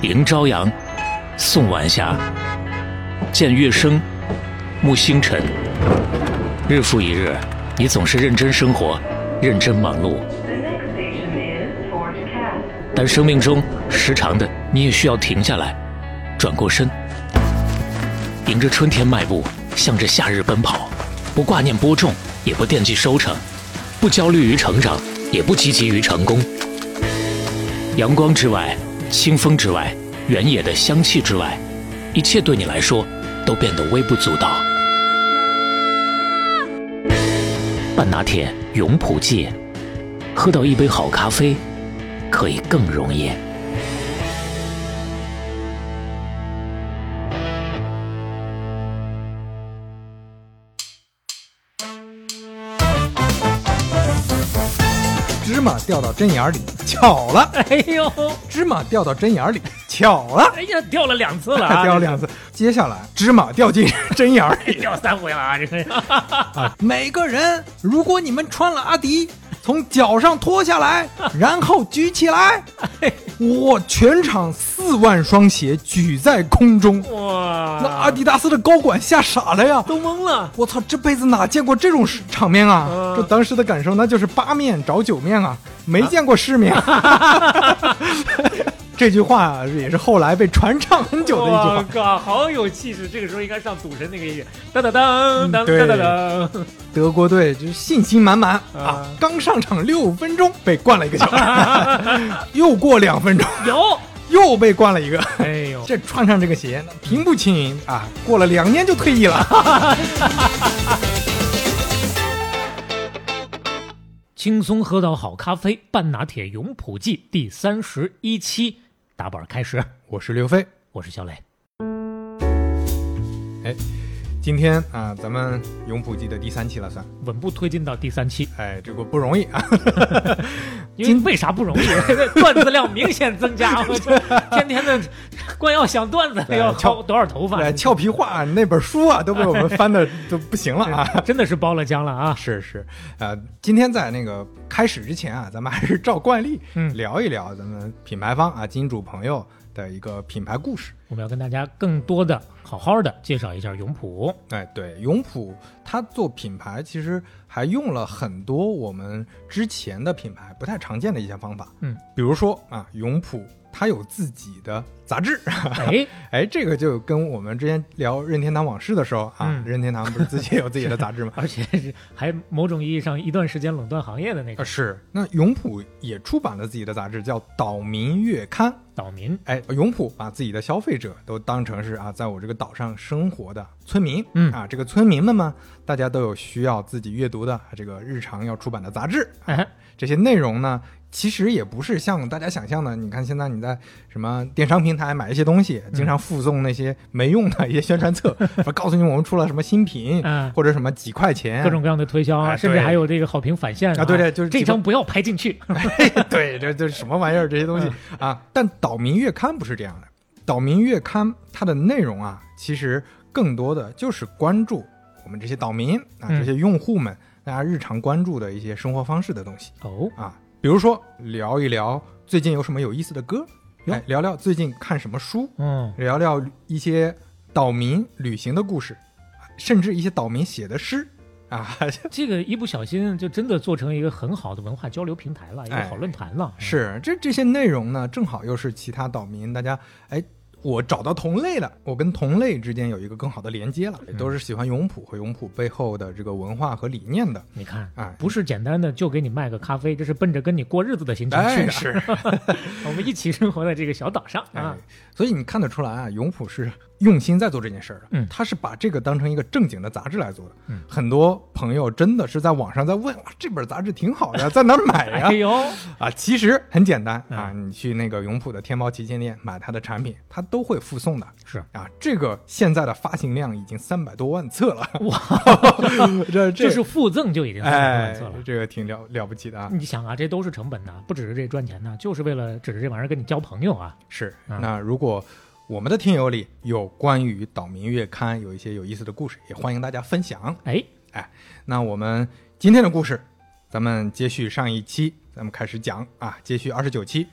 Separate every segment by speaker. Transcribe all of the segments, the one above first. Speaker 1: 林朝阳、宋晚霞、见月生、沐星辰。日复一日，你总是认真生活，认真忙碌，
Speaker 2: The next station is Fort Cat.
Speaker 1: 但生命中时常的你也需要停下来，转过身，迎着春天迈步，向着夏日奔跑，不挂念播种，也不惦记收成，不焦虑于成长，也不积极于成功。阳光之外，清风之外，原野的香气之外，一切对你来说都变得微不足道。半拿铁永璞界，喝到一杯好咖啡，可以更容易。
Speaker 3: 芝麻掉到针眼儿里，巧了；
Speaker 1: 哎呦，
Speaker 3: 芝麻掉到针眼儿里，巧了。
Speaker 1: 哎呀，掉了两次了、啊，
Speaker 3: 掉了两次，接下来芝麻掉进针眼儿里
Speaker 1: 掉三回了啊！这个
Speaker 3: 啊！ 每个人，如果你们穿了阿迪，从脚上脱下来，然后举起来，我全场四万双鞋举在空中， 那
Speaker 1: 哇，
Speaker 3: 阿迪达斯的高管吓傻了呀！
Speaker 1: 都懵了。
Speaker 3: 我操，这辈子哪见过这种场面啊
Speaker 1: 嗯！
Speaker 3: 这当时的感受那就是八面找九面啊，没见过世面。 这句话也是后来被传唱很久的一句
Speaker 1: 我
Speaker 3: 话。
Speaker 1: 靠，好有气势！这个时候应该上赌神那个音乐，当当当
Speaker 3: 嗯
Speaker 1: 当当当 当。
Speaker 3: 德国队就是信心满满啊
Speaker 1: 啊，
Speaker 3: 刚上场六分钟被灌了一个球，又过两分钟
Speaker 1: 有，
Speaker 3: 又被灌了一个。
Speaker 1: 哎呦，
Speaker 3: 这穿上这个鞋，那平步青云啊！过了两年就退役了。
Speaker 1: 轻松喝到好咖啡，半拿铁永璞记第三十一期打板开始，
Speaker 3: 我是刘飞，
Speaker 1: 我是小磊。
Speaker 3: 今天啊，咱们永璞记的第三期了算，
Speaker 1: 稳步推进到第三期，
Speaker 3: 哎，这个不容易啊。
Speaker 1: 因为为啥不 容易？段子量明显增加，我这天天的光要想段子，
Speaker 3: 对
Speaker 1: 要薅
Speaker 3: 翘
Speaker 1: 多少头发
Speaker 3: 哎，？俏皮话那本书啊，都被我们翻的都不行了 啊。
Speaker 1: 真的是包了浆了啊！
Speaker 3: 是是，呃，今天在那个开始之前啊，咱们还是照惯例，
Speaker 1: 嗯
Speaker 3: 聊一聊咱们品牌方啊金主朋友的一个品牌故事。
Speaker 1: 我们要跟大家更多的、好好的介绍一下永璞。
Speaker 3: 哎，对，永璞他做品牌其实还用了很多我们之前的品牌不太常见的一些方法，
Speaker 1: 嗯，
Speaker 3: 比如说啊，永璞他有自己的杂志，
Speaker 1: 哎，
Speaker 3: 哎，这个就跟我们之前聊任天堂往事的时候啊，
Speaker 1: 嗯
Speaker 3: 任天堂不是自己也有自己的杂志吗？
Speaker 1: 而且是还某种意义上一段时间垄断行业的那
Speaker 3: 啊，
Speaker 1: 个
Speaker 3: 是。那永璞也出版了自己的杂志，叫《岛民月刊》。
Speaker 1: 岛民。
Speaker 3: 哎，永璞把自己的消费者都当成是啊，在我这个岛上生活的村民。
Speaker 1: 嗯
Speaker 3: 啊，这个村民们嘛，大家都有需要自己阅读的啊这个日常要出版的杂志。
Speaker 1: 哎，
Speaker 3: 这些内容呢，其实也不是像大家想象的。你看现在你在什么电商平台买一些东西，
Speaker 1: 嗯
Speaker 3: 经常附送那些没用的一些宣 传册，告诉你我们出了什么新品，
Speaker 1: 嗯
Speaker 3: 或者什么几块钱，
Speaker 1: 各种各样的推销啊，
Speaker 3: 哎
Speaker 1: 甚至
Speaker 3: 对
Speaker 1: 还有这个好评返现
Speaker 3: 啊对对就是
Speaker 1: 这
Speaker 3: 几个
Speaker 1: 张不要拍进 去。
Speaker 3: 对，这这什么玩意儿？这些东西
Speaker 1: 嗯
Speaker 3: 啊！但《岛民月刊》不是这样的，《岛民月刊》它的内容啊，其实更多的就是关注我们这些岛民啊，
Speaker 1: 嗯
Speaker 3: 这些用户们大家日常关注的一些生活方式的东西
Speaker 1: 哦，
Speaker 3: 啊，比如说聊一聊最近有什么有意思的歌，
Speaker 1: 哟
Speaker 3: 哎，聊聊最近看什么书，
Speaker 1: 嗯，
Speaker 3: 聊聊一些岛民旅行的故事，甚至一些岛民写的诗啊，
Speaker 1: 这个一不小心就真的做成一个很好的文化交流平台了，一个
Speaker 3: 哎
Speaker 1: 好论坛
Speaker 4: 嗯
Speaker 1: 了。
Speaker 3: 是，这这些内容呢，正好又是其他岛民，大家哎，我找到同类了，我跟同类之间有一个更好的连接了，也都是喜欢永璞和永璞背后的这个文化和理念的。
Speaker 1: 你看，
Speaker 3: 哎
Speaker 1: 不是简单的就给你卖个咖啡，这是奔着跟你过日子的心情去
Speaker 3: 哎，
Speaker 1: 的。
Speaker 3: 是，
Speaker 1: 我们一起生活在这个小岛上
Speaker 3: 哎
Speaker 1: 啊。，
Speaker 3: 所以你看得出来啊，永璞是用心在做这件事儿的。
Speaker 1: 嗯
Speaker 3: 他是把这个当成一个正经的杂志来做的。
Speaker 1: 嗯
Speaker 3: 很多朋友真的是在网上在问，哇，这本杂志挺好的，在哪儿买呀
Speaker 1: 哎？呦，
Speaker 3: 啊，其实很简单啊，
Speaker 1: 嗯
Speaker 3: 你去那个永璞的天猫旗舰店买它的产品，它都会附送的。
Speaker 1: 是
Speaker 3: 啊，这个现在的发行量已经三百多万册了，
Speaker 1: 哇，
Speaker 3: 这这
Speaker 1: 这是附赠就已经三百万
Speaker 3: 哎
Speaker 1: 册了，。
Speaker 3: 这个挺了了不起的啊。
Speaker 1: 你想啊，这都是成本呐，不只是这赚钱呐，就是为了指着这玩意儿跟你交朋友啊。
Speaker 3: 是，
Speaker 1: 嗯
Speaker 3: 那如果我们的听友里有关于《岛民月刊》有一些有意思的故事，也欢迎大家分享。
Speaker 1: 哎，
Speaker 3: 那我们今天的故事，咱们接续上一期，咱们开始讲啊，接续二十九期，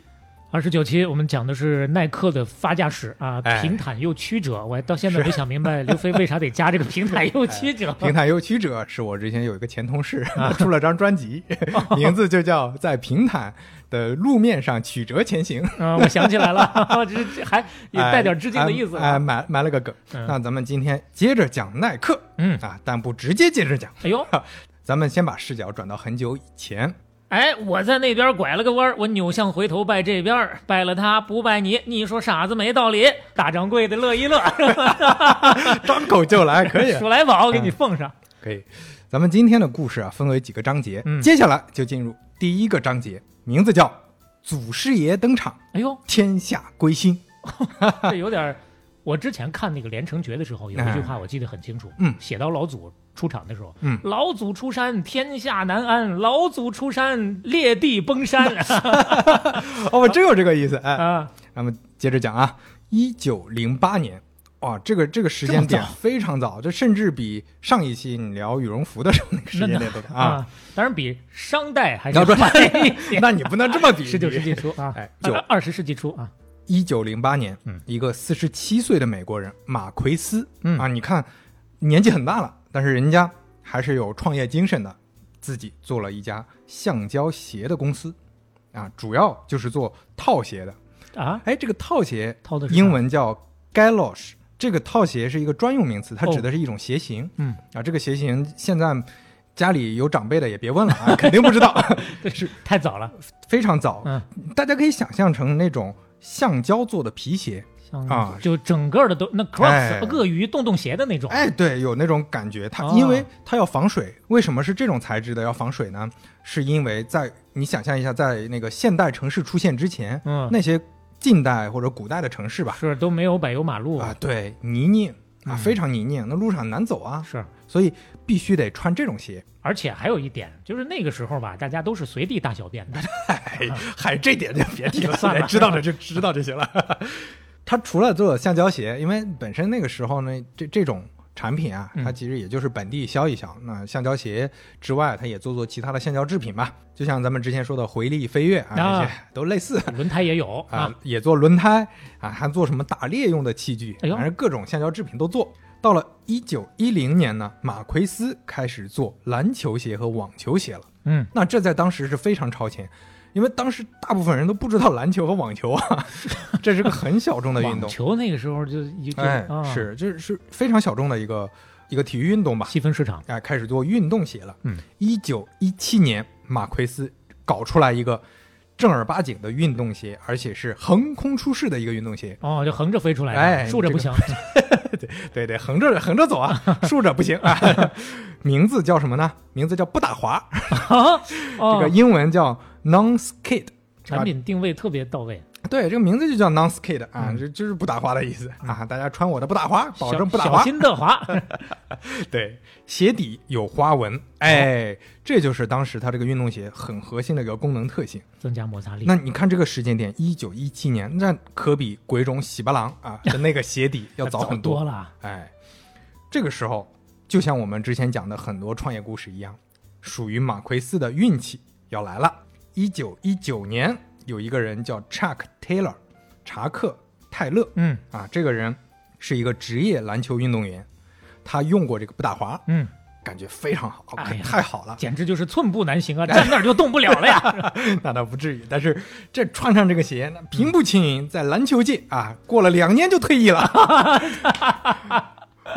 Speaker 4: 二十九期我们讲的是耐克的发家史啊，
Speaker 3: 哎
Speaker 4: 平坦又曲折。我还到现在没想明白刘飞为啥得加这个平坦又曲 折。
Speaker 3: 哎平坦又曲折是我之前有一个前同事，他
Speaker 4: 啊
Speaker 3: 出了张专辑，
Speaker 4: 哦
Speaker 3: 名字就叫《在平坦的路面上曲折前行》，
Speaker 4: 嗯，我想起来了， 这这还 也带点致敬的意思。啊
Speaker 3: 哎，哎埋埋了个梗。
Speaker 4: 嗯
Speaker 3: 那咱们今天接着讲耐克，
Speaker 4: 嗯
Speaker 3: 啊，但不直接接着讲，
Speaker 4: 哎呦，
Speaker 3: 咱们先把视角转到很久以前。
Speaker 4: 哎，我在那边拐了个弯儿，我扭向回头拜这边儿，拜了他不拜你，你说傻子没道理。大掌柜的乐一乐，
Speaker 3: 张口就来，可 以，
Speaker 4: 数来宝我给
Speaker 3: 哎
Speaker 4: 你奉上。
Speaker 3: 可以。咱们今天的故事啊，分为几个章节，
Speaker 4: 嗯
Speaker 3: 接下来就进入第一个章节，名字叫“祖师爷登场，
Speaker 4: 哎呦，
Speaker 3: 天下归心
Speaker 4: 这有点儿。我之前看那个《连城诀》的时候，有一句话我记得很清楚，
Speaker 3: 哎嗯
Speaker 4: 写到老祖出场的时候，
Speaker 3: 嗯
Speaker 4: 老祖出山，天下难安；老祖出山，裂地 崩山。”。
Speaker 3: 啊哦，真有这个意思，哎，
Speaker 4: 啊，
Speaker 3: 咱们接着讲啊，一九零八年，哇，这个这个时间点
Speaker 4: 这么
Speaker 3: 非常早，这甚至比上一期你聊羽绒服的时候那个时间点都早啊。
Speaker 4: 啊，当然比商代还是
Speaker 3: 要说
Speaker 4: 晚 一些，
Speaker 3: 那你不能这么比。
Speaker 4: 十九世纪初啊，
Speaker 3: 哎
Speaker 4: 二
Speaker 3: 就
Speaker 4: 二十世纪初啊，
Speaker 3: 一九零八年，
Speaker 4: 嗯
Speaker 3: 一个四十七岁的美国人马奎斯，
Speaker 4: 嗯
Speaker 3: 啊，你看年纪很大了，但是人家还是有创业精神的，自己做了一家橡胶鞋的公司，啊，主要就是做套鞋的。
Speaker 4: 啊，
Speaker 3: 哎，这个套鞋
Speaker 4: 套的是啥
Speaker 3: 英文叫 galosh，这个套鞋是一个专用名词，它
Speaker 4: 哦
Speaker 3: 指的是一种鞋型、
Speaker 4: 嗯，
Speaker 3: 啊。这个鞋型现在家里有长辈的也别问了啊， 肯定不知道，
Speaker 4: 是太早了，
Speaker 3: 非常早。
Speaker 4: 嗯
Speaker 3: 大家可以想象成那种橡胶做的皮鞋，
Speaker 4: 像
Speaker 3: 啊
Speaker 4: 就整个的都那 Crocs
Speaker 3: 哎
Speaker 4: 鳄鱼洞洞鞋的那种，
Speaker 3: 哎，对，有那种感觉。它
Speaker 4: 哦
Speaker 3: 因为它要防水，为什么是这种材质的要防水呢？是因为在你想象一下，在那个现代城市出现之前，
Speaker 4: 嗯，
Speaker 3: 那些近代或者古代的城市吧，
Speaker 4: 是都没有柏油马路，
Speaker 3: 啊，对，泥泞啊，
Speaker 4: 嗯
Speaker 3: 非常泥泞，那路上难走啊，
Speaker 4: 是。
Speaker 3: 所以必须得穿这种鞋。
Speaker 4: 而且还有一点，就是那个时候吧，大家都是随地大小 便的，
Speaker 3: 哎，嗨，这点就别提
Speaker 4: 啊算了
Speaker 3: 哎 知道了就知道就行了。他除了做橡胶鞋，因为本身那个时候呢，这这种产品啊，
Speaker 4: 嗯
Speaker 3: 它其实也就是本地销一销。那橡胶鞋之外，它也做做其他的橡胶制品吧，就像咱们之前说的回力飞跃啊，
Speaker 4: 啊
Speaker 3: 这些都类似。
Speaker 4: 轮胎也有
Speaker 3: 啊
Speaker 4: 啊，，
Speaker 3: 也做轮胎啊，还做什么打猎用的器具，
Speaker 4: 哎呦
Speaker 3: 反正各种橡胶制品都做。到了一九一零年呢，马奎斯开始做篮球鞋和网球鞋了。
Speaker 4: 嗯，
Speaker 3: 那这在当时是非常超前，因为当时大部分人都不知道篮球和网球啊， 这是个很小众的运
Speaker 4: 网
Speaker 3: 动。
Speaker 4: 球那个时候就一个、
Speaker 3: 哎
Speaker 4: 啊、，
Speaker 3: 是，这是非常小众的一个一个体育运动吧。
Speaker 4: 细分市场，
Speaker 3: 哎，开始做运动鞋了。
Speaker 4: 嗯，
Speaker 3: 一九一七年，马奎斯搞出来一个正儿八经的运动鞋，而且是横空出世的一个运动鞋。
Speaker 4: 哦，就横着飞出来的，
Speaker 3: 哎
Speaker 4: 竖着不行，
Speaker 3: 对对，横着横着走啊，竖着不行啊。 名字叫什么呢？名字叫不打滑，
Speaker 4: 啊，
Speaker 3: 这
Speaker 4: 哦
Speaker 3: 个英文叫 non skid。
Speaker 4: 产品定位特别到位，
Speaker 3: 对，这个名字就叫 non skid 啊，这、就是不打滑的意思啊。大家穿我的不打滑，保证不打
Speaker 4: 嗯小
Speaker 3: 滑
Speaker 4: 小。心 的滑，
Speaker 3: 对，鞋底有花
Speaker 4: 哦
Speaker 3: 纹，哎，这就是当时它这个运动鞋很核心的一个功能特性。
Speaker 4: 增加摩擦力。
Speaker 3: 那你看这个时间点，一九一七年，那可比鬼冢喜八郎 啊的那个鞋底要早很
Speaker 4: 多
Speaker 3: 多。
Speaker 4: 了，
Speaker 3: 哎，这个时候，就像我们之前讲的很多创业故事一样，属于马奎斯的运气要来了。一九一九年，有一个人叫 Chuck Taylor，查克泰勒
Speaker 4: 嗯
Speaker 3: 啊，这个人是一个职业篮球运动员，他用过这个不打滑，
Speaker 4: 嗯，
Speaker 3: 感觉非常好，
Speaker 4: 哎呀
Speaker 3: 太好了。
Speaker 4: 简直就是寸步难行
Speaker 3: 哎
Speaker 4: 啊，站那儿就动不了 了呀。
Speaker 3: 那倒不至于，但是这穿上这个鞋，那平步青云，在篮球界啊，过了两年就退役了。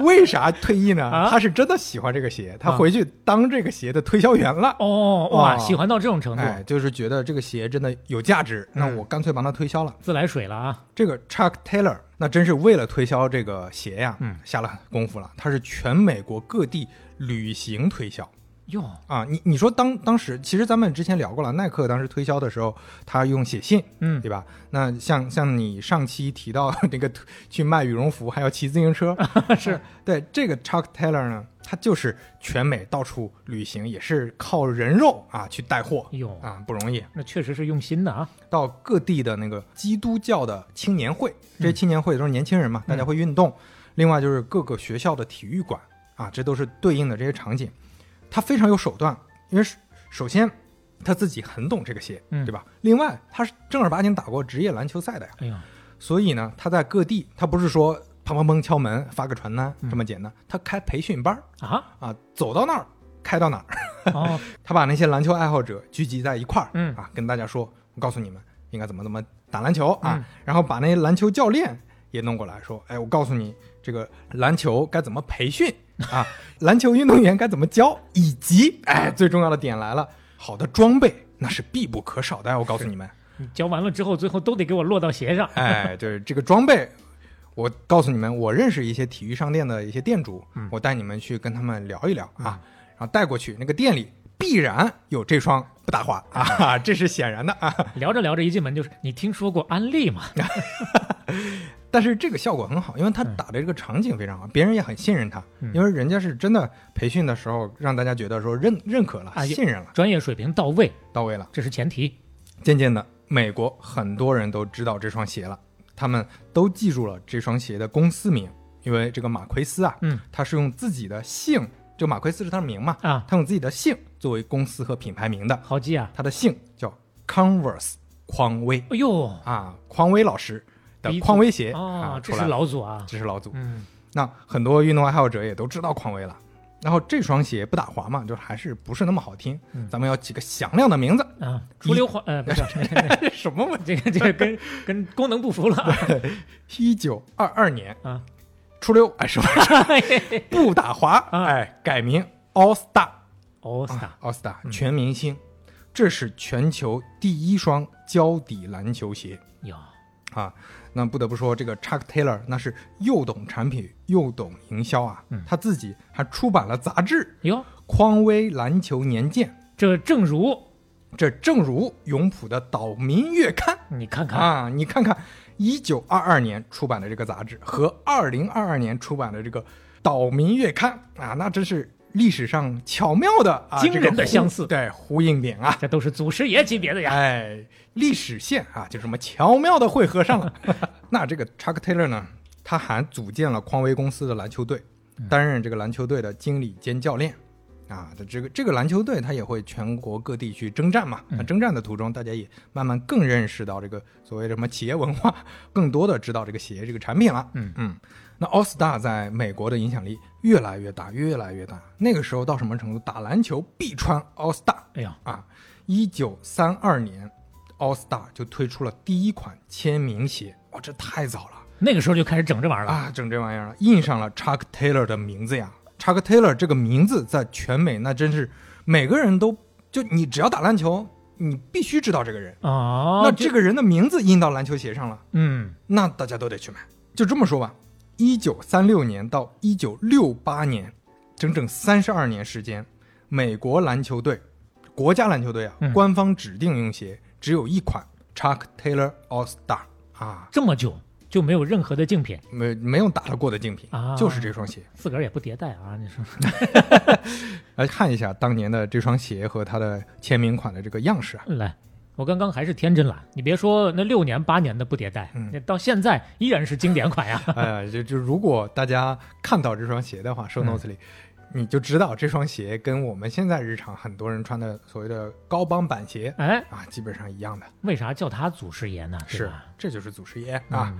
Speaker 3: 为啥退役呢？
Speaker 4: 啊
Speaker 3: 他是真的喜欢这个鞋，他
Speaker 4: 啊
Speaker 3: 回去当这个鞋的推销员了。
Speaker 4: 哦哇，
Speaker 3: 哇
Speaker 4: 喜欢到这种程度，
Speaker 3: 哎，就是觉得这个鞋真的有价值，那
Speaker 4: 嗯
Speaker 3: 我干脆帮他推销了。
Speaker 4: 自来水了啊。
Speaker 3: 这个 Chuck Taylor 那真是为了推销这个鞋呀、
Speaker 4: 嗯
Speaker 3: 下了功夫了。他是全美国各地旅行推销，
Speaker 4: 哟，
Speaker 3: 啊，你你说当当时，其实咱们之前聊过了，耐克当时推销的时候，他用写信，
Speaker 4: 嗯
Speaker 3: 对吧？那像像你上期提到那个去卖羽绒服，还要骑自行 车，是对这个 Chuck Taylor 呢，他就是全美到处旅行，也是靠人肉啊去带货
Speaker 4: 哟，
Speaker 3: 啊，不容易。
Speaker 4: 那确实是用心的啊。
Speaker 3: 到各地的那个基督教的青年会，这些青年会都是年轻人嘛，大家会运动。另外就是各个学校的体育馆啊，这都是对应的这些场景。他非常有手段，因为是首先他自己很懂这个鞋，
Speaker 4: 嗯
Speaker 3: 对吧？另外，他是正儿八经打过职业篮球赛的呀，
Speaker 4: 哎呀，
Speaker 3: 所以呢，他在各地，他不是说砰砰砰敲门发个传单这么简单，他开培训班儿
Speaker 4: 啊，
Speaker 3: 啊，走到那儿开到哪儿，
Speaker 4: 哦，
Speaker 3: 他把那些篮球爱好者聚集在一块儿，
Speaker 4: 嗯
Speaker 3: 啊，跟大家说，我告诉你们应该怎么怎么打篮球啊，
Speaker 4: 嗯
Speaker 3: 然后把那些篮球教练也弄过来说，哎，我告诉你这个篮球该怎么培训啊，篮球运动员该怎么教，以及哎最重要的点来了，好的装备那是必不可少的啊呀，我告诉你们，
Speaker 4: 你教完了之后，最后都得给我落到鞋 上。
Speaker 3: 哎，对这个装备。我告诉你们，我认识一些体育商店的一些店主，
Speaker 4: 嗯
Speaker 3: 我带你们去跟他们聊一聊啊，然后带过去那个店里必然有这双不打滑
Speaker 4: 嗯
Speaker 3: 啊， 这是显然的啊。
Speaker 4: 聊着聊着，一进门就是你听说过安利吗？
Speaker 3: 但是这个效果很好，因为他打的这个场景非常好，别人也很信任他，
Speaker 4: 嗯
Speaker 3: 因为人家是真的培训的时候让大家觉得说认认可了、
Speaker 4: 啊也
Speaker 3: 信任了、
Speaker 4: 专业水平到位，
Speaker 3: 到位了。
Speaker 4: 这是前提。
Speaker 3: 渐渐的，美国很多人都知道这双鞋了，他们都记住了这双鞋的公司名，因为这个马奎斯啊，
Speaker 4: 嗯，
Speaker 3: 他是用自己的姓，这个马奎斯是他的名嘛，
Speaker 4: 啊
Speaker 3: 他用自己的姓作为公司和品牌名的，
Speaker 4: 好记啊！
Speaker 3: 他的姓叫 Converse 匡威
Speaker 4: 哎呦，
Speaker 3: 啊，匡威老师的
Speaker 4: 鼻祖
Speaker 3: 匡威鞋
Speaker 4: 啊，
Speaker 3: 啊，出
Speaker 4: 这是
Speaker 3: 来了，
Speaker 4: 老祖啊。
Speaker 3: 这是老祖，
Speaker 4: 嗯，
Speaker 3: 那很多运动爱好者也都知道匡威了。然后这双鞋不打滑嘛，就还是不是那么好听。
Speaker 4: 嗯
Speaker 3: 咱们要起个响亮的名字，
Speaker 4: 啊，出溜滑呃，不是
Speaker 3: 什么问题？
Speaker 4: 这个这个跟跟功能不符了 啊
Speaker 3: 一九二二年
Speaker 4: 啊！
Speaker 3: 初六，哎，什么 不打滑，
Speaker 4: 啊
Speaker 3: 哎，改名 All Star，
Speaker 4: 哦，斯
Speaker 3: 啊，All Star 全明星，这是全球第一双胶底篮球鞋
Speaker 4: 哟，
Speaker 3: 啊。那不得不说，这个 Chuck Taylor 那是又懂产品又懂营销啊，他自己还出版了杂志
Speaker 4: 哟，
Speaker 3: 《匡威篮球年鉴》，
Speaker 4: 这正如
Speaker 3: 这正如永璞的《岛民月刊》。
Speaker 4: 你看看，
Speaker 3: 啊，你看看，一九二二年出版的这个杂志和二零二二年出版的这个《岛民月刊》啊，那真是历史上巧妙的、啊、
Speaker 4: 惊人
Speaker 3: 这个
Speaker 4: 的
Speaker 3: 呼
Speaker 4: 相似
Speaker 3: 对呼应点啊。
Speaker 4: 这都是祖师爷级别的呀。
Speaker 3: 哎，历史线啊，就这么巧妙的汇合上 了。那这个 Chuck Taylor 呢，他还组建了匡威公司的篮球队，
Speaker 4: 嗯
Speaker 3: 担任这个篮球队的经理兼教练。啊，他这个这个篮球队，他也会全国各地去征战嘛。
Speaker 4: 嗯
Speaker 3: 那征战的途中，大家也慢慢更认识到这个所谓什么企业文化， 更多的知道这个鞋这个产品了。
Speaker 4: 嗯
Speaker 3: 嗯，那 All Star 在美国的影响力越来越大，越来越大。那个时候到什么程度？打篮球必穿 All Star。
Speaker 4: 哎呀，
Speaker 3: 啊，一九三二年，All Star 就推出了第一款签名鞋，哇，这太早了
Speaker 4: 那个时候就开始整这玩意儿了。
Speaker 3: 啊！整这玩意儿了，印上了 Chuck Taylor 的名字呀。Chuck Taylor 这个名字在全美那真是每个人都就你只要打篮球，你必须知道这个人。
Speaker 4: 哦，
Speaker 3: 那这个人的名字印到篮球鞋上了，
Speaker 4: 嗯，
Speaker 3: 那大家都得去买。就这么说吧，一九三六年到一九六八年，整整三十二年时间，美国篮球队，国家篮球队啊，
Speaker 4: 嗯
Speaker 3: 官方指定用鞋只有一款 Chuck Taylor All Star 啊，
Speaker 4: 这么久就没有任何的竞品，
Speaker 3: 没没有打得过的竞品，
Speaker 4: 啊
Speaker 3: 就是这双鞋。
Speaker 4: 自个儿也不迭代啊，你说
Speaker 3: 来看一下当年的这双鞋和它的签名款的这个样式啊，
Speaker 4: 来，我刚刚还是天真了。你别说那六年八年的不迭代，
Speaker 3: 嗯
Speaker 4: 那到现在依然是经典款呀。
Speaker 3: 呃，就就如果大家看到这双鞋的话，show notes 里，你就知道这双鞋跟我们现在日常很多人穿的所谓的高帮板鞋
Speaker 4: 哎，
Speaker 3: 啊，基本上一样的。
Speaker 4: 为啥叫他祖师爷呢？对
Speaker 3: 是
Speaker 4: 吧，
Speaker 3: 这就是祖师爷啊！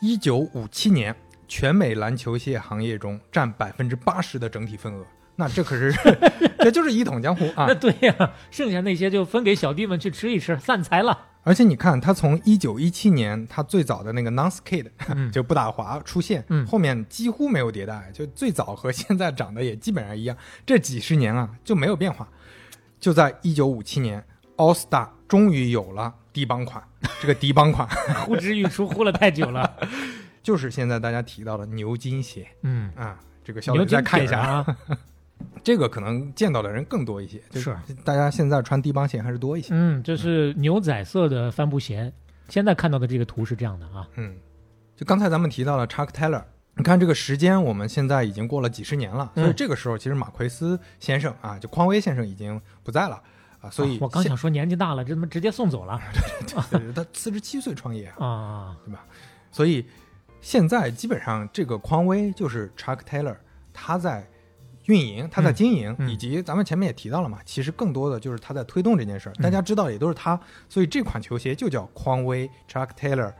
Speaker 3: 一九五七年，全美篮球鞋行业中占百分之八十的整体份额，那这可是 这就是一统江湖啊
Speaker 4: 那！对呀、剩下那些就分给小弟们去吃一吃，散 财了。
Speaker 3: 而且你看，他从一九一七年他最早的那个 Non Skate、就 不打滑出现，
Speaker 4: 嗯
Speaker 3: 后面几乎没有迭代，就最早和现在长得也基本上一样，这几十年啊就没有变化。就在一九五七年，All Star 终于有了低帮款，这个低帮款
Speaker 4: 呼之欲出，呼了太久了。
Speaker 3: 就是现在大家提到的牛津鞋。
Speaker 4: 嗯，
Speaker 3: 啊，这个小
Speaker 4: 你
Speaker 3: 磊
Speaker 4: 就
Speaker 3: 再看一下，
Speaker 4: 啊。
Speaker 3: 这个可能见到的人更多一些，就是大家现在穿低帮鞋还是多一些。
Speaker 4: 嗯，这是牛仔色的帆布鞋。现在看到的这个图是这样的啊，
Speaker 3: 嗯，就刚才咱们提到了 Chuck Taylor，你看这个时间，我们现在已经过了几十年了，所以
Speaker 4: 嗯
Speaker 3: 这个时候其实马奎斯先生啊，就匡威先生已经不在了啊，所以
Speaker 4: 啊我刚
Speaker 3: 现
Speaker 4: 想说年纪大了，这他妈直接送走了
Speaker 3: 对他四十七岁创业啊，
Speaker 4: 啊！
Speaker 3: 对吧？所以现在基本上这个匡威就是 Chuck Taylor 他在运营，他在经营，
Speaker 4: 嗯嗯
Speaker 3: 以及咱们前面也提到了嘛，其实更多的就是他在推动这件
Speaker 4: 嗯
Speaker 3: 事儿，大家知道也都是他，所以这款球鞋就叫匡威 Chuck Taylor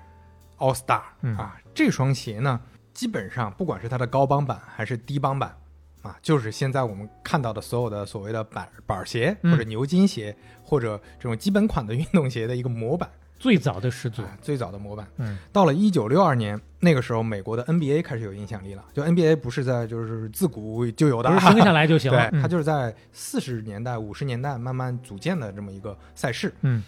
Speaker 3: All Star
Speaker 4: 嗯
Speaker 3: 啊，这双鞋呢，基本上不管是它的高帮版还是低帮版。啊，就是现在我们看到的所有的所谓的板板鞋
Speaker 4: 嗯
Speaker 3: 或者牛津鞋、或者这种基本款的运动鞋的一个模板，
Speaker 4: 最早的始祖，
Speaker 3: 啊，最早的模板。
Speaker 4: 嗯
Speaker 3: 到了一九六二年，那个时候美国的 NBA 开始有影响力了。就 NBA 不是在就是自古就有的
Speaker 4: 不
Speaker 3: 啊，
Speaker 4: 是生下来就行
Speaker 3: 对
Speaker 4: 了，，嗯
Speaker 3: 它就是在四十年代、五十年代慢慢组建的这么一个赛事。
Speaker 4: 嗯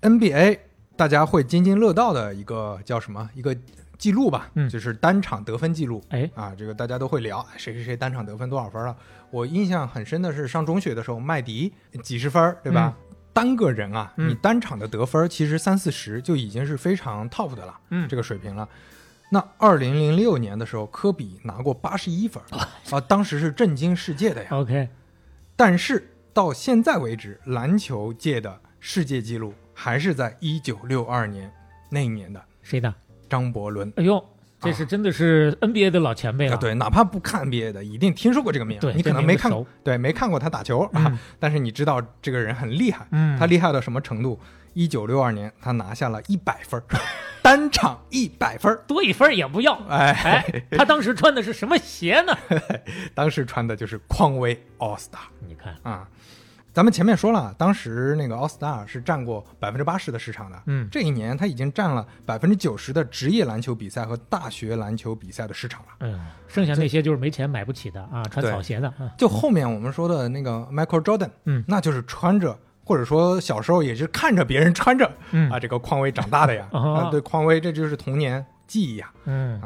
Speaker 3: NBA 大家会津津乐道的一个叫什么一个记录吧，
Speaker 4: 嗯
Speaker 3: 就是单场得分记录。
Speaker 4: 哎
Speaker 3: 啊，这个大家都会聊，哎谁谁谁单场得分多少分了。啊我印象很深的是上中学的时候，麦迪几十分儿，对吧？单个人啊，
Speaker 4: 嗯
Speaker 3: 你单场的得分儿其实三四十就已经是非常 top 的了，
Speaker 4: 嗯
Speaker 3: 这个水平了。那二零零六年的时候，科比拿过八十一分儿，啊，当时是震惊世界的呀。
Speaker 4: ，OK，
Speaker 3: 但是到现在为止，篮球界的世界纪录还是在一九六二年那一年的
Speaker 4: 谁的？
Speaker 3: 张伯伦。
Speaker 4: 哎呦，这是真的是 NBA 的老前辈
Speaker 3: 啊，
Speaker 4: 了，
Speaker 3: 对，哪怕不看 NBA 的，一定听说过这个名
Speaker 4: 对，
Speaker 3: 你可
Speaker 4: 这
Speaker 3: 能
Speaker 4: 名
Speaker 3: 没
Speaker 4: 字
Speaker 3: 看，
Speaker 4: 熟
Speaker 3: 对，没看过他打球啊，
Speaker 4: 嗯
Speaker 3: 但是你知道这个人很厉害，
Speaker 4: 嗯
Speaker 3: 他厉害到什么程度？一九六二年，他拿下了一百分儿，单场一百分儿，
Speaker 4: 多一分儿也不要。
Speaker 3: 哎，
Speaker 4: 哎，他当时穿的是什么鞋呢？
Speaker 3: 当时穿的就是匡威 All Star。
Speaker 4: 你看，
Speaker 3: 啊。咱们前面说了，当时那个 All Star 是占过百分之八十的市场的，
Speaker 4: 嗯
Speaker 3: 这一年它已经占了百分之九十的职业篮球比赛和大学篮球比赛的市场了。
Speaker 4: 哎呦，剩下那些就是没钱买不起的啊，穿
Speaker 3: 对
Speaker 4: 草鞋的啊，
Speaker 3: 就后面我们说的那个 Michael Jordan，
Speaker 4: 嗯
Speaker 3: 那就是穿着或者说小时候也是看着别人穿着、
Speaker 4: 嗯
Speaker 3: 啊这个匡威长大 的呀，
Speaker 4: 哦
Speaker 3: 啊对匡威这就是童年记忆呀、
Speaker 4: 嗯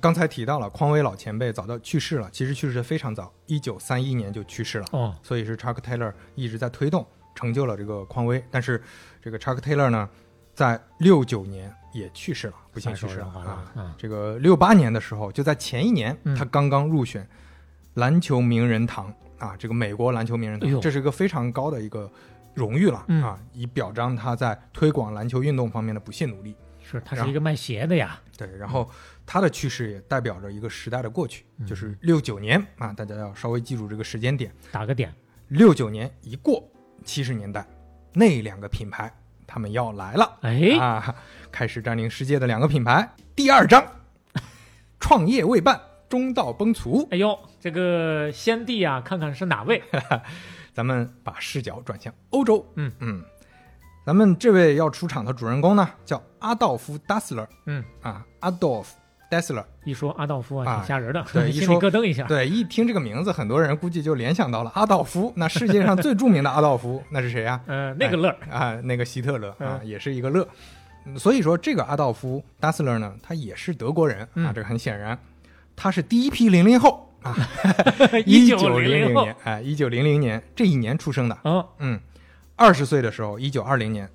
Speaker 3: 刚才提到了匡威老前辈早就去世了，其实去世的非常早，一九三一年就去世了。
Speaker 4: 哦，
Speaker 3: 所以是 Chuck Taylor 一直在推动，成就了这个匡威。但是这个 Chuck Taylor 呢，在六九年也去世了，不幸去世了
Speaker 4: 太说人话
Speaker 3: 啊。
Speaker 4: 了啊
Speaker 3: 这个六八年的时候，就在前一年，
Speaker 4: 嗯
Speaker 3: 他刚刚入选篮球名人堂啊，这个美国篮球名人
Speaker 4: 哎呦
Speaker 3: 堂，这是一个非常高的一个荣誉了、
Speaker 4: 嗯
Speaker 3: 啊，以表彰他在推广篮球运动方面的不懈努力。
Speaker 4: 是他是一个卖鞋的呀，
Speaker 3: 对，然后他的去世也代表着一个时代的过去，
Speaker 4: 嗯
Speaker 3: 就是六九年啊，大家要稍微记住这个时间点。
Speaker 4: 打个点，
Speaker 3: 六九年一过，七十年代那两个品牌他们要来了、
Speaker 4: 哎，
Speaker 3: 啊，开始占领世界的两个品牌。第二章，创业未半，中道崩殂。
Speaker 4: 哎呦，这个先帝啊，看看是 哪位？
Speaker 3: 咱们把视角转向欧洲，
Speaker 4: 嗯
Speaker 3: 嗯，咱们这位要出场的主人公呢，叫阿道夫·达斯勒
Speaker 4: 嗯，
Speaker 3: 啊，Adolf Dassler。
Speaker 4: 一说阿道夫啊，
Speaker 3: 啊
Speaker 4: 挺吓人的，
Speaker 3: 对一
Speaker 4: 心里
Speaker 3: 说
Speaker 4: 咯噔一下。
Speaker 3: 对，一听这个名字，很多人估计就联想到了阿道夫。那世界上最著名的阿道夫，那是谁呀、
Speaker 4: 呃，那个乐儿，
Speaker 3: 啊，那个希特勒啊
Speaker 4: 嗯，
Speaker 3: 也是一个乐。嗯所以说，这个阿道夫·达斯勒呢，他也是德国人啊
Speaker 4: 嗯，
Speaker 3: 这个很显然，他是第一批零零后 啊，一
Speaker 4: 九
Speaker 3: 九
Speaker 4: 零
Speaker 3: 零
Speaker 4: 后
Speaker 3: 年，，哎，一九零零年这一年出生的，
Speaker 4: 哦，
Speaker 3: 嗯，二十岁的时候，一九二零年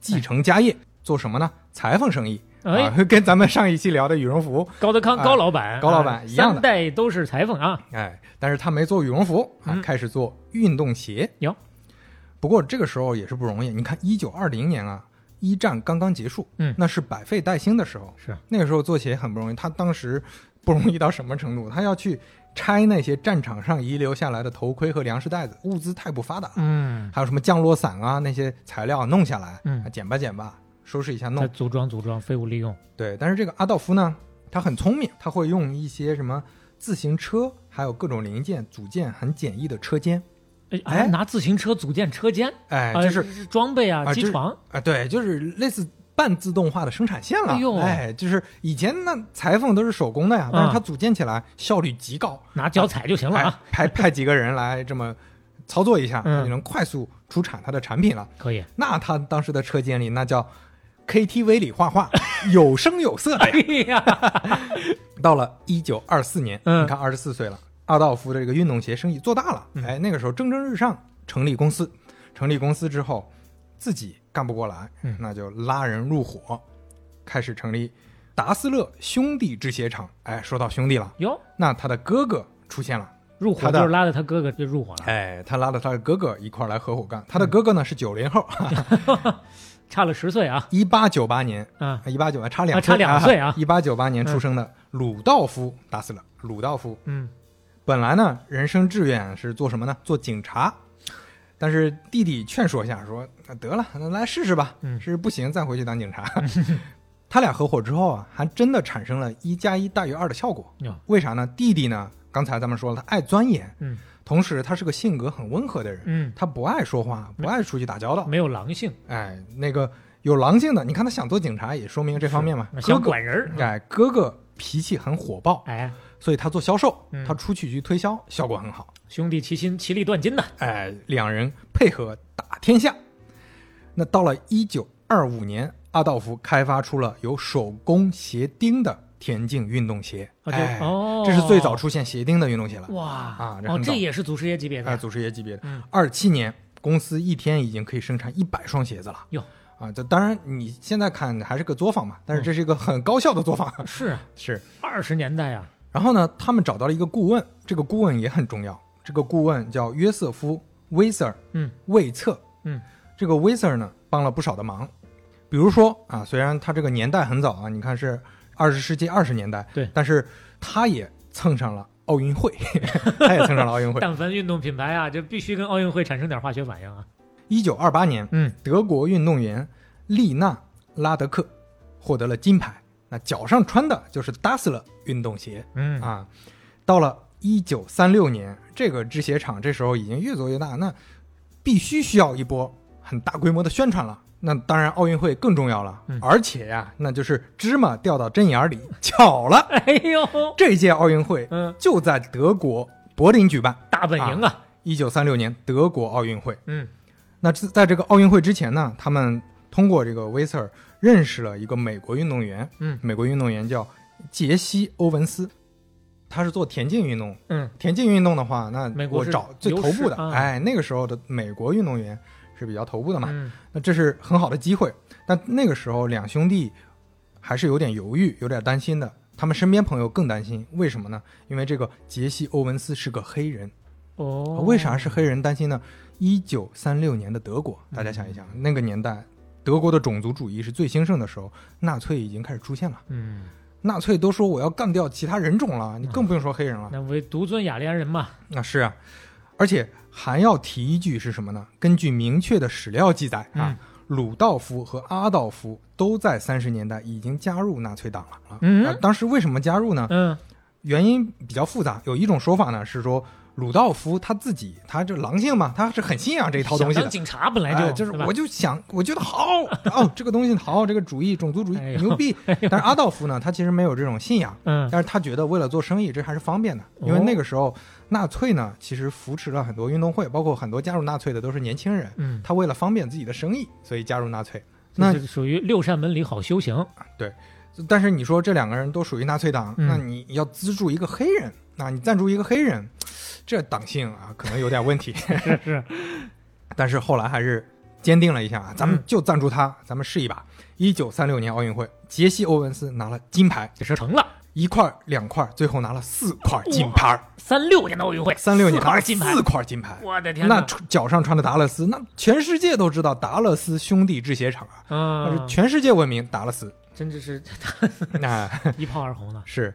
Speaker 3: 继承家业，做什么呢？裁缝生意啊
Speaker 4: 哎，
Speaker 3: 跟咱们上一期聊的羽绒服，
Speaker 4: 高德康
Speaker 3: 啊
Speaker 4: 高老板，
Speaker 3: 高老板
Speaker 4: 啊
Speaker 3: 一样的
Speaker 4: 三代都是裁缝啊，
Speaker 3: 哎，但是他没做羽绒服啊
Speaker 4: 嗯，
Speaker 3: 开始做运动鞋。
Speaker 4: 哟
Speaker 3: 不过这个时候也是不容易，你看一九二零年啊，一战刚刚结束，
Speaker 4: 嗯
Speaker 3: 那是百废待兴的时候，
Speaker 4: 是
Speaker 3: 那个时候做鞋很不容易。他当时不容易到什么程度？他要去拆那些战场上遗留下来的头盔和粮食袋子，物资太不发达，
Speaker 4: 嗯，
Speaker 3: 还有什么降落伞啊那些材料弄下来，啊
Speaker 4: 嗯
Speaker 3: 剪吧剪吧，收拾一下
Speaker 4: 再
Speaker 3: 弄。
Speaker 4: 组装组装，废物利用，
Speaker 3: 对，但是这个阿道夫呢，他很聪明，他会用一些什么自行车，还有各种零件组建很简易的车间。
Speaker 4: 哎，
Speaker 3: 哎
Speaker 4: 啊拿自行车组建车间，
Speaker 3: 哎，
Speaker 4: 啊
Speaker 3: 就是
Speaker 4: 装备啊，
Speaker 3: 啊
Speaker 4: 机
Speaker 3: 就是
Speaker 4: 床，
Speaker 3: 啊，对，就是类似半自动化的生产线了。
Speaker 4: 哎呦
Speaker 3: 就是以前那裁缝都是手工的呀，但是它组建起来效率极高，哎
Speaker 4: 拿脚踩就行了啊，
Speaker 3: 派派派几个人来这么操作一下，
Speaker 4: 嗯
Speaker 3: 它就能快速出产它的产品了。
Speaker 4: 可以。
Speaker 3: 那他当时的车间里，那叫 KTV 里画 画，有声有色的呀。
Speaker 4: 哎呀，
Speaker 3: 到了一九二四年，
Speaker 4: 嗯嗯
Speaker 3: 你看二十四岁了，阿道夫的这个运动鞋生意做大了，哎，那个时候蒸蒸日上，成立公司。成立公司之后，自己干不过来，
Speaker 4: 嗯
Speaker 3: 那就拉人入伙，开始成立达斯勒兄弟制鞋厂。哎，说到兄弟了，
Speaker 4: 哟，
Speaker 3: 那他的哥哥出现了。
Speaker 4: 入伙
Speaker 3: 他的
Speaker 4: 就是拉着他哥哥就入伙了，
Speaker 3: 哎，他拉着他的哥哥一块儿来合伙干。
Speaker 4: 嗯
Speaker 3: 他的哥哥呢是九零后，
Speaker 4: 差了十岁啊，
Speaker 3: 一八九八年，
Speaker 4: 啊，
Speaker 3: 一八九八差
Speaker 4: 啊
Speaker 3: 两
Speaker 4: 差两岁啊
Speaker 3: 一八九八年出生的鲁道夫·达斯勒。鲁道夫
Speaker 4: 嗯，
Speaker 3: 本来呢，人生志愿是做什么呢？做警察。但是弟弟劝说下说，那得了，那来试试吧。
Speaker 4: 嗯
Speaker 3: 试试不行再回去当警察。 他俩合伙之后啊，还真的产生了一加一大于二的效果。
Speaker 4: 哟
Speaker 3: 为啥呢？弟弟呢，刚才咱们说了，他爱钻研，
Speaker 4: 嗯
Speaker 3: 同时他是个性格很温和的人，
Speaker 4: 嗯，
Speaker 3: 他不爱说话，不爱出去打交道。
Speaker 4: 没有狼性，
Speaker 3: 哎，那个有狼性的，你看他想做警察，也说明这方面嘛。哥
Speaker 4: 想
Speaker 3: 哥，
Speaker 4: 管人儿。
Speaker 3: 哎，哥哥脾气很火爆，
Speaker 4: 哎，
Speaker 3: 所以他做销售，
Speaker 4: 嗯
Speaker 3: 他出去去推销，效果很好。
Speaker 4: 兄弟齐心，其利断金呐。
Speaker 3: 哎，两人配合打天下。那到了一九二五年，阿道夫开发出了有手工鞋钉的田径运动鞋，
Speaker 4: 啊这
Speaker 3: 哎，
Speaker 4: 哦
Speaker 3: 这是最早出现鞋钉的运动鞋了。
Speaker 4: 哇
Speaker 3: 啊这
Speaker 4: 哦，
Speaker 3: 很早
Speaker 4: 这也是祖师爷级别
Speaker 3: 哎，
Speaker 4: 的
Speaker 3: 祖师爷级别的
Speaker 4: 嗯。
Speaker 3: 二七、年，公司一天已经可以生产一百双鞋子了。
Speaker 4: 哟
Speaker 3: 啊，这当然你现在看还是个作坊嘛，但是这是一个很高效的作坊。
Speaker 4: 嗯 是啊，
Speaker 3: 是。
Speaker 4: 二十年代啊，
Speaker 3: 然后呢，他们找到了一个顾问，这个顾问也很重要。这个顾问叫约瑟夫·威瑟尔
Speaker 4: 嗯
Speaker 3: 魏策。
Speaker 4: 嗯，
Speaker 3: 这个威瑟尔呢，帮了不少的忙。比如说啊，虽然他这个年代很早啊，你看是二十世纪二十年代，
Speaker 4: 对
Speaker 3: 但是他也蹭上了奥运会， 他也蹭上了奥运会。
Speaker 4: 但凡运动品牌啊，就必须跟奥运会产生点化学反应啊。
Speaker 3: 一九二八年，
Speaker 4: 嗯，
Speaker 3: 德国运动员丽娜·拉德克获得了金牌。那脚上穿的就是 Dassler 运动鞋，
Speaker 4: 嗯
Speaker 3: 啊，到了一九三六年，这个制鞋厂这时候已经越做越大，那必须需要一波很大规模的宣传了。那当然，奥运会更重要了，
Speaker 4: 嗯
Speaker 3: 而且呀、那就是芝麻掉到针眼儿里。巧了，
Speaker 4: 哎呦，
Speaker 3: 这届奥运会
Speaker 4: 嗯，
Speaker 3: 就在德国柏林举办，
Speaker 4: 大本营啊，
Speaker 3: 一九三六年德国奥运会。
Speaker 4: 嗯
Speaker 3: 那自在这个奥运会之前呢，他们通过这个威瑟尔认识了一个美国运动员，
Speaker 4: 嗯
Speaker 3: 美国运动员叫杰西·欧文斯，他是做田径运动
Speaker 4: 嗯，
Speaker 3: 田径运动的话，那
Speaker 4: 美国
Speaker 3: 我
Speaker 4: 是
Speaker 3: 找最
Speaker 4: 优
Speaker 3: 头
Speaker 4: 势
Speaker 3: 部的，
Speaker 4: 啊
Speaker 3: 哎，那个时候的美国运动员是比较头部的嘛，
Speaker 4: 嗯
Speaker 3: 那这是很好的机会。但那个时候两兄弟还是有点犹豫，有点担心的。他们身边朋友更担心，为什么呢？因为这个杰西·欧文斯是个黑人，啊
Speaker 4: 哦，
Speaker 3: 为啥是黑人担心呢？一九三六年的德国，
Speaker 4: 嗯
Speaker 3: 大家想一想，那个年代德国的种族主义是最兴盛的时候，纳粹已经开始出现了。
Speaker 4: 嗯，
Speaker 3: 纳粹都说我要干掉其他人种了，你更不用说黑人了。
Speaker 4: 那为独尊雅利安人嘛，
Speaker 3: 那是啊，而且还要提一句是什么呢？根据明确的史料记载
Speaker 4: 嗯
Speaker 3: 啊，鲁道夫和阿道夫都在三十年代已经加入纳粹党了。
Speaker 4: 嗯
Speaker 3: 啊当时为什么加入呢？
Speaker 4: 嗯
Speaker 3: 原因比较复杂，有一种说法呢是说鲁道夫他自己，他这狼性嘛，他是很信仰这一套东西
Speaker 4: 想
Speaker 3: 的
Speaker 4: 当。警察本来
Speaker 3: 哎就
Speaker 4: 就
Speaker 3: 是
Speaker 4: 对吧
Speaker 3: 我就想，我觉得好哦， 这个东西好，这个主义，种族主义
Speaker 4: 哎呦
Speaker 3: 牛逼。但是阿道夫呢，他其实没有这种信仰，
Speaker 4: 嗯哦
Speaker 3: 但是他觉得为了做生意，这还是方便的，因为那个时候纳粹呢，其实扶持了很多运动会，包括很多加入纳粹的都是年轻人，
Speaker 4: 嗯，
Speaker 3: 他为了方便自己的生意，所以加入纳粹。那
Speaker 4: 那属于六扇门里好修行，
Speaker 3: 但是你说这两个人都属于纳粹党，
Speaker 4: 嗯
Speaker 3: 那你要资助一个黑人，那你赞助一个黑人，这党性啊可能有点问题。
Speaker 4: 是是，
Speaker 3: 但是后来还是坚定了一下啊，咱们
Speaker 4: 嗯
Speaker 3: 就赞助他，咱们试一把。一九三六年奥运会，杰西·欧文斯拿了金牌，
Speaker 4: 这是成了
Speaker 3: 一块儿、两块儿，最后拿了四块金牌。
Speaker 4: 三六年的奥运会，
Speaker 3: 三六年拿
Speaker 4: 四块
Speaker 3: 了
Speaker 4: 金牌，
Speaker 3: 四块金牌，
Speaker 4: 我的天
Speaker 3: 那
Speaker 4: 哪，
Speaker 3: 穿脚上穿的达勒斯，那全世界都知道达勒斯兄弟制鞋厂啊，那
Speaker 4: 嗯
Speaker 3: 是，全世界闻名达勒斯。哎
Speaker 4: 真的是
Speaker 3: 那
Speaker 4: 一炮而红呢，
Speaker 3: 是，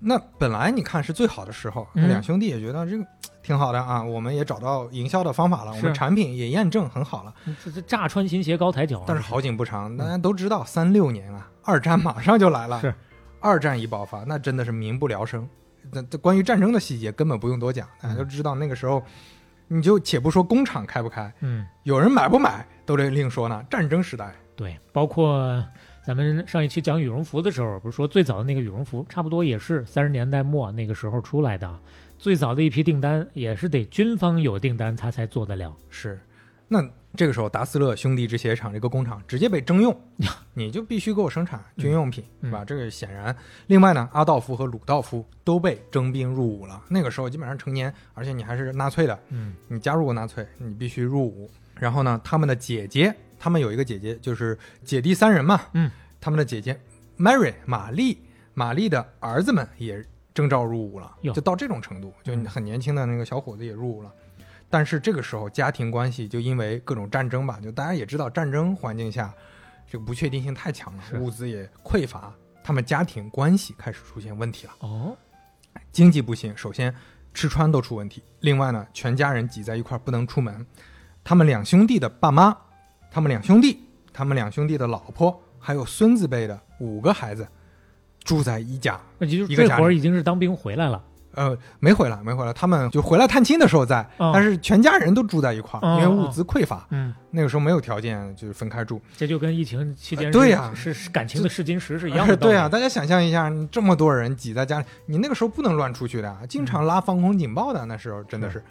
Speaker 3: 那本来你看是最好的时候，
Speaker 4: 嗯
Speaker 3: 两兄弟也觉得这个挺好的啊，我们也找到营销的方法了，我
Speaker 4: 是
Speaker 3: 们产品也验证很好了。
Speaker 4: 这这炸穿新鞋高抬脚啊，
Speaker 3: 但是好景不长，大家都知道，三六年啊，二战马上就来了。
Speaker 4: 是，
Speaker 3: 二战一爆发，那真的是民不聊生。那这关于战争的细节根本不用多讲，大家都知道那个时候，你就且不说工厂开不开，
Speaker 4: 嗯，
Speaker 3: 有人买不买都得另说呢。战争时代，
Speaker 4: 对，包括咱们上一期讲羽绒服的时候，不是说最早的那个羽绒服，差不多也是三十年代末那个时候出来的啊。最早的一批订单也是得军方有订单，他才做得了。
Speaker 3: 是，那这个时候达斯勒兄弟制鞋厂这个工厂直接被征 用，你就必须给我生产军用品，对
Speaker 4: 嗯
Speaker 3: 吧？这个显然。另外呢，阿道夫和鲁道夫都被征兵入伍了，那个时候基本上成年，而且你还是纳粹的，
Speaker 4: 嗯
Speaker 3: 你加入过纳粹，你必须入伍。然后呢，他们的姐姐，他们有一个姐姐，就是姐弟三人嘛，
Speaker 4: 嗯，
Speaker 3: 他们的姐姐 Mary 玛丽，玛丽的儿子们也征召入伍了，
Speaker 4: 哟嗯
Speaker 3: 就到这种程度，就很年轻的那个小伙子也入伍了。但是这个时候，家庭关系就因为各种战争吧，就大家也知道，战争环境下，这个不确定性太强了
Speaker 4: 是，
Speaker 3: 物资也匮乏，他们家庭关系开始出现问题了。
Speaker 4: 哦，
Speaker 3: 经济不行，首先吃穿都出问题。另外呢，全家人挤在一块儿不能出门，他们两兄弟的爸妈，他们两兄弟，他们两兄弟的老婆，还有孙子辈的五个孩子，住在一家。
Speaker 4: 那就是
Speaker 3: 一个
Speaker 4: 这
Speaker 3: 家
Speaker 4: 会儿
Speaker 3: 庭
Speaker 4: 已经是当兵回来了，
Speaker 3: 呃，没回来，没回来。他们就回来探亲的时候在，
Speaker 4: 哦
Speaker 3: 但是全家人都住在一块儿，因
Speaker 4: 哦
Speaker 3: 为物资匮乏，
Speaker 4: 嗯，
Speaker 3: 那个时候没有条件，就是分开住。
Speaker 4: 这就跟疫情期间
Speaker 3: 呃
Speaker 4: 是
Speaker 3: 对呀
Speaker 4: 是是感情的试金石是一样的道 理。
Speaker 3: 对啊，大家想象一下，你这么多人挤在家里，你那个时候不能乱出去的啊，
Speaker 4: 嗯
Speaker 3: 经常拉防空警报的，那时候真的是，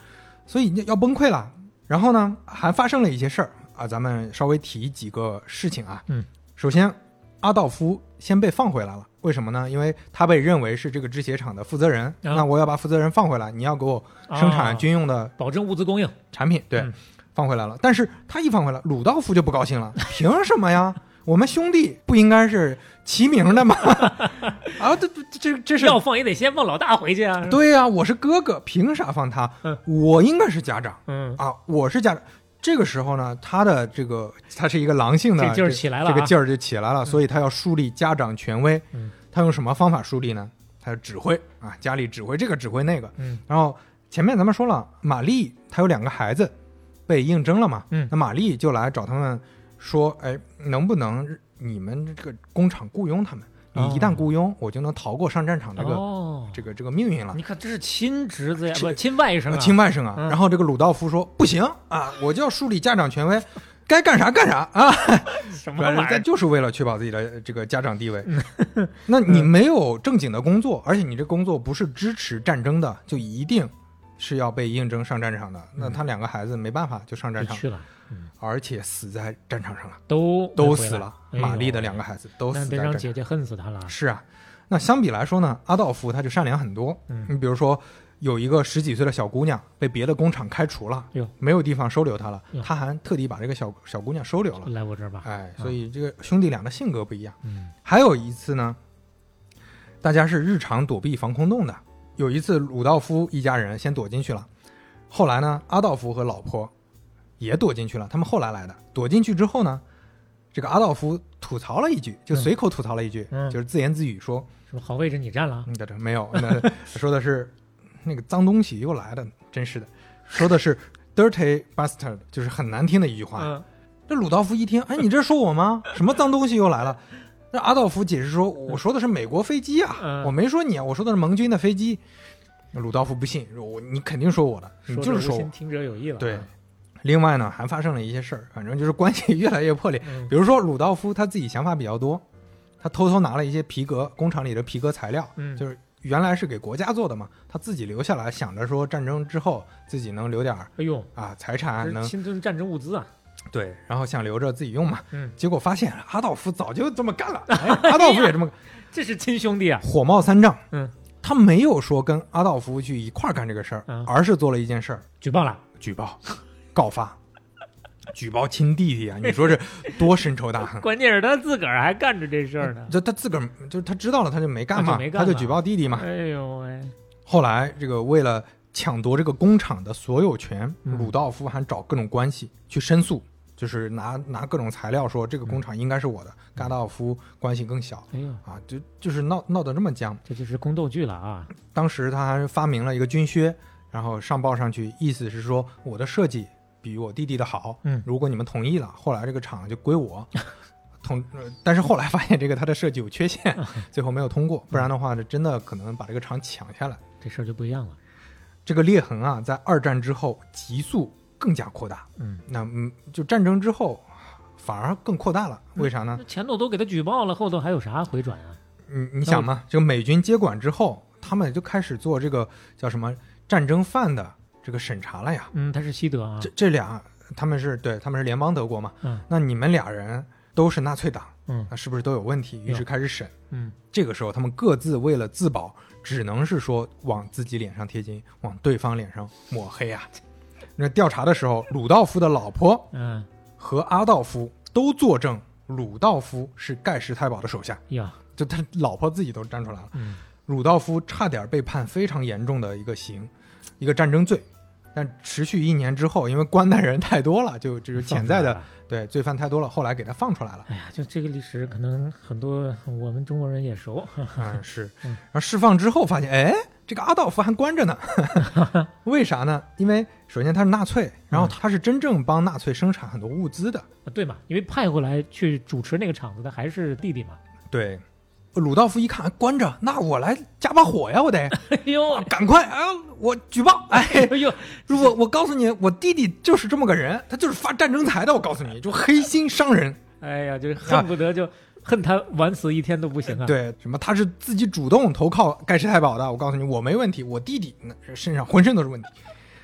Speaker 3: 所以要崩溃了。然后呢，还发生了一些事儿啊，咱们稍微提几个事情啊。
Speaker 4: 嗯，
Speaker 3: 首先，阿道夫先被放回来了，为什么呢？因为他被认为是这个制鞋厂的负责人，那我要把负责人放回来，你要给我生
Speaker 4: 啊
Speaker 3: 产军用的
Speaker 4: 保证物资供应，
Speaker 3: 产品，对，
Speaker 4: 嗯
Speaker 3: 放回来了。但是他一放回来，鲁道夫就不高兴了， 凭什么呀？我们兄弟不应该是齐名的吗？ 啊，这这这这是
Speaker 4: 要放也得先放老大回去啊。，
Speaker 3: 对呀、我是哥哥，凭啥放他？
Speaker 4: 嗯
Speaker 3: 我应该是家长
Speaker 4: 嗯，
Speaker 3: 啊，我是家长。这个时候呢，他的这个他是一个狼性的
Speaker 4: 这劲儿起来了啊
Speaker 3: 这个劲儿就起来了，所以他要树立家长权威。
Speaker 4: 嗯
Speaker 3: 他用什么方法树立呢？他指挥啊，家里指挥这个指挥那个。
Speaker 4: 嗯，
Speaker 3: 然后前面咱们说了，玛丽她有两个孩子被应征了嘛，
Speaker 4: 嗯
Speaker 3: 那玛丽就来找他们说，哎，能不能你们这个工厂雇佣他们？
Speaker 4: 哦
Speaker 3: 你一旦雇佣，我就能逃过上战场这个、
Speaker 4: 哦，
Speaker 3: 这个这个命运了。
Speaker 4: 你看这是亲侄子呀，
Speaker 3: 这
Speaker 4: 不亲外甥
Speaker 3: 啊
Speaker 4: 啊，
Speaker 3: 亲外甥啊。
Speaker 4: 嗯
Speaker 3: 然后这个鲁道夫说：“不行啊，我就要树立家长权威， 该干啥干啥啊！
Speaker 4: 什么玩意
Speaker 3: 人家
Speaker 4: 儿？嗯
Speaker 3: 就是为了确保自己的呃这个家长地位。 那你没有正经的工作，而且你这工作不是支持战争的，就一定是要被应征上战场的。那他两个孩子没办法就上战
Speaker 4: 嗯就
Speaker 3: 场，
Speaker 4: 去了，
Speaker 3: 而且死在战场上了，
Speaker 4: 都
Speaker 3: 都
Speaker 4: 没回
Speaker 3: 死
Speaker 4: 来
Speaker 3: 了。玛丽的两个
Speaker 4: 哎
Speaker 3: 孩子都
Speaker 4: 呦，
Speaker 3: 死
Speaker 4: 那
Speaker 3: 在
Speaker 4: 得
Speaker 3: 战
Speaker 4: 让
Speaker 3: 场。
Speaker 4: 姐姐恨死他了。
Speaker 3: 是啊，那相比来说呢，阿道夫他就善良很多。
Speaker 4: 嗯
Speaker 3: 你比如说，有一个十几岁的小姑娘被别的工厂开除了
Speaker 4: 哟，
Speaker 3: 没有地方收留她了
Speaker 4: 哟，
Speaker 3: 他还特地把这个小小姑娘收留了。
Speaker 4: 来我这儿吧，
Speaker 3: 哎，所以这个兄弟俩的性格不一样。
Speaker 4: 啊嗯
Speaker 3: 还有一次呢，大家是日常躲避防空洞的。有一次，鲁道夫一家人先躲进去了，后来呢，阿道夫和老婆也躲进去了。他们后来来的，躲进去之后呢，这个阿道夫吐槽了一句，就随口吐槽了一句，
Speaker 4: 嗯
Speaker 3: 就是自言自语说
Speaker 4: 什么好位置你占了啊？：“
Speaker 3: 嗯，这这没有，那说的是 那个脏东西又来了，真是的。”说的是 “dirty bastard”，就是很难听的一句话。
Speaker 4: 嗯，
Speaker 3: 这鲁道夫一听，哎，你这说我吗？什么脏东西又来了？那阿道夫解释说，我说的是美国飞机啊，
Speaker 4: 嗯
Speaker 3: 我没说你啊，我说的是盟军的飞机。那鲁道夫不信，说我你肯定说我的，你嗯就是说
Speaker 4: 说着无
Speaker 3: 我
Speaker 4: 心。听者有意了啊。
Speaker 3: 对，另外呢，还发生了一些事儿，反正就是关系 越来越破裂。
Speaker 4: 嗯
Speaker 3: 比如说，鲁道夫他自己想法比较多，他偷偷拿了一些皮革工厂里的皮革材料，
Speaker 4: 嗯
Speaker 3: 就是原来是给国家做的嘛，他自己留下来，想着说战争之后自己能留点儿
Speaker 4: 哎呦，
Speaker 3: 啊财产，
Speaker 4: 这
Speaker 3: 能
Speaker 4: 是侵吞战争物资啊！
Speaker 3: 对，然后想留着自己用嘛。
Speaker 4: 嗯，
Speaker 3: 结果发现阿道夫早就这么 干了，哎、阿道夫也这么干
Speaker 4: 这是亲兄弟啊！
Speaker 3: 火冒三丈。
Speaker 4: 嗯，
Speaker 3: 他没有说跟阿道夫去一块儿干这个事儿，
Speaker 4: 嗯
Speaker 3: 而是做了一件事儿，
Speaker 4: 举报了，？
Speaker 3: 举报、告发、举报亲弟弟啊！你说这多深仇大恨
Speaker 4: 关键是他自个儿还干着这事儿呢。
Speaker 3: 这他自个儿就是他知道了，他就没干嘛，
Speaker 4: 他就没干
Speaker 3: 他
Speaker 4: 嘛
Speaker 3: 就举报弟弟嘛。
Speaker 4: 哎呦喂，
Speaker 3: 嗯后来这个为了抢夺这个工厂的所有权，
Speaker 4: 嗯
Speaker 3: 鲁道夫还找各种关系去申诉，就是拿拿各种材料说这个工厂应该是我
Speaker 4: 嗯
Speaker 3: 的，跟阿道夫关系更小。
Speaker 4: 哎呦，
Speaker 3: 啊，就就是闹闹得这么僵。
Speaker 4: 这就是宫斗剧了啊！
Speaker 3: 当时他还发明了一个军靴，然后上报上去，意思是说我的设计比我弟弟的好，
Speaker 4: 嗯
Speaker 3: 如果你们同意了，后来这个厂就归我。 同，呃但是后来发现这个他的设计有缺 陷，最后没有通过，不然的话，这真的可能把这个厂抢下来。
Speaker 4: 这事儿就不一样了。
Speaker 3: 这个裂痕啊，在二战之后急速更加扩大。
Speaker 4: 嗯，
Speaker 3: 那嗯，就战争之后反而更扩大了，为啥呢？
Speaker 4: 那前头都给他举报了，后头还有啥回转啊？
Speaker 3: 你你想嘛，这个美军接管之后，他们就开始做这个叫什么战争犯的这个审查了呀。
Speaker 4: 嗯，他是西德啊
Speaker 3: 这，这俩他们是对，他们是联邦德国嘛。
Speaker 4: 嗯
Speaker 3: 那你们俩人都是纳粹党，
Speaker 4: 嗯
Speaker 3: 那是不是都有问题？于是开始审。
Speaker 4: 嗯，
Speaker 3: 这个时候，他们各自为了自保，只能是说往自己脸上贴金，往对方脸上抹黑啊。那调查的时候，鲁道夫的老婆
Speaker 4: 嗯
Speaker 3: 和阿道夫都作证，鲁道夫是盖世太保的手下，
Speaker 4: 哎呀，
Speaker 3: 就他老婆自己都站出来了。
Speaker 4: 嗯，
Speaker 3: 鲁道夫差点被判非常严重的一个刑，一个战争罪。但持续一年之后，因为关的人太多了，就就是潜在的
Speaker 4: 放出来了
Speaker 3: 对罪犯太多了，后来给他放出 来了。
Speaker 4: 哎呀，就这个历史，可能很多我们中国人也熟。嗯
Speaker 3: 嗯，是。然后释放之后发现，哎，这个阿道夫还关着呢， 为啥呢？因为首先他是纳粹，然
Speaker 4: 嗯
Speaker 3: 后他是真正帮纳粹生产很多物资的。
Speaker 4: 啊对嘛，因为派回来去主持那个场子的还是弟弟嘛。
Speaker 3: 对，鲁道夫一看哎关着，那我来加把火呀，我得
Speaker 4: 哎呦，
Speaker 3: 赶快啊、哎我举报！哎，
Speaker 4: 哎呦，
Speaker 3: 如果我告诉你，我弟弟就是这么个人，他就是发战争财的，我告诉你，就黑心商人。
Speaker 4: 哎呀，就是恨不得就恨他晚死一天都不行啊。，
Speaker 3: 对，什么他是自己主动投靠盖世太保的，我告诉你，我没问题，我弟弟那身上浑身都是问题。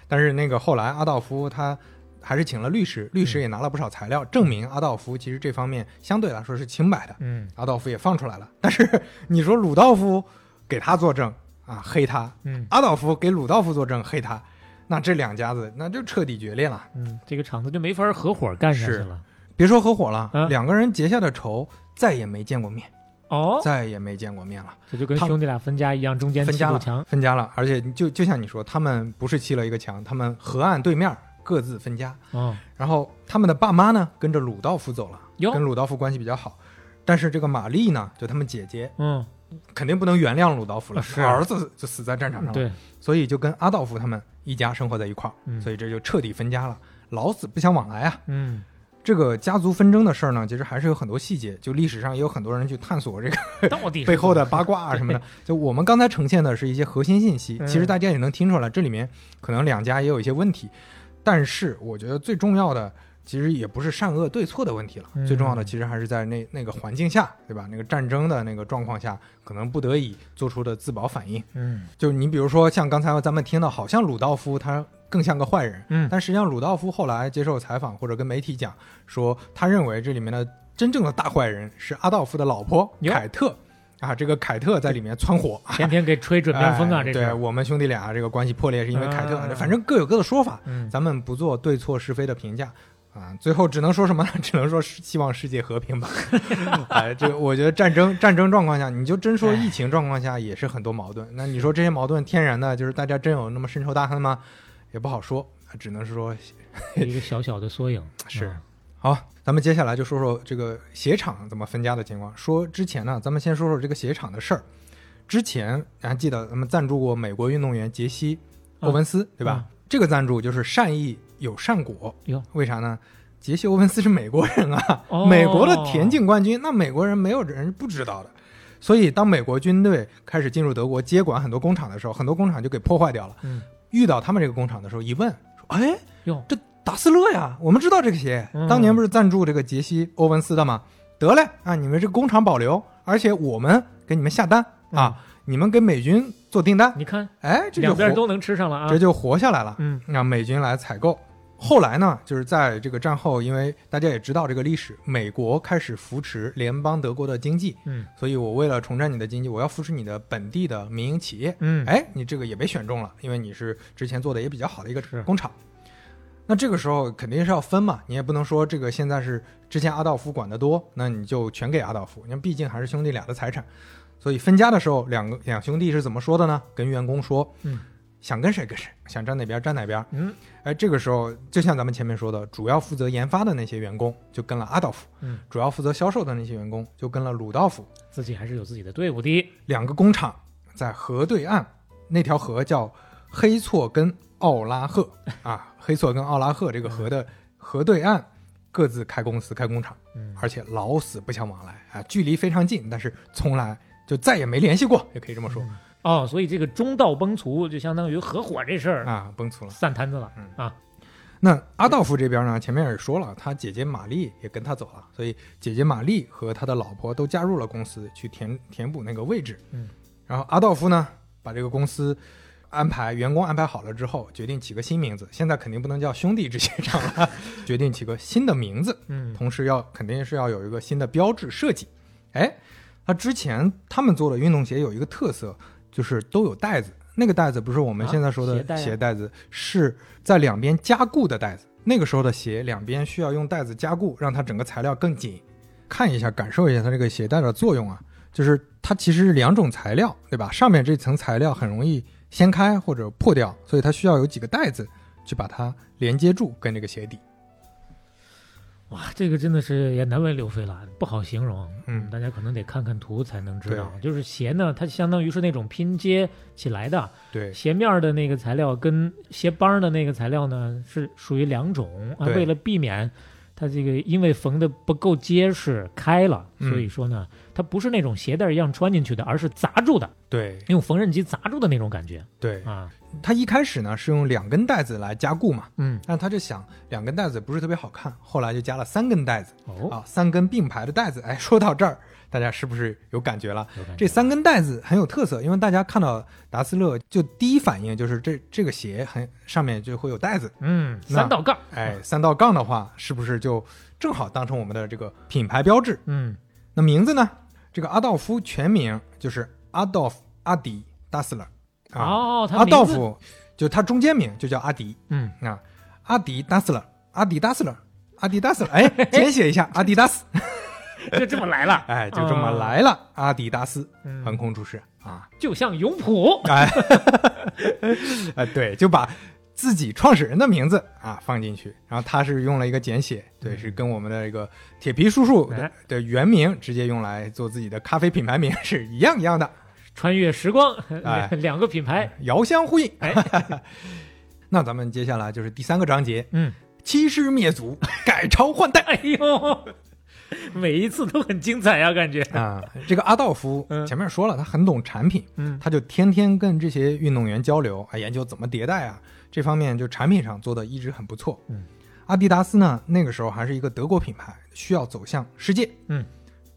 Speaker 3: 但是那个后来阿道夫他还是请了律师，律师也拿了不少材料，证明阿道夫其实这方面相对来说是清白的。
Speaker 4: 嗯
Speaker 3: 阿道夫也放出来了，但是你说鲁道夫给他作证啊，黑他；
Speaker 4: 嗯
Speaker 3: 阿道夫给鲁道夫作证，黑他。那这两家子那就彻底决裂了，
Speaker 4: 嗯，这个场子就没法合伙干下去
Speaker 3: 是
Speaker 4: 了。
Speaker 3: 别说合伙了，
Speaker 4: 啊
Speaker 3: 两个人结下的仇再也没见过面，
Speaker 4: 哦，
Speaker 3: 再也没见过面了。
Speaker 4: 这就跟
Speaker 3: 他
Speaker 4: 兄弟俩分家一样，中间
Speaker 3: 分
Speaker 4: 砌
Speaker 3: 家
Speaker 4: 堵
Speaker 3: 了
Speaker 4: 墙。
Speaker 3: 分家了，而且就就像你说，他们不是砌了一个墙，他们河岸对面各自分家。
Speaker 4: 哦，
Speaker 3: 然后他们的爸妈呢，跟着鲁道夫走了，
Speaker 4: 哟
Speaker 3: 跟鲁道夫关系比较好。但是这个玛丽呢，就他们姐姐，
Speaker 4: 嗯，
Speaker 3: 肯定不能原谅鲁道夫了，
Speaker 4: 啊是
Speaker 3: 儿子就死在战场上了，
Speaker 4: 对，
Speaker 3: 所以就跟阿道夫他们一家生活在一块儿，
Speaker 4: 嗯
Speaker 3: 所以这就彻底分家了，老死不相往来啊。
Speaker 4: 嗯，
Speaker 3: 这个家族纷争的事儿呢，其实还是有很多细节，就历史上也有很多人去探索这个
Speaker 4: 到底是
Speaker 3: 背后的
Speaker 4: 怎
Speaker 3: 八卦啊什 么的。就我们刚才呈现的是一些核心信息，
Speaker 4: 嗯
Speaker 3: 其实大家也能听出来，这里面可能两家也有一些问题，但是我觉得最重要的。其实也不是善恶对错的问题了，
Speaker 4: 嗯
Speaker 3: 最重要的其实还是在那那个环境下，对吧？那个战争的那个状况下，可能不得已做出的自保反应。
Speaker 4: 么，嗯
Speaker 3: 就你比如说，像刚才咱们听到，好像鲁道夫他更像个坏人，
Speaker 4: 嗯
Speaker 3: 但实际上鲁道夫后来接受采访或者跟媒体讲说，他认为这里面的真正的大坏人是阿道夫的老婆
Speaker 4: 哟
Speaker 3: 凯特啊，这个凯特在里面窜火，
Speaker 4: 天天给吹准面风啊，
Speaker 3: 哎
Speaker 4: 这是。
Speaker 3: 对我们兄弟俩这个关系破裂是因为凯特，
Speaker 4: 啊
Speaker 3: 反正各有各的说法，
Speaker 4: 嗯
Speaker 3: 咱们不做对错是非的评价。啊，最后只能说什么呢？ 只能说是希望世界和平 吧。哎，这个我觉得战争战争状况下，你就真
Speaker 4: 哎
Speaker 3: 说疫情状况下也是很多矛盾。那你说这些矛盾天然的，就是大家真有那么深仇大恨吗？也不好说，只能是说
Speaker 4: 一个小小的缩影。
Speaker 3: 是
Speaker 4: 嗯
Speaker 3: 好，咱们接下来就说说这个鞋厂怎么分家的情况。说之前呢，咱们先说说这个鞋厂的事儿。之前还记得咱们赞助过美国运动员杰西·
Speaker 4: 嗯
Speaker 3: 欧文斯，对吧？这个赞助就是善意有善果。
Speaker 4: 哟
Speaker 3: 为啥呢？杰西·欧文斯是美国人啊，
Speaker 4: 哦
Speaker 3: 美国的田径冠军，那美国人没有人不知道的。所以，当美国军队开始进入德国接管很多工厂的时候，很多工厂就给破坏掉了。
Speaker 4: 嗯，
Speaker 3: 遇到他们这个工厂的时候，一问说：“哎，
Speaker 4: 哟，
Speaker 3: 这达斯勒呀，我们知道这个鞋
Speaker 4: 嗯，
Speaker 3: 当年不是赞助这个杰西·欧文斯的吗？得嘞啊，你们这个工厂保留，而且我们给你们下单啊，你们给美军做订单，
Speaker 4: 嗯你看
Speaker 3: 哎，这就
Speaker 4: 两边
Speaker 3: 活
Speaker 4: 都能吃上了啊
Speaker 3: 这。就活下来了，
Speaker 4: 嗯
Speaker 3: 让美军来采购。后来呢，就是在这个战后，因为大家也知道这个历史，美国开始扶持联邦德国的经济，
Speaker 4: 嗯
Speaker 3: 所以我为了重振你的经济，我要扶持你的本地的民营企业，
Speaker 4: 嗯，
Speaker 3: 哎，你这个也被选中了，因为你是之前做的也比较好的一个
Speaker 4: 是
Speaker 3: 工厂。那这个时候肯定是要分嘛，你也不能说这个现在是之前阿道夫管得多，那你就全给阿道夫，因为毕竟还是兄弟俩的财产。所以分家的时候，两个两兄弟是怎么说的呢？跟员工说，
Speaker 4: 嗯，
Speaker 3: 想跟谁跟谁，想站哪边站哪边。
Speaker 4: 嗯，
Speaker 3: 哎，这个时候就像咱们前面说的，主要负责研发的那些员工就跟了阿道夫，
Speaker 4: 嗯，
Speaker 3: 主要负责销售的那些员工就跟了鲁道夫。
Speaker 4: 自己还是有自己的队伍的。
Speaker 3: 两个工厂在河对岸，那条河叫黑错跟奥拉 赫啊，黑错跟奥拉赫这个河的河对岸各自开公司开工厂，
Speaker 4: 嗯
Speaker 3: 而且老死不相往来啊，距离非常近，但是从来就再也没联系过，也可以这么说
Speaker 4: 哦，所以这个中道崩殂就相当于合伙这事儿
Speaker 3: 啊，崩殂了。
Speaker 4: 散摊子了
Speaker 3: 嗯
Speaker 4: 啊。
Speaker 3: 那阿道夫这边呢，前面也说了，他姐姐玛丽也跟他走了，所以姐姐玛丽和他的老婆都加入了公司，去填填补那个位置。
Speaker 4: 嗯，
Speaker 3: 然后阿道夫呢，把这个公司安排员工安排好了之后，决定起个新名字，现在肯定不能叫兄弟之协商 了，决定起个新的名字，
Speaker 4: 嗯
Speaker 3: 同时要肯定是要有一个新的标志设计。哎，他之前他们做的运动鞋有一个特色，就是都有带子。那个带子不是我们
Speaker 4: 啊
Speaker 3: 现在说
Speaker 4: 鞋
Speaker 3: 的
Speaker 4: 带啊
Speaker 3: 鞋带子，是在两边加固的带子。那个时候的鞋两边需要用带子加固，让它整个材料更紧。看一下，感受一下它这个鞋带的作用啊，就是它其实是两种材料，对吧？上面这层材料很容易掀开或者破掉，所以它需要有几个带子去把它连接住跟这个鞋底。
Speaker 4: 哇，这个真的是也难为刘飞了，不好形容。
Speaker 3: 嗯
Speaker 4: 大家可能得看看图才能知
Speaker 3: 对
Speaker 4: 道。就是鞋呢，它相当于是那种拼接起来的，
Speaker 3: 对
Speaker 4: 鞋面儿的那个材料跟鞋帮儿的那个材料呢是属于两种啊。
Speaker 3: 对
Speaker 4: 为了避免它这个因为缝的不够结实开了，
Speaker 3: 嗯
Speaker 4: 所以说呢，它不是那种鞋带儿一样穿进去的，而是砸住的，
Speaker 3: 对
Speaker 4: 用缝纫机砸住的那种感觉
Speaker 3: 对，
Speaker 4: 啊。
Speaker 3: 他一开始呢是用两根带子来加固嘛，
Speaker 4: 嗯，
Speaker 3: 但他就想两根带子不是特别好看，后来就加了三根带子
Speaker 4: 哦，
Speaker 3: 啊，三根并排的带子。哎，说到这儿，大家是不是有感觉了？
Speaker 4: 有感觉
Speaker 3: 这三根带子很有特色，因为大家看到达斯勒就第一反应就是这这个鞋很上面就会有带子，
Speaker 4: 嗯，
Speaker 3: 那
Speaker 4: 三道杠，
Speaker 3: 哎，三道杠的话是不是就正好当成我们的这个品牌标志？
Speaker 4: 嗯
Speaker 3: 那名字呢？这个阿道夫全名就是阿道夫阿迪达斯勒啊，
Speaker 4: 哦，它
Speaker 3: 阿道
Speaker 4: 名字，
Speaker 3: 夫就他中间名就叫阿迪
Speaker 4: 嗯，
Speaker 3: 啊，阿迪达斯勒，阿迪达斯勒，阿迪达斯勒，哎， 简写一下阿迪达斯，
Speaker 4: 就这么来了，
Speaker 3: 哎，就这么
Speaker 4: 啊
Speaker 3: 来了，阿迪达斯
Speaker 4: 嗯
Speaker 3: 横空出世啊，
Speaker 4: 就像永璞，
Speaker 3: 哎，哎，对，就把自己创始人的名字啊放进去，然后他是用了一个简写，对，是跟我们的一个铁皮叔叔的
Speaker 4: 嗯哎
Speaker 3: 的原名直接用来做自己的咖啡品牌名是一样一样的，
Speaker 4: 穿越时光，
Speaker 3: 哎
Speaker 4: 两个品牌，
Speaker 3: 遥相呼应。
Speaker 4: 哎，
Speaker 3: 那咱们接下来就是第三个章节，
Speaker 4: 嗯，
Speaker 3: 欺师灭祖，改朝换代。
Speaker 4: 哎呦， 每一次都很精彩呀、感觉，
Speaker 3: 啊，这个阿道夫
Speaker 4: 嗯
Speaker 3: 前面说了，他很懂产品，
Speaker 4: 嗯
Speaker 3: 他就天天跟这些运动员交流，啊，研究怎么迭代啊，这方面就产品上做的一直很不错。
Speaker 4: 嗯，
Speaker 3: 阿迪达斯呢，那个时候还是一个德国品牌，需要走向世界。
Speaker 4: 嗯，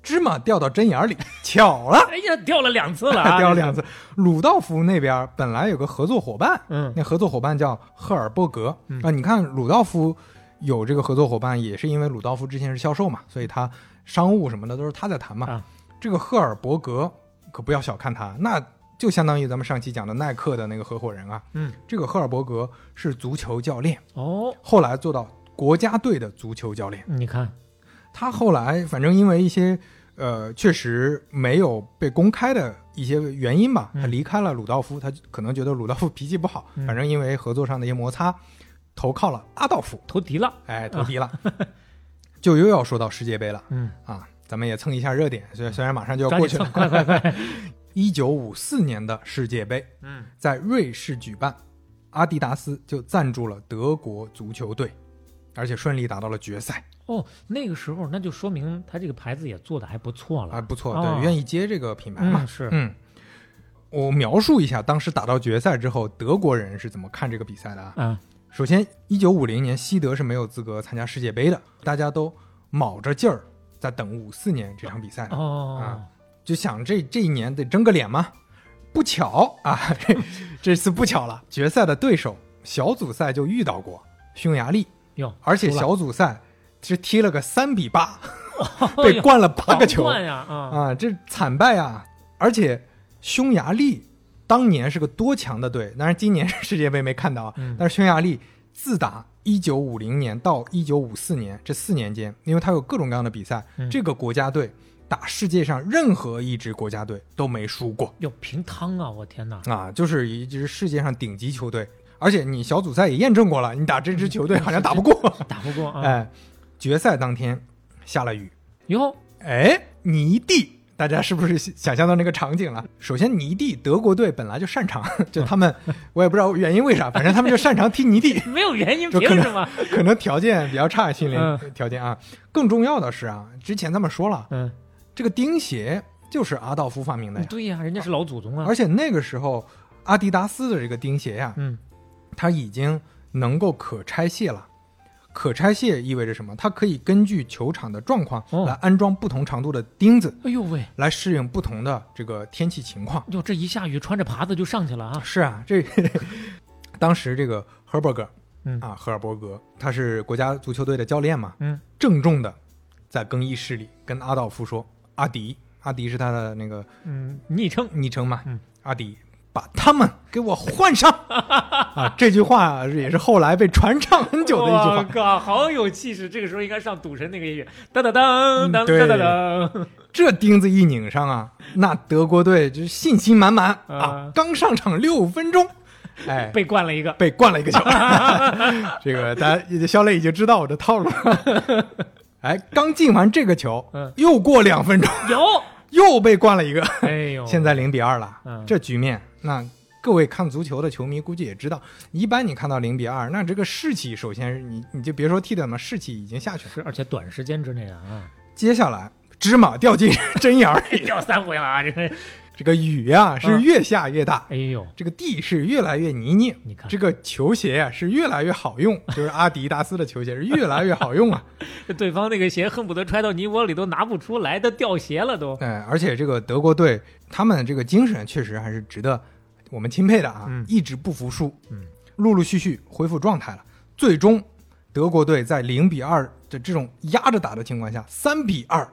Speaker 3: 芝麻掉到针眼里，巧了，
Speaker 4: 哎呀，掉了两 次了、啊，
Speaker 3: 掉了两次。鲁道夫那边本来有个合作伙伴，
Speaker 4: 嗯
Speaker 3: 那合作伙伴叫赫尔伯格啊、
Speaker 4: 嗯
Speaker 3: 你看鲁道夫有这个合作伙伴，也是因为鲁道夫之前是销售嘛，所以他商务什么的都是他在谈嘛。
Speaker 4: 啊
Speaker 3: 这个赫尔伯格可不要小看他，那就相当于咱们上期讲的耐克的那个合伙人啊。
Speaker 4: 嗯，
Speaker 3: 这个赫尔伯格是足球教练，
Speaker 4: 哦，
Speaker 3: 后来做到国家队的足球教练。
Speaker 4: 你看，
Speaker 3: 他后来反正因为一些呃确实没有被公开的一些原因吧，
Speaker 4: 嗯
Speaker 3: 他离开了鲁道夫，他可能觉得鲁道夫脾气不好，
Speaker 4: 嗯
Speaker 3: 反正因为合作上的一些摩擦，投靠了阿道夫，
Speaker 4: 投敌了，
Speaker 3: 哎，投敌了， 就又要说到世界杯了
Speaker 4: 啊嗯，
Speaker 3: 啊。咱们也蹭一下热点，虽虽然马上就要
Speaker 4: 赶
Speaker 3: 过
Speaker 4: 紧
Speaker 3: 去
Speaker 4: 蹭，
Speaker 3: 了。
Speaker 4: 快快快，
Speaker 3: 一九五四年的世界杯
Speaker 4: 嗯，
Speaker 3: 在瑞士举办，阿迪达斯就赞助了德国足球队，而且顺利打到了决赛。
Speaker 4: 哦，那个时候那就说明他这个牌子也做的还不错了，
Speaker 3: 啊，不错，
Speaker 4: 哦
Speaker 3: 对，愿意接这个品牌嘛，
Speaker 4: 嗯，是，
Speaker 3: 嗯，我描述一下当时打到决赛之后，德国人是怎么看这个比赛的啊？
Speaker 4: 啊，
Speaker 3: 首先，一九五零年西德是没有资格参加世界杯的，大家都卯着劲儿在等五四年这场比赛呢，
Speaker 4: 哦
Speaker 3: 啊，就想这这一年得争个脸嘛。不巧啊，这这次不巧了，决赛的对手小组赛就遇到过匈牙利，
Speaker 4: 哟、
Speaker 3: 而且
Speaker 4: 输了
Speaker 3: 小组赛是踢了个三比八，
Speaker 4: 哎
Speaker 3: 被
Speaker 4: 呦
Speaker 3: 灌了八个球。
Speaker 4: 皇冠呀，啊，
Speaker 3: 啊，这惨败啊！而且匈牙利当年是个多强的队，当然今年 世界杯没看到啊。
Speaker 4: 嗯
Speaker 3: 但是匈牙利自打一九五零年到一九五四年这四年间，因为它有各种各样的比赛，
Speaker 4: 嗯
Speaker 3: 这个国家队打世界上任何一支国家队都没输过
Speaker 4: 哟，平汤啊，我天哪，
Speaker 3: 啊，就是一支世界上顶级球队。而且你小组赛也验证过了，你打这支球队好像打不过。
Speaker 4: 打不过 啊，
Speaker 3: 哎，决赛当天下了雨，
Speaker 4: 哟、
Speaker 3: 哎，泥地，大家是不是想象到那个场景了？首先，泥地德国队本来就擅长， 就他们，我也不知道原因为啥，反正他们就擅长踢泥地，
Speaker 4: 没有原因，
Speaker 3: 就
Speaker 4: 凭
Speaker 3: 可能
Speaker 4: 什么？
Speaker 3: 可能条件比较差，心理
Speaker 4: 嗯
Speaker 3: 条件啊。更重要的是啊，之前咱们说了，
Speaker 4: 嗯，
Speaker 3: 这个钉鞋就是阿道夫发明哎的呀，
Speaker 4: 对呀、人家是老祖宗啊
Speaker 3: 而，且那个时候阿迪达斯的这个钉鞋呀、
Speaker 4: 嗯，
Speaker 3: 它已经能够可拆卸了。可拆卸意味着什么？它可以根据球场的状况
Speaker 4: 哦
Speaker 3: 来安装不同长度的钉子，
Speaker 4: 哎呦喂，
Speaker 3: 来适应不同的这个天气情况。
Speaker 4: 哟，这一下雨穿着耙子就上去了啊！
Speaker 3: 是啊，这 当时这个赫尔伯格，
Speaker 4: 嗯
Speaker 3: 啊，赫尔伯格他是国家足球队的教练嘛，
Speaker 4: 嗯，
Speaker 3: 郑重的在更衣室里跟阿道夫说：“阿迪，阿迪是他的那个
Speaker 4: 嗯，昵称
Speaker 3: 昵称嘛，
Speaker 4: 嗯
Speaker 3: 阿迪，把他们给我换 上啊！”这句话也是后来被传唱很久的一句
Speaker 4: 我
Speaker 3: 话。
Speaker 4: 靠，好有气势！这个时候应该上赌神那个音乐，当当当当
Speaker 3: 对
Speaker 4: 当当当。
Speaker 3: 这钉子一拧上啊，那德国队就是信心满满啊
Speaker 4: 啊！
Speaker 3: 刚上场六分钟，哎，
Speaker 4: 被灌了一个。
Speaker 3: 被灌了一个球。这个大家肖磊已经知道我的套路了。哎，刚进完这个球，
Speaker 4: 嗯
Speaker 3: 又过两分钟
Speaker 4: 有，
Speaker 3: 又被灌了一个，
Speaker 4: 哎呦，
Speaker 3: 现在零比二了，
Speaker 4: 嗯
Speaker 3: 这局面，那各位看足球的球迷估计也知道，一般你看到零比二，那这个士气，首先是你你就别说替代嘛，士气已经下去了。
Speaker 4: 是而且短时间之内啊啊，
Speaker 3: 接下来芝麻掉进针眼儿里，
Speaker 4: 掉三回了啊，这个，
Speaker 3: 这个雨啊
Speaker 4: 嗯
Speaker 3: 是越下越大。
Speaker 4: 哎呦，
Speaker 3: 这个地是越来越泥泞，
Speaker 4: 你看
Speaker 3: 这个球鞋啊是越来越好 用，就是阿迪达斯的球鞋是越来越好用啊！
Speaker 4: 这对方那个鞋恨不得揣到泥窝里都拿不出来，都掉鞋了都。
Speaker 3: 哎，而且这个德国队他们这个精神确实还是值得我们钦佩的啊，
Speaker 4: 嗯
Speaker 3: 一直不服输，
Speaker 4: 嗯，
Speaker 3: 陆陆续续恢复状态了，最终德国队在零比二的这种压着打的情况下，三比二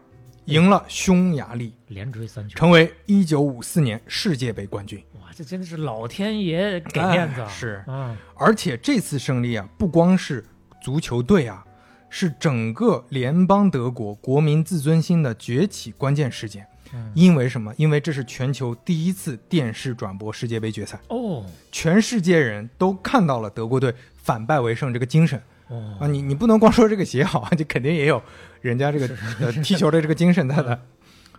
Speaker 3: 赢了匈牙利，
Speaker 4: 连追三球，
Speaker 3: 成为一九五四年世界杯冠军。
Speaker 4: 哇，这真的是老天爷给面子啊！
Speaker 3: 哎是
Speaker 4: 啊，
Speaker 3: 而且这次胜利啊，不光是足球队啊，是整个联邦德国国民自尊心的崛起关键事件。
Speaker 4: 嗯
Speaker 3: 因为什么？因为这是全球第一次电视转播世界杯决赛，
Speaker 4: 哦
Speaker 3: 全世界人都看到了德国队反败为胜这个精神啊！
Speaker 4: 哦，
Speaker 3: 你你不能光说这个鞋好啊， 就肯定也有人家这 个呃踢球的这个精神在
Speaker 4: 嗯
Speaker 3: 的。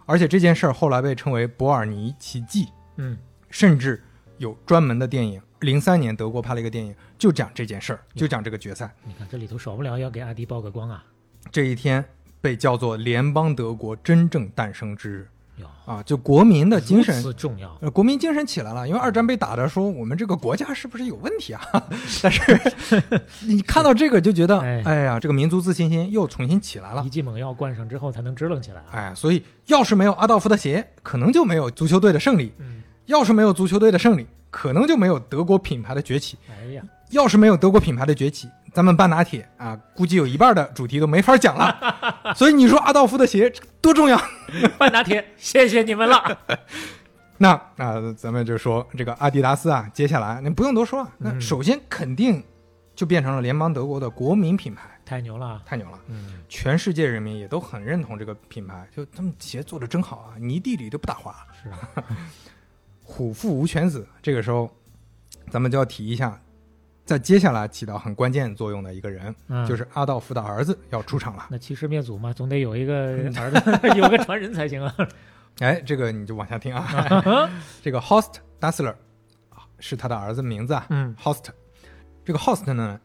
Speaker 3: 而且这件事儿后来被称为伯尔尼奇迹，
Speaker 4: 嗯，
Speaker 3: 甚至有专门的电影。零三年德国拍了一个电影，就讲这件事儿，就讲这个决赛。
Speaker 4: 你看这里头少不了要给阿迪曝个光啊！
Speaker 3: 这一天被叫做联邦德国真正诞生之日
Speaker 4: 哟，
Speaker 3: 啊，就国民的精
Speaker 4: 如
Speaker 3: 神
Speaker 4: 此。重要，
Speaker 3: 呃，国民精神起来了，因为二战被打的说我们这个国家是不是有问题啊？ 但是 你看到这个就觉得，
Speaker 4: 哎
Speaker 3: 哎呀，这个民族自信心又重新起来了
Speaker 4: 一。剂猛药灌上之后才能支棱起来啊！
Speaker 3: 哎，所以要是没有阿道夫的鞋，可能就没有足球队的胜利；
Speaker 4: 嗯，
Speaker 3: 要是没有足球队的胜利，可能就没有德国品牌的崛起。
Speaker 4: 哎呀，
Speaker 3: 要是没有德国品牌的崛起，咱们半拿铁啊，估计有一半的主题都没法讲 了。所以你说阿道夫的鞋多重要？
Speaker 4: 半拿铁，谢谢你们了。
Speaker 3: 那啊、咱们就说这个阿迪达斯啊，接下来那不用多说啊，那
Speaker 4: 嗯
Speaker 3: 首先肯定就变成了联邦德国的国民品牌，
Speaker 4: 太牛了啊！
Speaker 3: 太牛了。
Speaker 4: 嗯，
Speaker 3: 全世界人民也都很认同这个品牌，就他们鞋做的真好啊，泥地里都不打滑。
Speaker 4: 是啊，
Speaker 3: 虎父无犬子，这个时候咱们就要提一下，在接下来起到很关键作用的一个人，
Speaker 4: 嗯
Speaker 3: 就是阿道夫的儿子要出场了。
Speaker 4: 那欺师灭祖嘛，总得有一个儿子， 有个传人才行啊。
Speaker 3: 哎，这个你就往下听啊。 这个 Host Dassler 是他的儿子名字啊。
Speaker 4: 嗯
Speaker 3: ，Host 这个 Host 呢，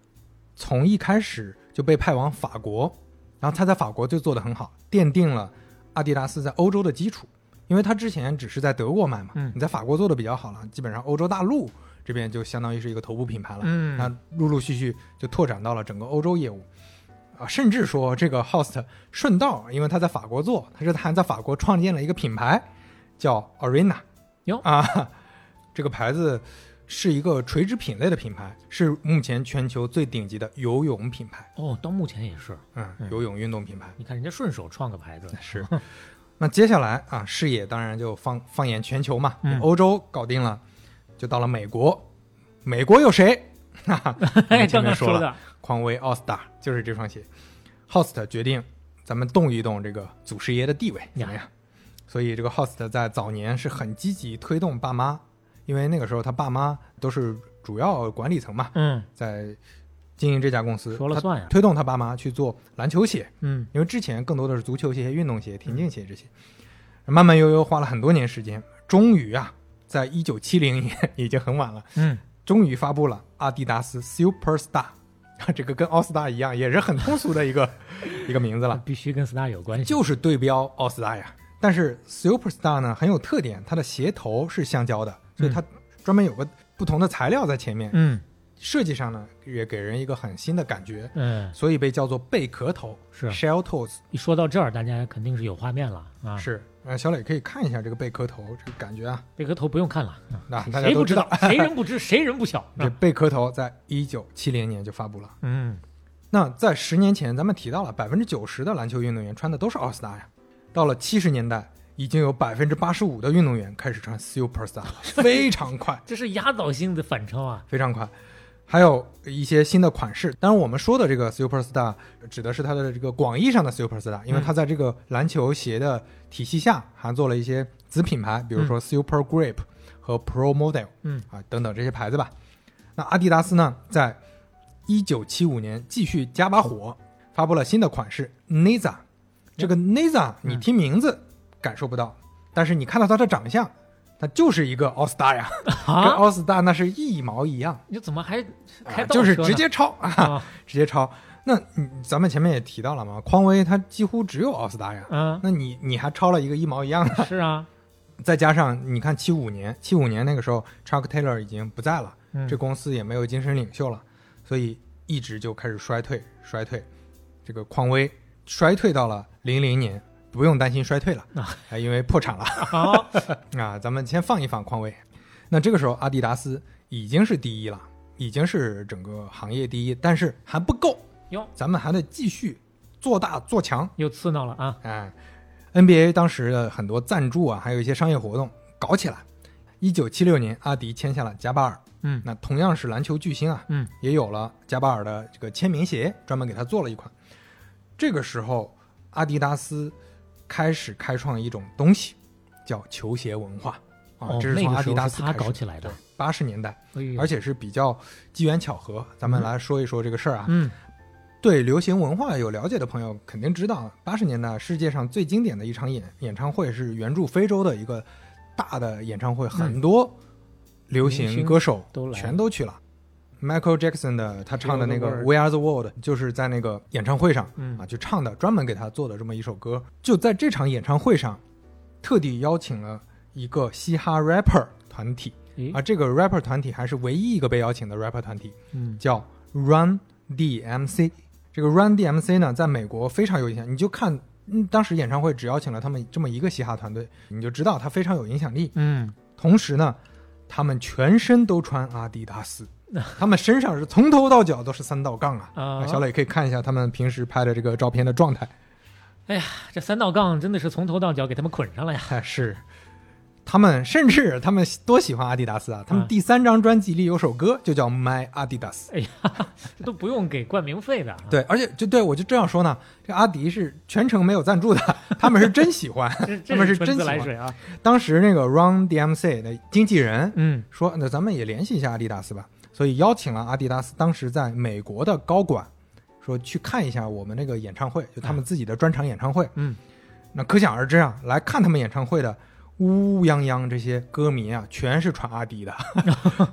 Speaker 3: 从一开始就被派往法国，然后他在法国就做得很好，奠定了阿迪达斯在欧洲的基础。因为他之前只是在德国卖嘛，
Speaker 4: 嗯
Speaker 3: 你在法国做的比较好了，基本上欧洲大陆这边就相当于是一个头部品牌了。
Speaker 4: 嗯
Speaker 3: 那陆陆续续就拓展到了整个欧洲业务。啊，甚至说这个 Host 顺道，因为他在法国做，他是还在法国创建了一个品牌，叫 Arena。
Speaker 4: 哟
Speaker 3: 啊， 这个牌子是一个垂直品类的品牌，是目前全球最顶级的游泳品牌，
Speaker 4: 哦，到目前也是，
Speaker 3: 嗯，
Speaker 4: 嗯
Speaker 3: 游泳运动品 牌
Speaker 4: 你看人家顺手创个牌子，
Speaker 3: 是。那接下来啊，视野当然就放放眼全球嘛，
Speaker 4: 嗯
Speaker 3: 欧洲搞定了，就到了美国，美国有谁？ 哈哈，我
Speaker 4: 哎，
Speaker 3: 们前面
Speaker 4: 刚刚
Speaker 3: 说了，
Speaker 4: 的，
Speaker 3: 匡威奥斯达就是这双鞋。Host 决定咱们动一动这个祖师爷的地位，怎么样？所以这个 Host 在早年是很积极推动爸妈，因为那个时候他爸妈都是主要管理层嘛，
Speaker 4: 嗯
Speaker 3: 在经营这家公司，
Speaker 4: 说了
Speaker 3: 他
Speaker 4: 算呀
Speaker 3: 推动他爸妈去做篮球鞋，
Speaker 4: 嗯
Speaker 3: 因为之前更多的是足球鞋、运动鞋、田径鞋这些，慢慢悠悠花了很多年时间，终于啊，在一九七零年 已经很晚了，
Speaker 4: 嗯，
Speaker 3: 终于发布了阿迪达斯 Superstar，这 个跟奥斯达一样，也是很通俗的一 个一个名字
Speaker 4: 那
Speaker 3: 了，
Speaker 4: 必须跟 star 有关系，
Speaker 3: 就是对标奥斯达呀。但是 Superstar 呢很有特点，它的鞋头是橡胶的，所以它专门有个不同的材料在前面，
Speaker 4: 嗯
Speaker 3: 设计上呢也给人一个很新的感觉，
Speaker 4: 嗯，
Speaker 3: 所以被叫做贝壳头，
Speaker 4: 是
Speaker 3: shell toes。
Speaker 4: 一说到这儿，大家肯定是有画面了啊。
Speaker 3: 是，呃，小磊可以看一下这个贝壳头，这个感觉啊，
Speaker 4: 贝壳头不用看了，啊
Speaker 3: 那大家
Speaker 4: 谁
Speaker 3: 都
Speaker 4: 不
Speaker 3: 知
Speaker 4: 知
Speaker 3: 道
Speaker 4: 道，，谁人不知，谁人不 晓。
Speaker 3: 这
Speaker 4: 啊
Speaker 3: 贝壳头在一九七零年就发布了。
Speaker 4: 嗯，
Speaker 3: 那在十年前，咱们提到了百分之九十的篮球运动员穿的都是奥斯达呀，到了七十年代，已经有百分之八十五的运动员开始穿 Superstar 了，非常快，
Speaker 4: 这是压倒性的反超啊！
Speaker 3: 非常快。还有一些新的款式，当然我们说的这个 Superstar 指的是它的这个广义上的
Speaker 4: 嗯
Speaker 3: Superstar，因为它在这个篮球鞋的体系下还做了一些子品牌，比如说 Super Grip 和 Pro Model，
Speaker 4: 嗯
Speaker 3: 啊等等这些牌子吧。那阿迪达斯呢，在一九七五年继续加把火，发布了新的款式 Niza。这
Speaker 4: 嗯
Speaker 3: 个 Niza，你听名字感受不到，但是你看到它的长相，它就是一个奥斯达呀，跟
Speaker 4: 啊，
Speaker 3: 奥斯达那是一毛一样，
Speaker 4: 你怎么还
Speaker 3: 啊
Speaker 4: 开倒车呢、
Speaker 3: 就是直接抄啊，
Speaker 4: 啊，
Speaker 3: 直接抄。那嗯咱们前面也提到了嘛，匡威它几乎只有奥斯达呀，
Speaker 4: 嗯，
Speaker 3: 那你你还抄了一个一毛一样的，
Speaker 4: 是啊，
Speaker 3: 再加上你看七五年，七五年那个时候 Chuck Taylor 已经不在了，
Speaker 4: 嗯
Speaker 3: 这公司也没有精神领袖了，所以一直就开始衰退，衰退。这个匡威衰退到了零零年，不用担心衰退了，
Speaker 4: 啊
Speaker 3: 啊，因为破产了
Speaker 4: 好，
Speaker 3: 啊。咱们先放一放匡威。那这个时候，阿迪达斯已经是第一了，已经是整个行业第一，但是还不够
Speaker 4: 哟，
Speaker 3: 咱们还得继续做大做强。
Speaker 4: 又刺挠了啊，
Speaker 3: 哎，NBA 当时的很多赞助啊，还有一些商业活动搞起来。一九七六年，阿迪签下了加巴尔，
Speaker 4: 嗯
Speaker 3: 那同样是篮球巨星啊，
Speaker 4: 嗯，
Speaker 3: 也有了加巴尔的这个签名鞋，专门给他做了一款。这个时候，阿迪达斯开始开创一种东西，叫球鞋文化啊，
Speaker 4: 哦
Speaker 3: 这，是
Speaker 4: 那
Speaker 3: 从
Speaker 4: 个
Speaker 3: 阿
Speaker 4: 时
Speaker 3: 迪
Speaker 4: 候
Speaker 3: 达
Speaker 4: 是
Speaker 3: 斯
Speaker 4: 他
Speaker 3: 开
Speaker 4: 搞
Speaker 3: 始，
Speaker 4: 起来的，
Speaker 3: 八十年代，
Speaker 4: 哎呦
Speaker 3: 而且是比较机缘巧合。咱们
Speaker 4: 嗯
Speaker 3: 来说一说这个事儿啊，
Speaker 4: 嗯，
Speaker 3: 对流行文化有了解的朋友肯定知道，啊八十年代世界上最经典的一场演演唱会是援助非洲的一个大的演唱会，很多流
Speaker 4: 嗯明
Speaker 3: 行
Speaker 4: 星
Speaker 3: 歌手
Speaker 4: 都来了
Speaker 3: 全都去了。Michael Jackson 的他唱的那个《
Speaker 4: Feel the world
Speaker 3: We Are the World》，就是在那个演唱会上
Speaker 4: 嗯
Speaker 3: 啊去唱的，专门给他做的这么一首歌。就在这场演唱会上，特地邀请了一个嘻哈 rapper 团体
Speaker 4: 诶
Speaker 3: 啊，这个 rapper 团体还是唯一一个被邀请的 rapper 团体。
Speaker 4: 嗯
Speaker 3: 叫 Run DMC。这个 Run DMC 呢，在美国非常有影响。你就看，嗯，当时演唱会只邀请了他们这么一个嘻哈团队，你就知道它非常有影响力。
Speaker 4: 嗯，
Speaker 3: 同时呢，他们全身都穿阿迪达斯，他们身上是从头到脚都是三道杠啊。
Speaker 4: 啊
Speaker 3: 小磊可以看一下他们平时拍的这个照片的状态。
Speaker 4: 哎这三道杠真的是从头到脚给他们捆上了呀，
Speaker 3: 哎，是。他们甚至他们多喜欢阿迪达斯啊！他们
Speaker 4: 嗯
Speaker 3: 第三张专辑里有首歌就叫《My Adidas》，
Speaker 4: 哎呀，这都不用给冠名费的啊，
Speaker 3: 对，而且就对我就这样说呢，这阿迪是全程没有赞助的， 他们是真喜欢，他
Speaker 4: 这这
Speaker 3: 们是
Speaker 4: 纯
Speaker 3: 真喜
Speaker 4: 自来水
Speaker 3: 欢。
Speaker 4: 啊，
Speaker 3: 当时那个 Run DMC 的经纪人
Speaker 4: 嗯
Speaker 3: 说，那咱们也联系一下阿迪达斯吧，所以邀请了阿迪达斯当时在美国的高管，说去看一下我们那个演唱会，就他们自己的专场演唱会。
Speaker 4: 哎嗯，
Speaker 3: 那可想而知啊，来看他们演唱会的乌乌泱泱这些歌迷啊，全是穿阿迪 的，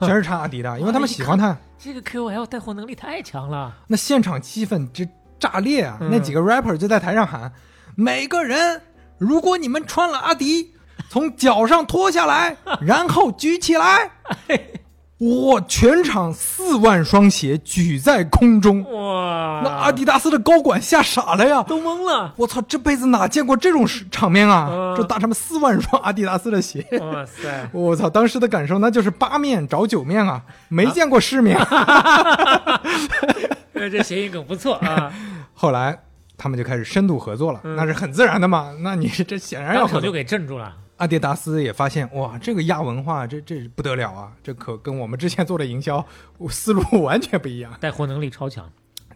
Speaker 3: 全是穿阿迪的，因为他们
Speaker 4: 哎
Speaker 3: 喜欢他。
Speaker 4: 这个 QL 带货能力太强了，
Speaker 3: 那现场气氛之炸裂啊！
Speaker 4: 嗯
Speaker 3: 那几个 rapper 就在台上喊：“每个人，如果你们穿了阿迪，从脚上脱下来，然后举起来。”
Speaker 4: 哎
Speaker 3: 我全场四万双鞋举在空中，
Speaker 4: 哇，
Speaker 3: 那阿迪达斯的高管吓傻了呀！
Speaker 4: 啊都 懵了，
Speaker 3: 我操，这辈子哪见过这种事场面啊！
Speaker 4: 嗯
Speaker 3: 这大他妈四万双阿迪达斯的鞋，
Speaker 4: 哇塞，
Speaker 3: 我操！当时的感受那就是八面找九面啊，没见过世面。
Speaker 4: 呃这谐音梗不错啊，
Speaker 3: 后来他们就开始深度合作了，
Speaker 4: 嗯
Speaker 3: 那是很自然的嘛。那你 这显然要
Speaker 4: 当
Speaker 3: 合
Speaker 4: 场就
Speaker 3: 作。
Speaker 4: 给镇住了，
Speaker 3: 阿迪达斯也发现，哇，这个亚文化，这这不得了啊！这可跟我们之前做的营销思路完全不一样。
Speaker 4: 带货能力超强，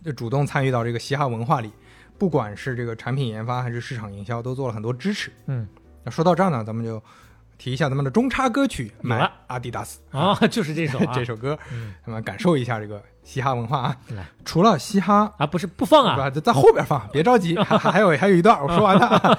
Speaker 3: 就主动参与到这个嘻哈文化里，不管是这个产品研发还是市场营销，都做了很多支持。
Speaker 4: 嗯
Speaker 3: 那说到这儿呢，咱们就提一下咱们的中插歌曲《
Speaker 4: 有了
Speaker 3: 买阿迪达斯》
Speaker 4: 啊，就是这首 啊，
Speaker 3: 这首歌
Speaker 4: 嗯，
Speaker 3: 咱们感受一下这个嘻哈文化啊
Speaker 4: 来。
Speaker 3: 除了嘻哈
Speaker 4: 啊不是不放
Speaker 3: 是
Speaker 4: 啊，
Speaker 3: 吧？就在后边放，别着 急，还还有还有一段，我说完了。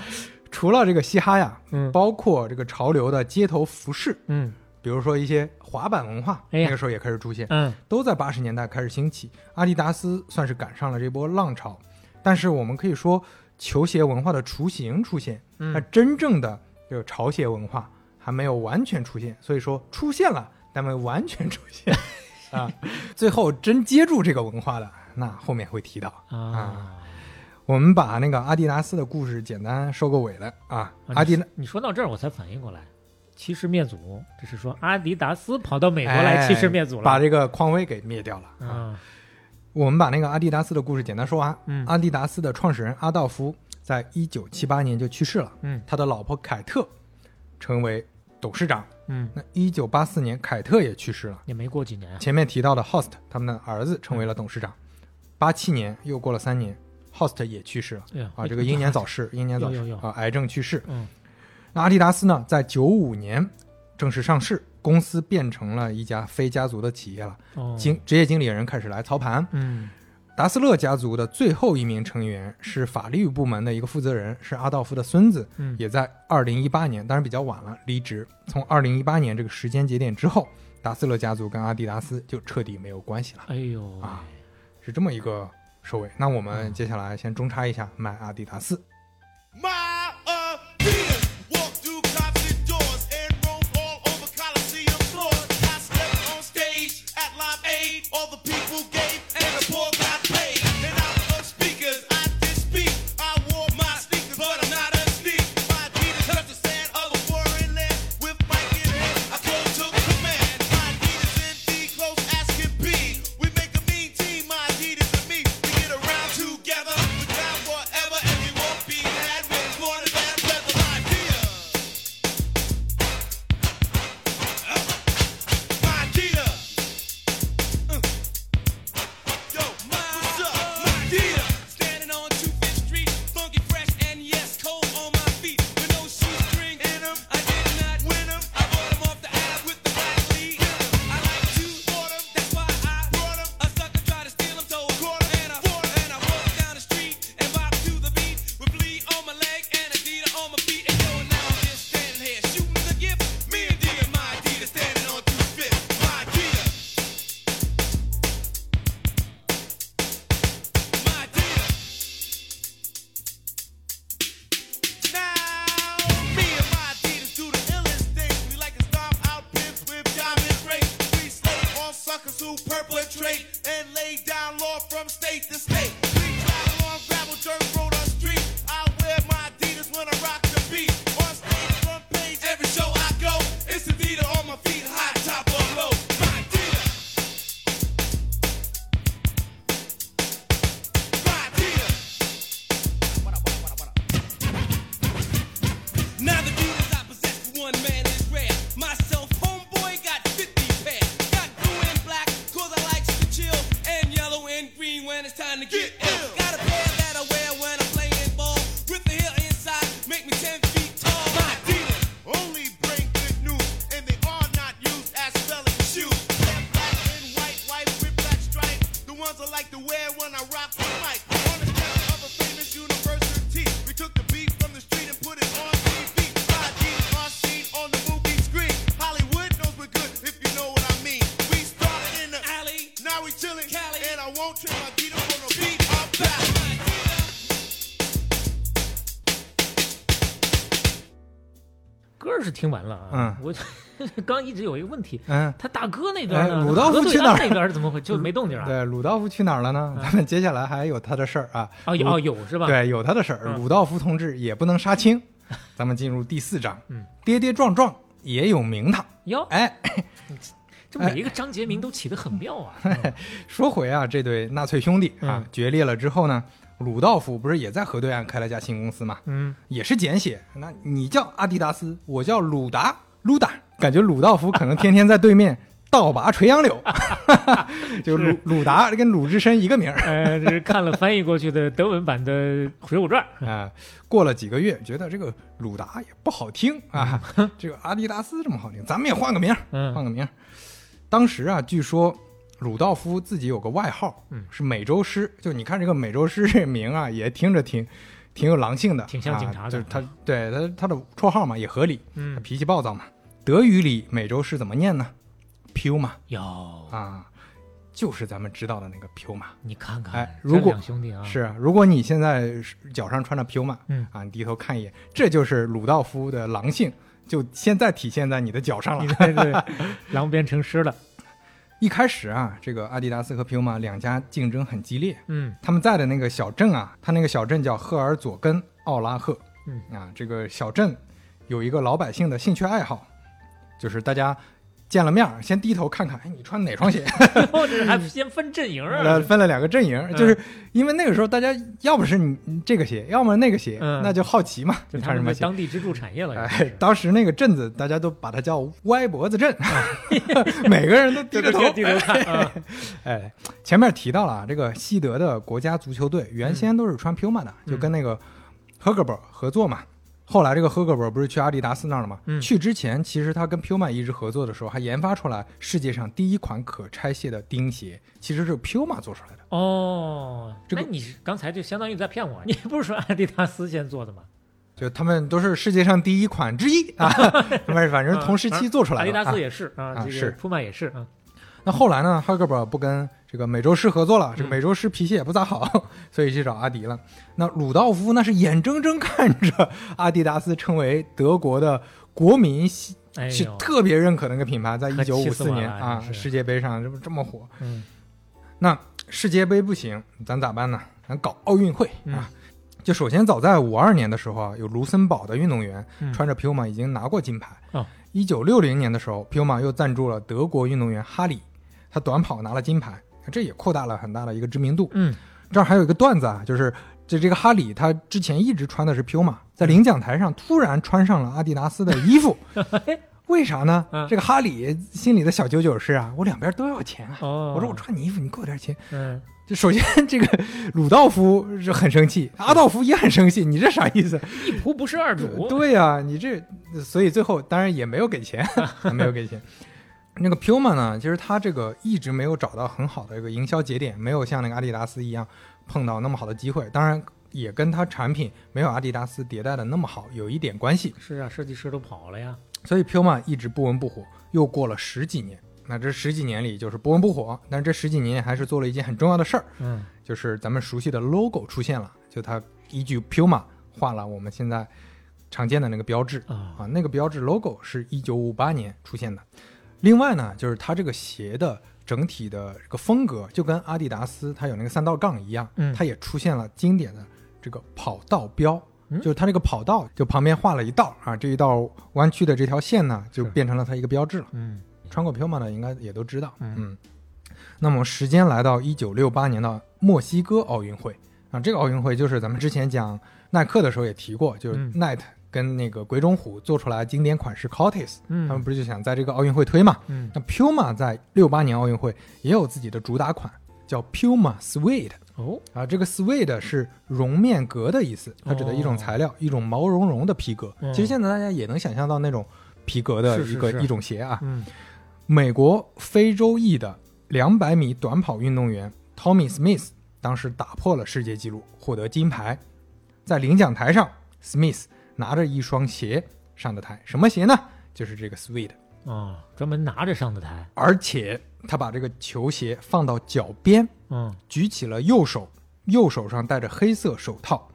Speaker 3: 除了这个嘻哈呀，
Speaker 4: 嗯
Speaker 3: 包括这个潮流的街头服饰，
Speaker 4: 嗯
Speaker 3: 比如说一些滑板文化，
Speaker 4: 哎呀
Speaker 3: 那个时候也开始出现，
Speaker 4: 嗯
Speaker 3: 都在八十年代开始兴起。阿迪达斯算是赶上了这波浪潮，但是我们可以说，球鞋文化的雏形出现，
Speaker 4: 嗯
Speaker 3: 它真正的这个潮鞋文化还没有完全出现，所以说出现了，但没完全出 现啊。最后真接住这个文化的，那后面会提到。
Speaker 4: 啊。
Speaker 3: 我们把那个阿迪达斯的故事简单收个尾了啊。
Speaker 4: 啊
Speaker 3: 阿迪达
Speaker 4: 你说到这儿，我才反应过来，欺师灭祖，这是说阿迪达斯跑到美国来欺师灭祖了。
Speaker 3: 哎把这个匡威给灭掉了啊。
Speaker 4: 啊，
Speaker 3: 我们把那个阿迪达斯的故事简单说完。
Speaker 4: 嗯
Speaker 3: 阿迪达斯的创始人阿道夫在一九七八年就去世了，
Speaker 4: 嗯
Speaker 3: 他的老婆凯特成为董事长。
Speaker 4: 嗯，
Speaker 3: 那一九八四年，凯特也去世了。
Speaker 4: 也没过几年啊，
Speaker 3: 前面提到的 Host 他们的儿子成为了董事长。八七年又过了三年，Host 也去世了
Speaker 4: 哎呀
Speaker 3: 啊，这个英年早 逝，英年早
Speaker 4: 有
Speaker 3: 逝
Speaker 4: 有有
Speaker 3: 啊，癌症去世。
Speaker 4: 嗯
Speaker 3: 那阿迪达斯呢，在九五年正式上市，公司变成了一家非家族的企业了，
Speaker 4: 哦，
Speaker 3: 经职业经理人开始来操盘，
Speaker 4: 嗯
Speaker 3: 达斯勒家族的最后一名成员是法律部门的一个负责人，是阿道夫的孙子，
Speaker 4: 嗯
Speaker 3: 也在二零一八年，当然比较晚了离职。从二零一八年这个时间节点之后，达斯勒家族跟阿迪达斯就彻底没有关系了，
Speaker 4: 哎呦，
Speaker 3: 啊是这么一个收尾。那我
Speaker 4: 嗯
Speaker 3: 们接下来先中插一下买阿迪达斯。
Speaker 5: My appearance walked through closet doors and roamed all over Coliseum floors. I stepped on stage at Live Aid. All the people gave and the poor got paid. And out of speakers, I did speak. I wore my sneakers, but I'm not a sneak. My Adidas touched the sand of a foreign land with Mike in hand. I close took command. My Adidas indeed close as can be. We make a mean team. My Adidas and me. We get around together. We drive forever and we won't be had when it's more than bad weather. My dear. My dear. Yo, what's up? My dear. Standing on 25th Street, funky, fresh, and yes, cold on my feet. With no shoestring in 'em, I did not win 'em. I bought 'em off the app with the black lead. I like to board 'em, that's why I brought 'em. A sucker tried to steal 'em, so I caught 'em. And I fought 'em. And I walked down the street and bopped to the beat with Flea on my leg and Adidas on my feet. And yo, now I'm just standing here shooting the gift. Me and D and my Adidas standing on 25th. My dear. My dear. Now, me and my Adidas do the illest things. We like to stomp out pimps with diamond rings. We slay all suckers who perpetrate and lay down law from state to state. We ride along gravel dirt road on street. I wear my Adidas when I rock the beat. On stage, front page, every show I go. It's Adidas on my feet, high top or low. My dear. My dear. Now the Adidas I possess for one man is rare. Myself, homeboy, got 50 pair. Got blue and black, cause I like to chill. And yellow and green when it's time to get ill. Got a pair that I wear when I'm playing ball. With the heel inside, make me 10 feet tall. My Adidas only bring good news, and they are not used as spelling shoes. They're black and white, white with black stripes. The ones I like to wear when I rock the mic. On the step of a famous university, we took the beat from the street and put it on TV. Five G's are seen on the movie screen. Hollywood knows we're good if you know what I mean. We started in the alley, now we chillin', Cali, and I won't turn my beat up on the beat. I'm back. My dear.
Speaker 4: 歌儿是听完了啊，我 刚一直有一个问题，
Speaker 3: 嗯，
Speaker 4: 他大哥那段呢？
Speaker 3: 哎鲁道夫
Speaker 4: 何罪
Speaker 3: 去哪儿
Speaker 4: 安那边儿怎么回就没动静啊？
Speaker 3: 对，鲁道夫去哪儿了呢？咱们接下来还有他的事儿啊。
Speaker 4: 哦有哦有是吧？，
Speaker 3: 对，有他的事儿。
Speaker 4: 嗯
Speaker 3: 鲁道夫同志也不能杀青。咱们进入第四章，
Speaker 4: 嗯，
Speaker 3: 跌跌撞撞也有名堂。
Speaker 4: 哟，
Speaker 3: 哎，
Speaker 4: 这每一个章节名都起得很妙 啊！
Speaker 3: 说回啊，这对纳粹兄弟啊
Speaker 4: 嗯
Speaker 3: 决裂了之后呢，鲁道夫不是也在河对啊岸开了家新公司吗？
Speaker 4: 嗯，
Speaker 3: 也是简写。那你叫阿迪达斯，我叫鲁达鲁达，感觉鲁道夫可能天天在对面倒拔垂杨柳， 就鲁鲁达跟鲁智深一个名儿。
Speaker 4: 呃，这是看了翻译过去的德文版的《水浒传》，
Speaker 3: 啊、过了几个月，觉得这个鲁达也不好听啊，这个阿迪达斯这么好听，咱们也换个名儿，
Speaker 4: 嗯
Speaker 3: 换个名儿。当时啊，据说鲁道夫自己有个外号，
Speaker 4: 嗯
Speaker 3: 是美洲狮。就你看这个美洲狮这名啊，也听着挺挺有狼性的，
Speaker 4: 挺像警察的
Speaker 3: 啊、就是他对他他的绰号嘛，也合理，他
Speaker 4: 嗯，
Speaker 3: 脾气暴躁嘛。德语里美洲狮怎么念呢？Puma
Speaker 4: 哟，
Speaker 3: 啊，就是咱们知道的那个 Puma。
Speaker 4: 你看看，
Speaker 3: 哎
Speaker 4: 这
Speaker 3: 如果
Speaker 4: 两兄弟啊，
Speaker 3: 是啊，如果你现在是脚上穿着 Puma，
Speaker 4: 嗯
Speaker 3: 啊，你低头看一眼，这就是鲁道夫的狼性，就现在体现在你的脚上
Speaker 4: 你
Speaker 3: 了。
Speaker 4: 看这狼变成狮了，
Speaker 3: 一开始啊，这个阿迪达斯和 Puma 两家竞争很激烈，
Speaker 4: 嗯
Speaker 3: 他们在的那个小镇啊，他那个小镇叫赫尔佐根奥拉赫，
Speaker 4: 嗯
Speaker 3: 啊，这个小镇有一个老百姓的兴趣爱好，就是大家见了面儿先低头看看，哎，你穿哪 双鞋？
Speaker 4: 或者还先分阵营
Speaker 3: 呃，
Speaker 4: 啊，
Speaker 3: 分了两个阵营，就是因为那个时候大家要不是你你这个鞋，要么那个鞋，
Speaker 4: 嗯
Speaker 3: 那就好奇嘛，你
Speaker 4: 就他
Speaker 3: 穿什
Speaker 4: 们
Speaker 3: 么
Speaker 4: 的
Speaker 3: 鞋？
Speaker 4: 当地支柱产业了，
Speaker 3: 哎
Speaker 4: 这是，
Speaker 3: 当时那个镇子大家都把它叫歪脖子 镇，每个人都低着头。
Speaker 4: 低头看啊，
Speaker 3: 哎，前面提到了啊，这个西德
Speaker 4: 嗯
Speaker 3: 的国家足球队原先都是穿 Puma 的，就跟那个 Hergber 合作嘛。后来这个赫格尔不是去阿迪达斯那儿了吗？
Speaker 4: 嗯
Speaker 3: 去之前，其实他跟 Puma 一直合作的时候，还研发出来世界上第一款可拆卸的钉鞋，其实是 Puma 做出来的。
Speaker 4: 哦，
Speaker 3: 这个
Speaker 4: 那你是刚才就相当于在骗我，你不是说阿迪达斯先做的吗？
Speaker 3: 就他们都是世界上第一款之一 啊，反正反正同时期做出来
Speaker 4: 嗯阿
Speaker 3: 的。
Speaker 4: 迪达
Speaker 3: 啊
Speaker 4: 斯也是啊，
Speaker 3: 啊
Speaker 4: 这个
Speaker 3: 是
Speaker 4: 普马也是啊，
Speaker 3: 那后来呢，哈格尔不跟这个美洲狮合作了，这个
Speaker 4: 嗯
Speaker 3: 美洲狮脾气也不咋好，所以去找阿迪了。那鲁道夫那是眼睁睁看着阿迪达斯成为德国的国民系
Speaker 4: 哎
Speaker 3: 是
Speaker 4: 呦，
Speaker 3: 特别认可的那个品牌，在一
Speaker 4: 可
Speaker 3: 九
Speaker 4: 气
Speaker 3: 五
Speaker 4: 死
Speaker 3: 四
Speaker 4: 我
Speaker 3: 年
Speaker 4: 了
Speaker 3: 啊
Speaker 4: 真是
Speaker 3: 世界杯上这不这么火，
Speaker 4: 嗯
Speaker 3: 那世界杯不行，咱咋办呢？咱搞奥运会
Speaker 4: 嗯
Speaker 3: 啊！就首先早在五二年的时候啊，有卢森堡的运动员
Speaker 4: 嗯
Speaker 3: 穿着 Puma 已经拿过金牌
Speaker 4: 哦。
Speaker 3: 一九六零年的时候，Puma 又赞助了德国运动员哈里，他短跑拿了金牌，这也扩大了很大的一个知名度。
Speaker 4: 嗯，
Speaker 3: 这儿还有一个段子啊，就是这这个哈里他之前一直穿的是 Puma，在领奖台上突然穿上了阿迪达斯的衣 服，为啥呢
Speaker 4: 哎嗯？
Speaker 3: 这个哈里心里的小九九是啊，我两边都要钱啊。
Speaker 4: 哦，
Speaker 3: 我说我穿你衣服，你给我点钱。
Speaker 4: 嗯，
Speaker 3: 就首先这个鲁道夫是很生气，阿道夫也很生气，你这啥意思？
Speaker 4: 一仆不是二主，
Speaker 3: 对呀、你这所以最后当然也没有给钱， 没有给钱。那个 Puma 呢，其实它这个一直没有找到很好的一个营销节点，没有像那个阿迪达斯一样碰到那么好的机会。当然也跟它产品没有阿迪达斯迭代的那么好有一点关系。
Speaker 4: 是啊，设计师都跑了呀，
Speaker 3: 所以 Puma 一直不温不火，又过了十几年。那这十几年里就是不温不火，但是这十几年还是做了一件很重要的事儿，
Speaker 4: 嗯，
Speaker 3: 就是咱们熟悉的 logo 出现了，就它依据 Puma 画了我们现在常见的那个标志
Speaker 4: 啊，
Speaker 3: 啊，那个标志 logo 是一九五八年出现的。另外呢，就是它这个鞋的整体的这个风格，就跟阿迪达斯它有那个三道杠一样，
Speaker 4: 嗯
Speaker 3: 它也出现了经典的这个跑道标。
Speaker 4: 嗯
Speaker 3: 就是它这个跑道，就旁边画了一道啊，这一道弯曲的这条线呢，就是变成了它一个标志了。
Speaker 4: 嗯
Speaker 3: 穿过 Puma 的应该也都知道。
Speaker 4: 嗯
Speaker 3: 那么时间来到一九六八年的墨西哥奥运会啊，这个奥运会就是咱们之前讲耐克的时候也提过，就是
Speaker 4: 嗯
Speaker 3: Nike 跟那个鬼冢虎做出来经典款式 Cortez，、他们
Speaker 4: 嗯
Speaker 3: 不是就想在这个奥运会推嘛？
Speaker 4: 嗯，
Speaker 3: 那 Puma 在六八年奥运会也有自己的主打款，叫 Puma Suede。
Speaker 4: 哦，
Speaker 3: 啊，这个 suede 是绒面革的意思，它指的一种
Speaker 4: 哦
Speaker 3: 材料，一种毛茸茸的皮革。
Speaker 4: 嗯
Speaker 3: 其实现在大家也能想象到那种皮革的
Speaker 4: 是
Speaker 3: 一
Speaker 4: 是
Speaker 3: 个
Speaker 4: 是
Speaker 3: 一种鞋啊。
Speaker 4: 嗯
Speaker 3: 美国非洲裔的两百米短跑运动员 Tommy Smith 当时打破了世界纪录，获得金牌。在领奖台上，Smith 拿着一双鞋上的台，什么鞋呢？就是这个 suede，
Speaker 4: 啊，专门拿着上的台，
Speaker 3: 而且他把这个球鞋放到脚边，
Speaker 4: 嗯
Speaker 3: 举起了右手，右手上戴着黑色手套。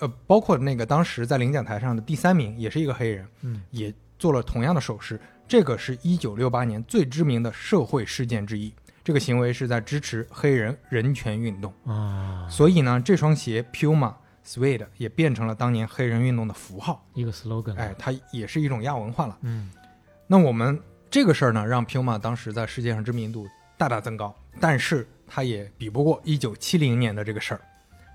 Speaker 3: 呃，包括那个当时在领奖台上的第三名也是一个黑人，
Speaker 4: 嗯，
Speaker 3: 也做了同样的手势。这个是一九六八年最知名的社会事件之一。这个行为是在支持黑人人权运动，
Speaker 4: 啊，
Speaker 3: 所以呢，这双鞋 Puma Suede 也变成了当年黑人运动的符号。
Speaker 4: 一个 slogan，
Speaker 3: 哎，它也是一种亚文化了。
Speaker 4: 嗯
Speaker 3: 那我们这个事儿呢，让 Puma 当时在世界上知名度大大增高，但是它也比不过1970年的这个事儿，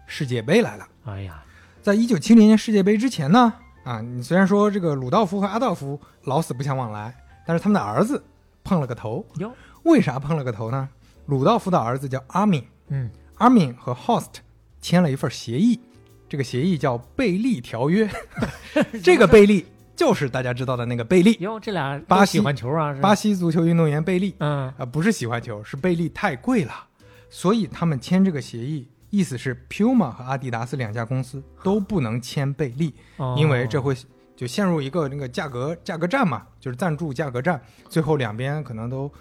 Speaker 3: 世界杯来了。
Speaker 4: 哎呀，
Speaker 3: 在1970年世界杯之前呢，啊，你虽然说这个鲁道夫和阿道夫老死不相往来，但是他们的儿子碰了个头。
Speaker 4: 哟，
Speaker 3: 为啥碰了个头呢？鲁道夫的儿子叫阿敏，
Speaker 4: 嗯，
Speaker 3: 阿敏和 Host 签了一份协议，这个协议叫贝利条 约。这个贝利就是大家知道的那个贝利，
Speaker 4: 哟，这俩都
Speaker 3: 巴西
Speaker 4: 喜欢球啊，是吧
Speaker 3: 巴西足球运动员贝利。
Speaker 4: 嗯
Speaker 3: 啊、不是喜欢球，是贝利太贵了，所以他们签这个协议，意思是 Puma 和阿迪达斯两家公司都不能签贝利，
Speaker 4: 哦
Speaker 3: 因为这会就陷入一个那个价格价格战嘛，就是赞助价格战，最后两边可能都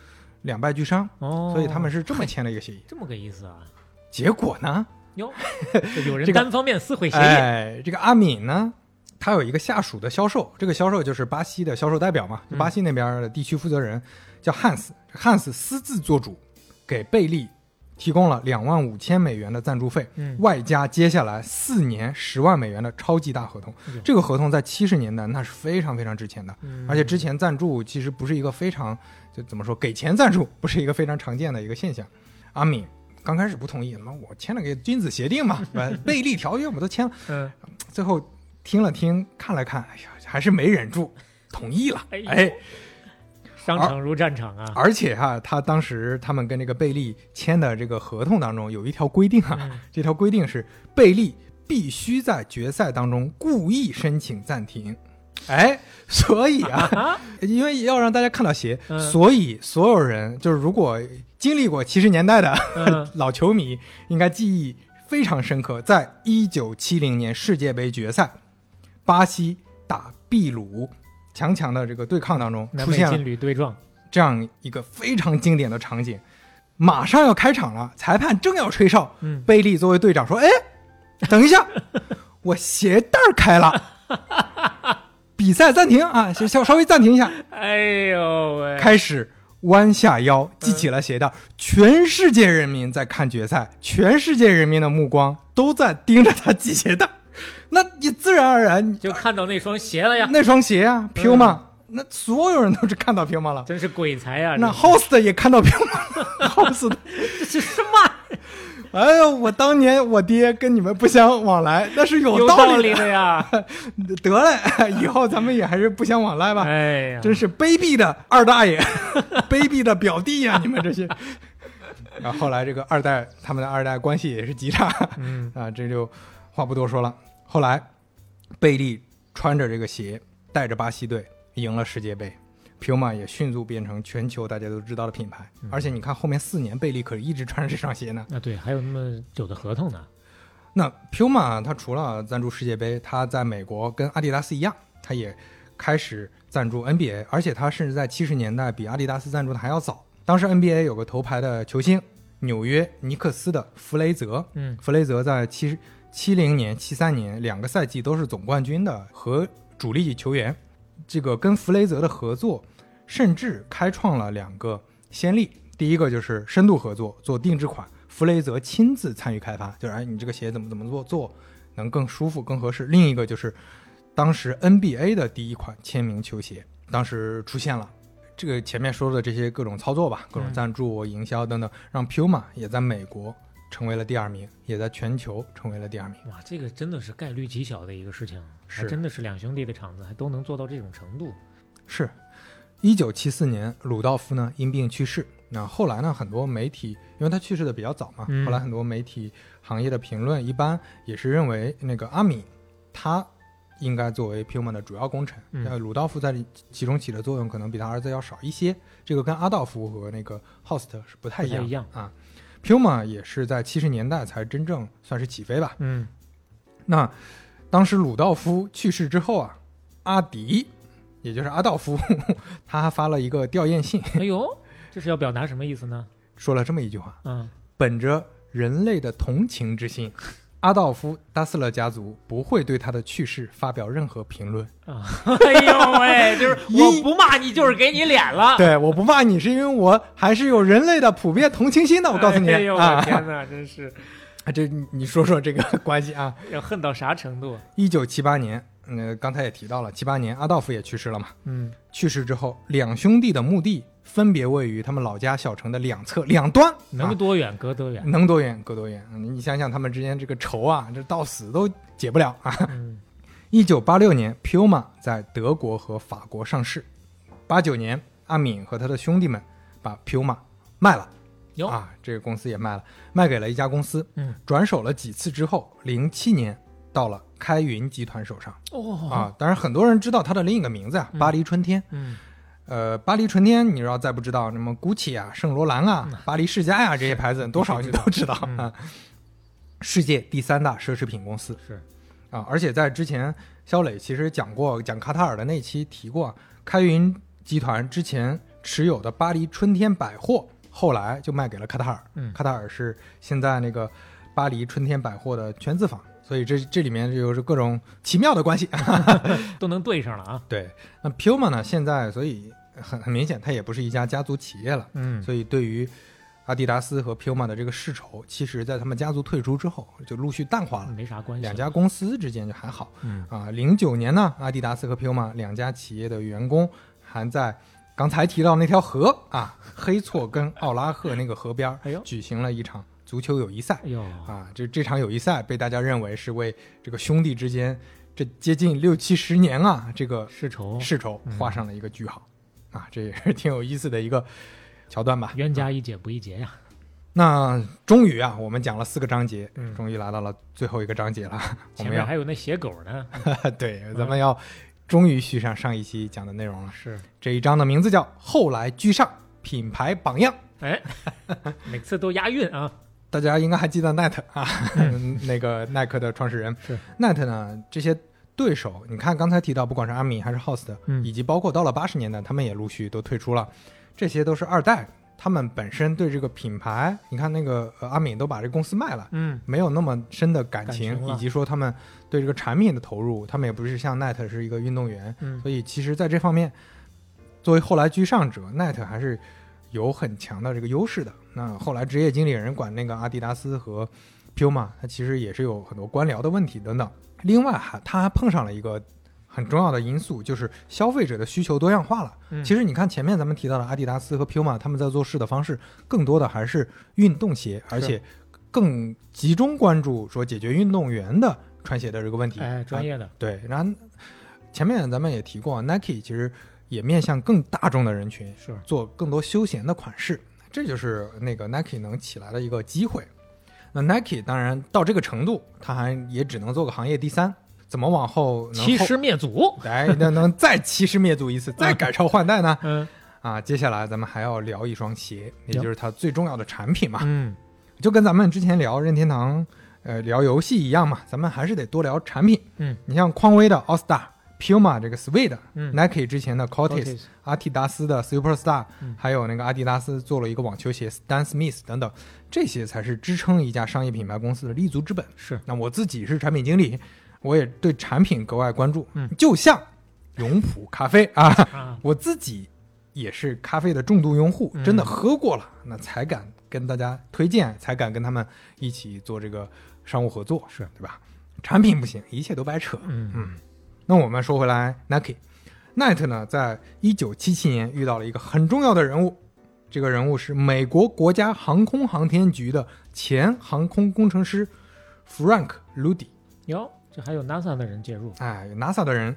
Speaker 3: 两败俱伤，
Speaker 4: 哦，
Speaker 3: 所以他们是这么签了一个协议。
Speaker 4: 这么个意思啊，
Speaker 3: 结果呢，
Speaker 4: 哟，这有人
Speaker 3: 这个
Speaker 4: 单方面撕毁协议，
Speaker 3: 哎，这个阿敏呢，他有一个下属的销售，这个销售就是巴西的销售代表嘛，就巴西那边的地区负责人、叫汉斯，这汉斯私自做主，给贝利提供了两万五千美元的赞助费，
Speaker 4: 嗯
Speaker 3: 外加接下来四年十万美元的超级大合同。
Speaker 4: 哎呦
Speaker 3: 这个合同在七十年代那是非常非常值钱的，
Speaker 4: 嗯
Speaker 3: 而且之前赞助其实不是一个非常就怎么说给钱赞助不是一个非常常见的一个现象。阿敏刚开始不同意，那我签了个君子协 定嘛，把贝利条约我都签了。
Speaker 4: 嗯，
Speaker 3: 最后听了听，看了看，哎呀，还是没忍住，同意了。
Speaker 4: 哎呦
Speaker 3: 哎，
Speaker 4: 商场如战场啊，
Speaker 3: 而且哈、他当时他们跟这个贝利签的这个合同当中有一条规定啊，
Speaker 4: 嗯
Speaker 3: 这条规定是贝利必须在决赛当中故意申请暂停。哎，所以 啊，因为要让大家看到鞋，
Speaker 4: 嗯
Speaker 3: 所以所有人就是如果经历过七十年代的、
Speaker 4: 嗯
Speaker 3: 老球迷，应该记忆非常深刻。在一九七零年世界杯决赛，巴西打秘鲁强强的这个对抗当中，
Speaker 4: 南
Speaker 3: 出
Speaker 4: 美
Speaker 3: 现了
Speaker 4: 劲旅对撞，
Speaker 3: 这样一个非常经典的场景。马上要开场了，裁判正要吹哨，
Speaker 4: 嗯
Speaker 3: 贝利作为队长说：“哎，等一下，我鞋带儿开了，比赛暂停啊，稍稍稍微暂停一下，
Speaker 4: 哎呦喂，
Speaker 3: 开始弯下腰系起了鞋带儿。全世界人民在看决赛，全世界人民的目光都在盯着他系鞋带儿，那你自然而然
Speaker 4: 就看到那双鞋了呀，
Speaker 3: 那双鞋啊，Puma，、那所有人都是看到 Puma 了。”
Speaker 4: 真是鬼才呀！
Speaker 3: 那
Speaker 4: 这
Speaker 3: host 也看到屏幕 ，host 的
Speaker 4: 这是 什么？啊
Speaker 3: 哎呦，我当年我爹跟你们不相往来，那是有
Speaker 4: 有
Speaker 3: 道
Speaker 4: 道
Speaker 3: 理
Speaker 4: 理 的呀！
Speaker 3: 得嘞，以后咱们也还是不相往来吧。
Speaker 4: 哎呀，
Speaker 3: 真是卑鄙的二大爷， 卑鄙的表弟呀、你们 这些。然后后来这个二代，他们的二代关系也是极差，
Speaker 4: 嗯
Speaker 3: 啊，这就话不多说了。后来，贝利穿着这个鞋，带着巴西队赢了世界杯。Puma 也迅速变成全球大家都知道的品牌，
Speaker 4: 嗯
Speaker 3: 而且你看后面四年，贝利可一直穿着这双鞋呢。
Speaker 4: 那啊对，还有那么久的合同呢。
Speaker 3: 那 Puma 它除了赞助世界杯，它在美国跟阿迪达斯一样，它也开始赞助 NBA，而且它甚至在七十年代比阿迪达斯赞助的还要早。当时 NBA 有个头牌的球星，纽约尼克斯的弗雷泽，
Speaker 4: 嗯
Speaker 3: 弗雷泽在七七零年、七三年两个赛季都是总冠军的和主力球员。这个跟弗雷泽的合作，甚至开创了两个先例。第一个就是深度合作，做定制款，弗雷泽亲自参与开发，就是哎，你这个鞋怎么怎么做做，能更舒服、更合适。另一个就是当时 NBA 的第一款签名球鞋，当时出现了。这个前面说的这些各种操作吧，各种
Speaker 4: 嗯
Speaker 3: 赞助、营销等等，让 Puma 也在美国成为了第二名，也在全球成为了第二名。
Speaker 4: 哇，这个真的是概率极小的一个事情，还
Speaker 3: 是
Speaker 4: 真的是两兄弟的厂子还都能做到这种程 度。
Speaker 3: 是，一九七四年，鲁道夫呢因病去世。那后来呢，很多媒体，因为他去世的比较早嘛，
Speaker 4: 嗯
Speaker 3: 后来很多媒体行业的评论一般也是认为那个阿米，他应该作为 Puma 的主要功臣。
Speaker 4: 嗯
Speaker 3: 呃，鲁道夫在其中起的作用可能比他儿子要少一些，这个跟阿道夫和那个 Host 是不太一
Speaker 4: 不
Speaker 3: 样
Speaker 4: 太一样
Speaker 3: 啊。Puma 也是在七十年代才真正算是起飞吧。
Speaker 4: 嗯，
Speaker 3: 那当时鲁道夫去世之后啊，阿迪，也就是阿道夫， 他还发了一个吊唁信，
Speaker 4: 哎呦，这是要表达什么意思呢？
Speaker 3: 说了这么一句话：
Speaker 4: 嗯，
Speaker 3: 本着人类的同情之心，阿道夫·达斯勒家族不会对他的去世发表任何评论。
Speaker 4: 啊， 哎呦喂，就是我不骂你，就是给你脸了。
Speaker 3: 对，我不骂你，是因为我还是有人类的普遍同情心的。我告诉你、
Speaker 4: 哎呦，我天
Speaker 3: 啊，
Speaker 4: 哪，真是
Speaker 3: 这你你说说这个关系啊。
Speaker 4: 要恨到啥程度？啊
Speaker 3: 一九七八年，呃，刚才也提到了，七八年阿道夫也去世了嘛。
Speaker 4: 嗯，
Speaker 3: 去世之后，两兄弟的墓地分别位于他们老家小城的两侧两端，
Speaker 4: 能
Speaker 3: 啊
Speaker 4: 多远隔多远。
Speaker 3: 能多远隔多远。嗯你想想他们之间这个仇啊，这到死都解不了啊。
Speaker 4: 嗯
Speaker 3: 一九八六年，Puma 在德国和法国上市，八九年，阿敏和他的兄弟们把 Puma 卖了
Speaker 4: 哟
Speaker 3: 啊，这个公司也卖了，卖给了一家公司，
Speaker 4: 嗯，
Speaker 3: 转手了几次之后，零七年到了开云集团手上
Speaker 4: 哦，
Speaker 3: 啊。当然，很多人知道它的另一个名字啊，巴黎春天。
Speaker 4: 嗯，
Speaker 3: 呃，巴黎纯天，你要再不知道，什么 GUCCI 啊、圣罗兰啊、巴黎世家呀、这些牌子，多少你都知道
Speaker 4: 嗯
Speaker 3: 啊。世界第三大奢侈品公司
Speaker 4: 是，
Speaker 3: 啊，而且在之前，肖磊其实讲过，讲卡塔尔的那期提过，开云集团之前持有的巴黎春天百货，后来就卖给了卡塔尔。
Speaker 4: 嗯
Speaker 3: 卡塔尔是现在那个巴黎春天百货的全资房，所以这这里面就有着各种奇妙的关系。
Speaker 4: 都能对上了啊。
Speaker 3: 对，那 Puma 呢，现在所以很很明显，它也不是一家家族企业了，
Speaker 4: 嗯，
Speaker 3: 所以对于阿迪达斯和 Puma 的这个世仇，其实在他们家族退出之后就陆续淡化了，
Speaker 4: 没啥关系。
Speaker 3: 两家公司之间就还好。
Speaker 4: 嗯
Speaker 3: 啊，零九年呢，阿迪达斯和 Puma 两家企业的员工还在刚才提到那条河啊，黑错跟奥拉赫那个河边儿
Speaker 4: 哎呦
Speaker 3: 举行了一场足球友谊赛
Speaker 4: 哎。呦，
Speaker 3: 啊，这这场友谊赛被大家认为是为这个兄弟之间这接近六七十年啊，这个
Speaker 4: 世仇
Speaker 3: 世仇
Speaker 4: 嗯
Speaker 3: 画上了一个 句号，啊，这也是挺有意思的一个桥段吧。
Speaker 4: 冤家宜解不宜结呀。
Speaker 3: 那终于啊，我们讲了四个章节，
Speaker 4: 嗯
Speaker 3: 终于来到了最后一个章节了。我
Speaker 4: 前
Speaker 3: 们
Speaker 4: 面嗯还
Speaker 3: 要
Speaker 4: 有那写狗呢，
Speaker 3: 对，咱们要终于续上上一期讲的内容了。
Speaker 4: 是，
Speaker 3: 这一章的名字叫《后来居上：品牌榜样》。
Speaker 4: 哎，每次都押韵啊，
Speaker 3: 大家应该还记得奈特啊， 那个耐克的创始人
Speaker 4: 嗯是
Speaker 3: 奈特呢，这些对手，你看刚才提到，不管是阿米还是 Host，、
Speaker 4: 嗯
Speaker 3: 以及包括到了八十年代，他们也陆续都退出了，这些都是二代，他们本身对这个品牌，你看那个、呃阿米都把这公司卖了。
Speaker 4: 嗯，
Speaker 3: 没有那么深的感情，
Speaker 4: 感情了
Speaker 3: 以及说他们对这个产品的投入，他们也不是像奈特是一个运动员，
Speaker 4: 嗯
Speaker 3: 所以其实在这方面，作为后来居上者，奈特还是有很强的这个优势的。那后来职业经理人管那个阿迪达斯和 Puma，它其实也是有很多官僚的问题等等。另外还他还碰上了一个很重要的因素，就是消费者的需求多样化了。
Speaker 4: 嗯
Speaker 3: 其实你看前面咱们提到的阿迪达斯和 Puma，他们在做事的方式更多的还是运动鞋，而且更集中关注说解决运动员的穿鞋的这个问题。
Speaker 4: 哎，专
Speaker 3: 啊
Speaker 4: 业的，
Speaker 3: 对，然后前面咱们也提过，Nike 啊其实也面向更大众的人群，
Speaker 4: 是
Speaker 3: 做更多休闲的款式，这就是那个 Nike 能起来的一个机会。那 Nike 当然到这个程度，它还也只能做个行业第三，怎么往后能
Speaker 4: 欺
Speaker 3: 后
Speaker 4: 师灭祖，
Speaker 3: 哎，那能再欺师灭祖 一次，再改朝换代呢？
Speaker 4: 嗯
Speaker 3: 啊，接下来咱们还要聊一双鞋，也
Speaker 4: 行
Speaker 3: 就是它最重要的产品嘛。
Speaker 4: 嗯，
Speaker 3: 就跟咱们之前聊任天堂，呃，聊游戏一样嘛，咱们还是得多聊产品。
Speaker 4: 嗯，
Speaker 3: 你像匡威的 All Star、Puma 这个 Swede、
Speaker 4: 嗯
Speaker 3: Nike 之前的 Cortez
Speaker 4: Cortez、
Speaker 3: 阿迪达斯的 Superstar，、
Speaker 4: 嗯
Speaker 3: 还有那个阿迪达斯做了一个网球鞋 Stan Smith 等等，这些才是支撑一家商业品牌公司的立足之本。
Speaker 4: 是
Speaker 3: 那我自己是产品经理，我也对产品格外关注。
Speaker 4: 嗯，
Speaker 3: 就像永璞咖啡啊，
Speaker 4: 啊，
Speaker 3: 我自己也是咖啡的重度用户，
Speaker 4: 嗯
Speaker 3: 真的喝过了，那才敢跟大家推荐，才敢跟他们一起做这个商务合作，
Speaker 4: 是
Speaker 3: 对吧？产品不行，一切都白扯。
Speaker 4: 嗯
Speaker 3: 嗯，那我们说回来，Nike。Knight 呢，在一九七七年遇到了一个很重要的人物，这个人物是美国国家航空航天局的前航空工程师 Frank Ludy。
Speaker 4: 哟，这还有 NASA 的人介入，
Speaker 3: 哎，NASA 的人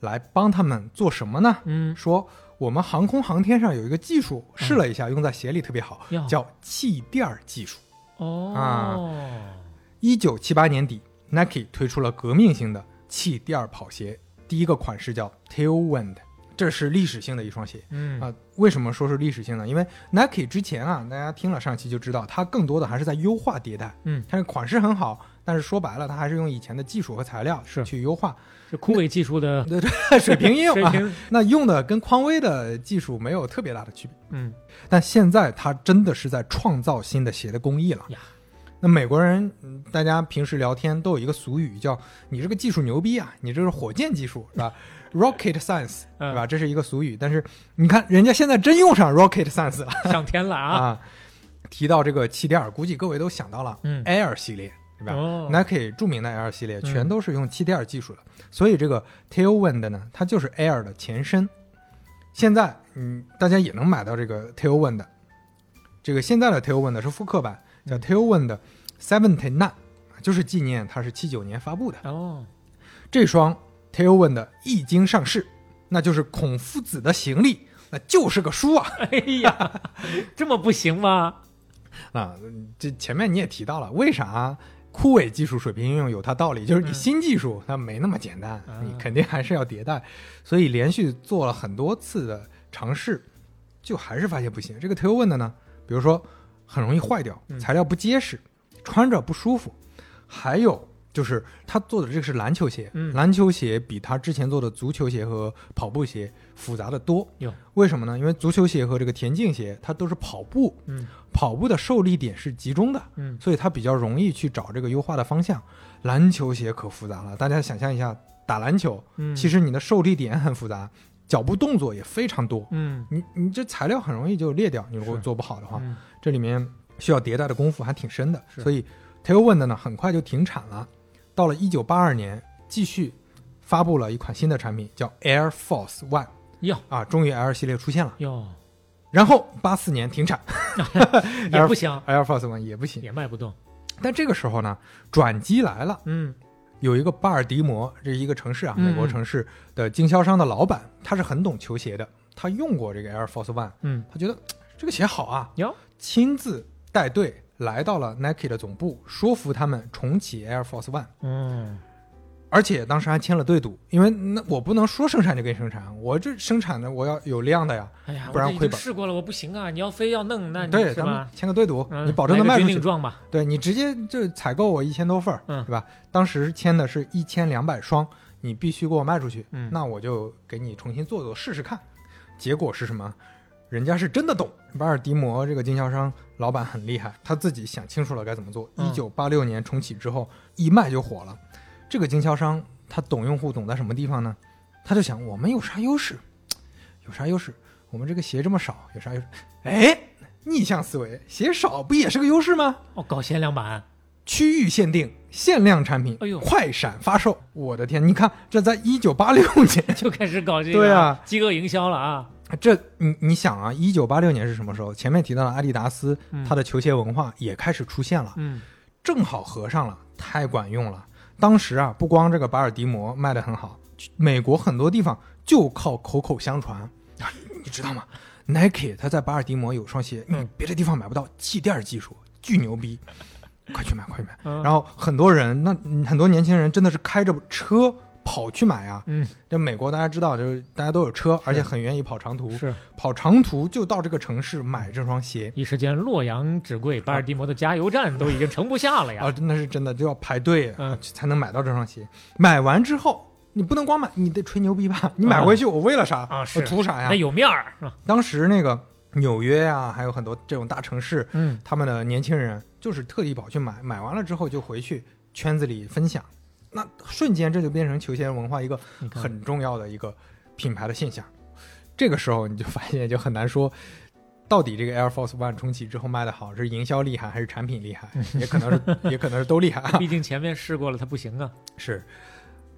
Speaker 3: 来帮他们做什么呢？
Speaker 4: 嗯，
Speaker 3: 说我们航空航天上有一个技术，试了一下，用在鞋里特别好
Speaker 4: 哟，
Speaker 3: 叫气垫儿技术。
Speaker 4: 哦，
Speaker 3: 一九七八年底，Nike 推出了革命性的气垫儿跑鞋，第一个款式叫 Tailwind，这是历史性的一双鞋。
Speaker 4: 嗯
Speaker 3: 啊、为什么说是历史性呢？因为 Nike 之前啊，大家听了上期就知道，它更多的还是在优化迭代。
Speaker 4: 嗯，
Speaker 3: 它是款式很好，但是说白了，它还是用以前的技术和材料
Speaker 4: 是
Speaker 3: 去优化，
Speaker 4: 这枯萎技术 的
Speaker 3: 对对， 水平也有
Speaker 4: 水
Speaker 3: 啊。
Speaker 4: 平，
Speaker 3: 那用的跟匡威的技术没有特别大的区别。
Speaker 4: 嗯
Speaker 3: 但现在它真的是在创造新的鞋的工艺了
Speaker 4: 呀。
Speaker 3: 那美国人，嗯大家平时聊天都有一个俗语叫“你这个技术牛逼啊，你这是火箭技术 是吧？Rocket science
Speaker 4: 嗯
Speaker 3: 是吧？”这是一个俗语，但是你看人家现在真用上 rocket science 了
Speaker 4: 上天了啊，
Speaker 3: 啊。提到这个气垫儿，估计各位都想到了
Speaker 4: 嗯
Speaker 3: Air 系列是吧
Speaker 4: 哦
Speaker 3: ？Nike 著名的 Air 系列
Speaker 4: 嗯
Speaker 3: 全都是用气垫儿技术的，所以这个 Tailwind 呢，它就是 Air 的前身。现在嗯，大家也能买到这个 Tailwind，这个现在的 Tailwind 是复刻版，
Speaker 4: 嗯
Speaker 3: 叫 Tailwind Seventy Nine，就是纪念它是七九年发布的。
Speaker 4: 哦，
Speaker 3: 这双 Tailwind 一经上市，那就是孔夫子的行李，那就是个书啊。
Speaker 4: 哎呀， 这么不行吗？
Speaker 3: 啊，这前面你也提到了，为啥枯萎技术水平应用有它道理？就是你新技术它没那么简单，
Speaker 4: 啊
Speaker 3: 你肯定还是要迭代，所以连续做了很多次的尝试，就还是发现不行。这个 Tailwind 呢，比如说很容易坏掉，
Speaker 4: 嗯
Speaker 3: 材料不结实，穿着不舒服，还有。就是他做的这个是篮球鞋，
Speaker 4: 嗯
Speaker 3: 篮球鞋比他之前做的足球鞋和跑步鞋复杂的多。
Speaker 4: 哟，
Speaker 3: 为什么呢？因为足球鞋和这个田径鞋，它都是跑步，
Speaker 4: 嗯
Speaker 3: 跑步的受力点是集中的，
Speaker 4: 嗯
Speaker 3: 所以它比较容易去找这个优化的方向。篮球鞋可复杂了，大家想象一下，打篮球，
Speaker 4: 嗯
Speaker 3: 其实你的受力点很复杂，脚步动作也非常多，
Speaker 4: 嗯
Speaker 3: 你你这材料很容易就裂掉，你如果
Speaker 4: 是
Speaker 3: 做不好的话，
Speaker 4: 嗯
Speaker 3: 这里面需要迭代的功夫还挺深的，
Speaker 4: 是
Speaker 3: 所以 Tailwind 呢很快就停产了。到了1982年，继续发布了一款新的产品，叫 Air Force One
Speaker 4: 哟
Speaker 3: 啊，终于 Air 系列出现了。
Speaker 4: 哟，
Speaker 3: 然后八四年停产
Speaker 4: 也不行，啊
Speaker 3: ，Air Force One 也不行。
Speaker 4: 也卖不动，
Speaker 3: 但这个时候呢，转机来了，
Speaker 4: 嗯
Speaker 3: 有一个巴尔的摩这一个城市啊，
Speaker 4: 嗯
Speaker 3: 美国城市的经销商的老板，他是很懂球鞋的，他用过这个 Air Force One，
Speaker 4: 嗯
Speaker 3: 他觉得嘖这个鞋好啊，
Speaker 4: 哟，
Speaker 3: 亲自带队来到了 Nike 的总部，说服他们重启 Air Force One。
Speaker 4: 嗯，
Speaker 3: 而且当时还签了对赌，因为那我不能说生产就给你生产，我这生产的我要有量的呀，
Speaker 4: 哎呀，
Speaker 3: 不然
Speaker 4: 我这已
Speaker 3: 亏
Speaker 4: 经
Speaker 3: 本
Speaker 4: 试过了，我不行啊！你要非要弄，那你
Speaker 3: 对，
Speaker 4: 是
Speaker 3: 咱们
Speaker 4: 吧？
Speaker 3: 签个对赌，
Speaker 4: 嗯，
Speaker 3: 你保证能卖
Speaker 4: 来个
Speaker 3: 出
Speaker 4: 军
Speaker 3: 去
Speaker 4: 令，状吧，
Speaker 3: 对你直接就采购我一千多份儿，
Speaker 4: 嗯
Speaker 3: 对吧？当时签的是一千两百双，你必须给我卖出去，
Speaker 4: 嗯
Speaker 3: 那我就给你重新做做试试看。结果是什么？人家是真的懂，巴尔的摩这个经销商老板很厉害，他自己想清楚了该怎么做。
Speaker 4: 嗯
Speaker 3: 一九八六年重启之后，一卖就火了。这个经销商他懂用户懂在什么地方呢？他就想我们有啥优势？有啥优势？我们这个鞋这么少，有啥优势？哎，逆向思维，鞋少不也是个优势吗？
Speaker 4: 哦，搞限量版，
Speaker 3: 区域限定、限量产品，
Speaker 4: 哎呦
Speaker 3: 快闪发售！我的天，你看这在一九八六年，
Speaker 4: 就开始搞这个
Speaker 3: 对啊
Speaker 4: 饥饿营销了啊！
Speaker 3: 这你你想啊，一九八六年是什么时候？前面提到了阿迪达斯，
Speaker 4: 嗯
Speaker 3: 它的球鞋文化也开始出现了，
Speaker 4: 嗯
Speaker 3: 正好合上了，太管用了。当时啊，不光这个巴尔的摩卖得很好，美国很多地方就靠口口相传， 啊你知道吗？Nike 它在巴尔的摩有双鞋，你别的地方买不到，气垫技术巨牛逼，快去买，快去买！
Speaker 4: 嗯
Speaker 3: 然后很多人，那嗯很多年轻人真的是开着车跑去买啊。
Speaker 4: 嗯，
Speaker 3: 这美国大家知道，就是大家都有车，而且很愿意跑长途，
Speaker 4: 是
Speaker 3: 跑长途就到这个城市买这双鞋
Speaker 4: 一时间洛阳纸贵，巴尔的摩的加油站都已经盛不下了
Speaker 3: 啊，
Speaker 4: 呀！
Speaker 3: 真的是真的就要排队、啊
Speaker 4: 嗯
Speaker 3: 才能买到这双鞋。买完之后。你不能光买，你得吹牛逼吧？你买回去，我为了啥
Speaker 4: 啊是
Speaker 3: 我图啥
Speaker 4: 那
Speaker 3: 呀？
Speaker 4: 有面儿啊，
Speaker 3: 当时那个纽约啊，还有很多这种大城市，
Speaker 4: 嗯，
Speaker 3: 他们的年轻人就是特地跑去买，买完了之后就回去圈子里分享，那瞬间这就变成球鞋文化一个
Speaker 4: 你看
Speaker 3: 很重要的一个品牌的现象。这个时候你就发现就很难说，到底这个 Air Force One 重启之后卖的好是营销厉害还是产品厉害，也可能是也可能是都厉害啊。
Speaker 4: 毕竟前面试过了，它不行啊。
Speaker 3: 是，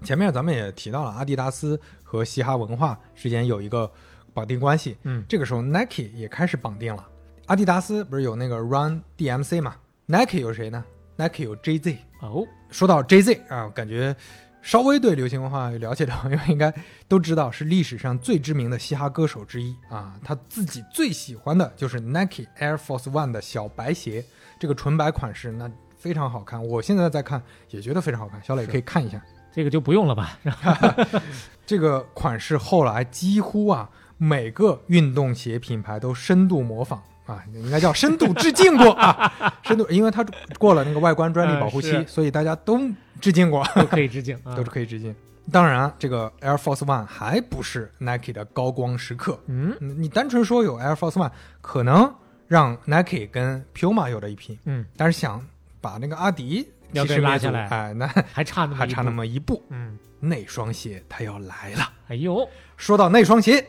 Speaker 3: 前面咱们也提到了阿迪达斯和嘻哈文化之间有一个绑定关系，
Speaker 4: 嗯
Speaker 3: 这个时候 Nike 也开始绑定了。阿迪达斯不是有那个 Run DMC 嘛？Nike 有谁呢？Nike 有 JZ。
Speaker 4: 哦，
Speaker 3: 说到 JZ 啊，我感觉稍微对流行文化有了解 的朋友应该都知道，是历史上最知名的嘻哈歌手之一啊。他自己最喜欢的就是 Nike Air Force One 的小白鞋，这个纯白款式那非常好看。我现在在看也觉得非常好看，小磊可以看一下。
Speaker 4: 这个就不用了吧？
Speaker 3: 这个款式后来几乎啊每个运动鞋品牌都深度模仿啊，应该叫深度致敬过啊， 深度，因为它过了那个外观专利保护期，
Speaker 4: 嗯是
Speaker 3: 所以大家都致敬过，
Speaker 4: 都可以致敬啊
Speaker 3: 都。是可以致敬。当然啊，这个 Air Force One 还不是 Nike 的高光时刻。
Speaker 4: 嗯
Speaker 3: 你你单纯说有 Air Force One，可能让 Nike 跟 Puma 有了一拼，
Speaker 4: 嗯，
Speaker 3: 但是想把那个阿迪
Speaker 4: 要
Speaker 3: 其
Speaker 4: 给
Speaker 3: 实
Speaker 4: 拉
Speaker 3: 灭
Speaker 4: 下
Speaker 3: 族
Speaker 4: 来
Speaker 3: 哎，那
Speaker 4: 还差那么
Speaker 3: 还
Speaker 4: 一
Speaker 3: 差
Speaker 4: 步
Speaker 3: 那么一步，
Speaker 4: 嗯，
Speaker 3: 那双鞋它要来了。
Speaker 4: 哎呦，
Speaker 3: 说到那双鞋，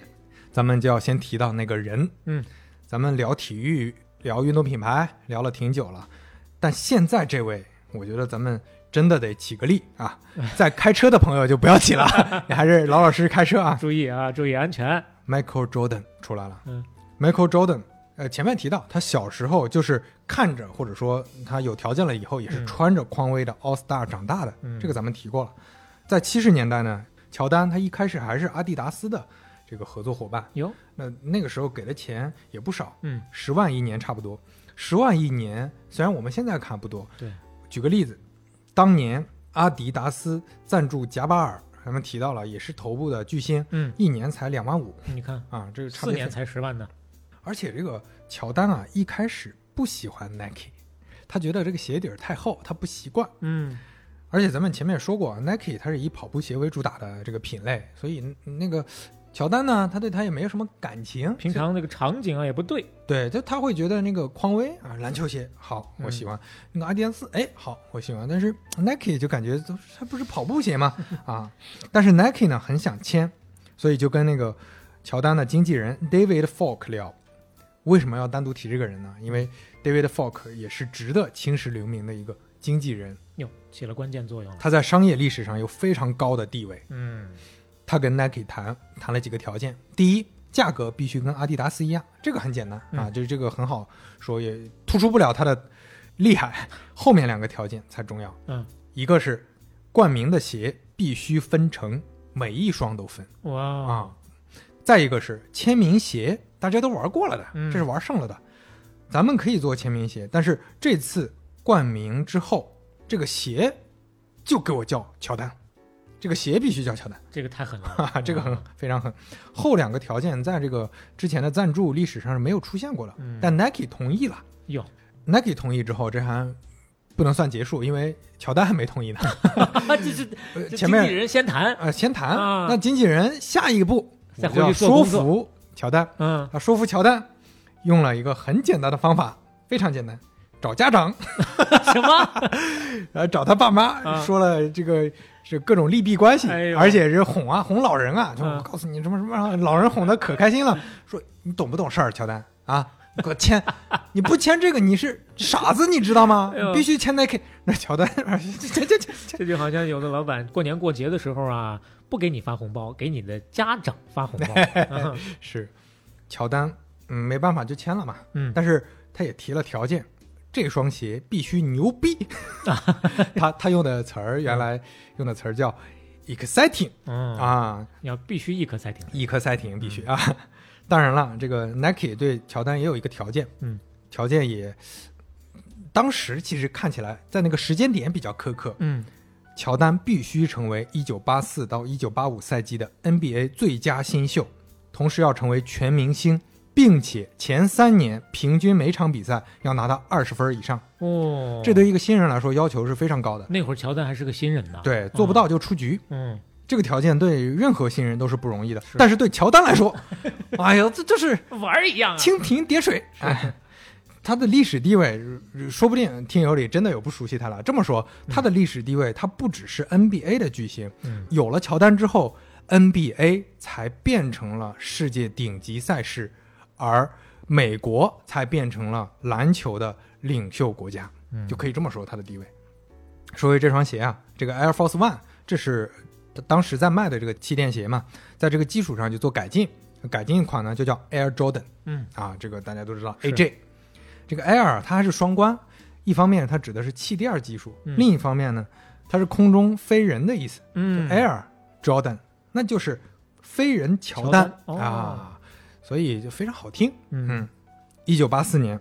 Speaker 3: 咱们就要先提到那个人。
Speaker 4: 嗯，
Speaker 3: 咱们聊体育、聊运动品牌聊了挺久了，但现在这位，我觉得咱们真的得起个力啊！在开车的朋友就不要起了， 你还是老老实实开车啊。
Speaker 4: 注意啊，注意安全。
Speaker 3: Michael Jordan 出来了。
Speaker 4: 嗯
Speaker 3: ，Michael Jordan，呃，前面提到他小时候就是看着或者说他有条件了以后，也是穿着匡威的 All Star 长大的，
Speaker 4: 嗯
Speaker 3: 这个咱们提过了。在七十年代呢，乔丹他一开始还是阿迪达斯的这个合作伙伴，
Speaker 4: 哟，
Speaker 3: 那那个时候给的钱也不少，
Speaker 4: 嗯，
Speaker 3: 十万一年差不多。十万一年，虽然我们现在看不多，
Speaker 4: 对，
Speaker 3: 举个例子，当年阿迪达斯赞助贾巴尔，咱们提到了，也是头部的巨星，
Speaker 4: 嗯，
Speaker 3: 一年才两万五
Speaker 4: 你看，
Speaker 3: 啊，这个差
Speaker 4: 四
Speaker 3: 别
Speaker 4: 年
Speaker 3: 非
Speaker 4: 才十万呢。
Speaker 3: 而且这个乔丹啊，一开始不喜欢 Nike，他觉得这个鞋底儿太厚，他不习惯。
Speaker 4: 嗯，
Speaker 3: 而且咱们前面也说过啊，Nike 它是以跑步鞋为主打的这个品类，所以嗯那个乔丹呢，他对他也没有什么感情。
Speaker 4: 平常那个场景啊也不对。
Speaker 3: 对，就他会觉得那个匡威啊，篮球鞋好，我喜欢；那个阿迪达斯，哎，好，我喜欢。但是 Nike 就感觉都是它不是跑步鞋吗？啊，但是 Nike 呢很想签，所以就跟那个乔丹的经纪人 David Falk 聊。为什么要单独提这个人呢？因为 David Falk 也是值得青史留名的一个经纪人，
Speaker 4: 哟，起了关键作用了。
Speaker 3: 他在商业历史上有非常高的地位。
Speaker 4: 嗯，
Speaker 3: 他跟 Nike 谈谈了几个条件，第一，价格必须跟阿迪达斯一样，这个很简单、啊，
Speaker 4: 嗯
Speaker 3: 就是这个很好说，也突出不了它的厉害。 后面两个条件才重要，
Speaker 4: 嗯，
Speaker 3: 一个是冠名的鞋必须分成，每一双都分
Speaker 4: 哇，
Speaker 3: 啊啊，再一个是签名鞋，大家都玩过了的，
Speaker 4: 嗯
Speaker 3: 这是玩剩了的。咱们可以做签名鞋，但是这次冠名之后，这个鞋就给我叫乔丹，这个鞋必须叫乔丹。
Speaker 4: 这个太狠
Speaker 3: 哈
Speaker 4: 了嗯
Speaker 3: 哈，，这个很非常狠。后两个条件在这个之前的赞助历史上是没有出现过的，
Speaker 4: 嗯
Speaker 3: 但 Nike 同意了。
Speaker 4: 哟，
Speaker 3: Nike 同意之后，这还不能算结束，因为乔丹还没同意 呢。
Speaker 4: 这是
Speaker 3: 呃前
Speaker 4: 这经纪
Speaker 3: 面
Speaker 4: 人 先谈，
Speaker 3: 呃先谈，
Speaker 4: 啊
Speaker 3: 那经纪人下一步
Speaker 4: 再
Speaker 3: 我
Speaker 4: 回去
Speaker 3: 就要
Speaker 4: 做
Speaker 3: 说
Speaker 4: 工作
Speaker 3: 服乔丹
Speaker 4: 嗯，
Speaker 3: 啊，说服乔丹用了一个很简单的方法，非常简单，找家长，
Speaker 4: 什么？
Speaker 3: 呃找他爸妈，
Speaker 4: 啊
Speaker 3: 说了这个。是各种利弊关系，
Speaker 4: 哎呦
Speaker 3: 而且是哄啊，哄老人啊，就
Speaker 4: 啊
Speaker 3: 告诉你什么什么，让老人哄得可开心了。说你懂不懂事儿，乔丹啊？你给我签， 你不签这个你是傻子，你知道吗？
Speaker 4: 哎呦
Speaker 3: 你必须签 Nike。那乔丹， 这这这这
Speaker 4: 这就好像有的老板过年过节的时候啊，不给你发红包，给你的家长发红 包。嗯
Speaker 3: 是乔丹，嗯，没办法就签了嘛。
Speaker 4: 嗯
Speaker 3: 但是他也提了条件，这双鞋必须牛 逼。他他用的词儿原来用的词儿叫 exciting
Speaker 4: 嗯，
Speaker 3: 啊
Speaker 4: 你要必须一颗才停。
Speaker 3: ，exciting 必须啊。 当然了，这个 Nike 对乔丹也有一个条件，
Speaker 4: 嗯，
Speaker 3: 条件也当时其实看起来在那个时间点比较苛刻，
Speaker 4: 嗯，
Speaker 3: 乔丹必须成为1984到1985赛季的 NBA 最佳新秀，同时要成为全明星，并且前三年平均每场比赛要拿到二十分以上，
Speaker 4: 哦，
Speaker 3: 这对一个新人来说要求是非常高的。
Speaker 4: 那会儿乔丹还是个新人呢。
Speaker 3: 对，做不到就出局，
Speaker 4: 嗯。
Speaker 3: 这个条件对任何新人都是不容易的。但是对乔丹来说，哎呀，这这是
Speaker 4: 嗯，玩儿一样啊。
Speaker 3: 蜻蜓点水。哎，他的历史地位，呃说不定听友里真的有不熟悉他了。这么说，他的历史地位，他不只是 NBA 的巨星，
Speaker 4: 嗯
Speaker 3: 有了乔丹之后，NBA 才变成了世界顶级赛事，而美国才变成了篮球的领袖国家，
Speaker 4: 嗯
Speaker 3: 就可以这么说他的地位。说回这双鞋啊，这个 Air Force One，这是当时在卖的这个气垫鞋嘛，在这个基础上就做改进，改进一款呢就叫 Air Jordan。
Speaker 4: 嗯
Speaker 3: 啊，这个大家都知道
Speaker 4: 是
Speaker 3: AJ，这个 Air 它还是双关，一方面它指的是气垫技术，
Speaker 4: 嗯
Speaker 3: 另一方面呢，它是空中飞人的意思。
Speaker 4: 嗯
Speaker 3: Air Jordan，那就是飞人乔
Speaker 4: 乔丹哦
Speaker 3: 啊，所以就非常好听。
Speaker 4: 嗯，
Speaker 3: 一九八四年，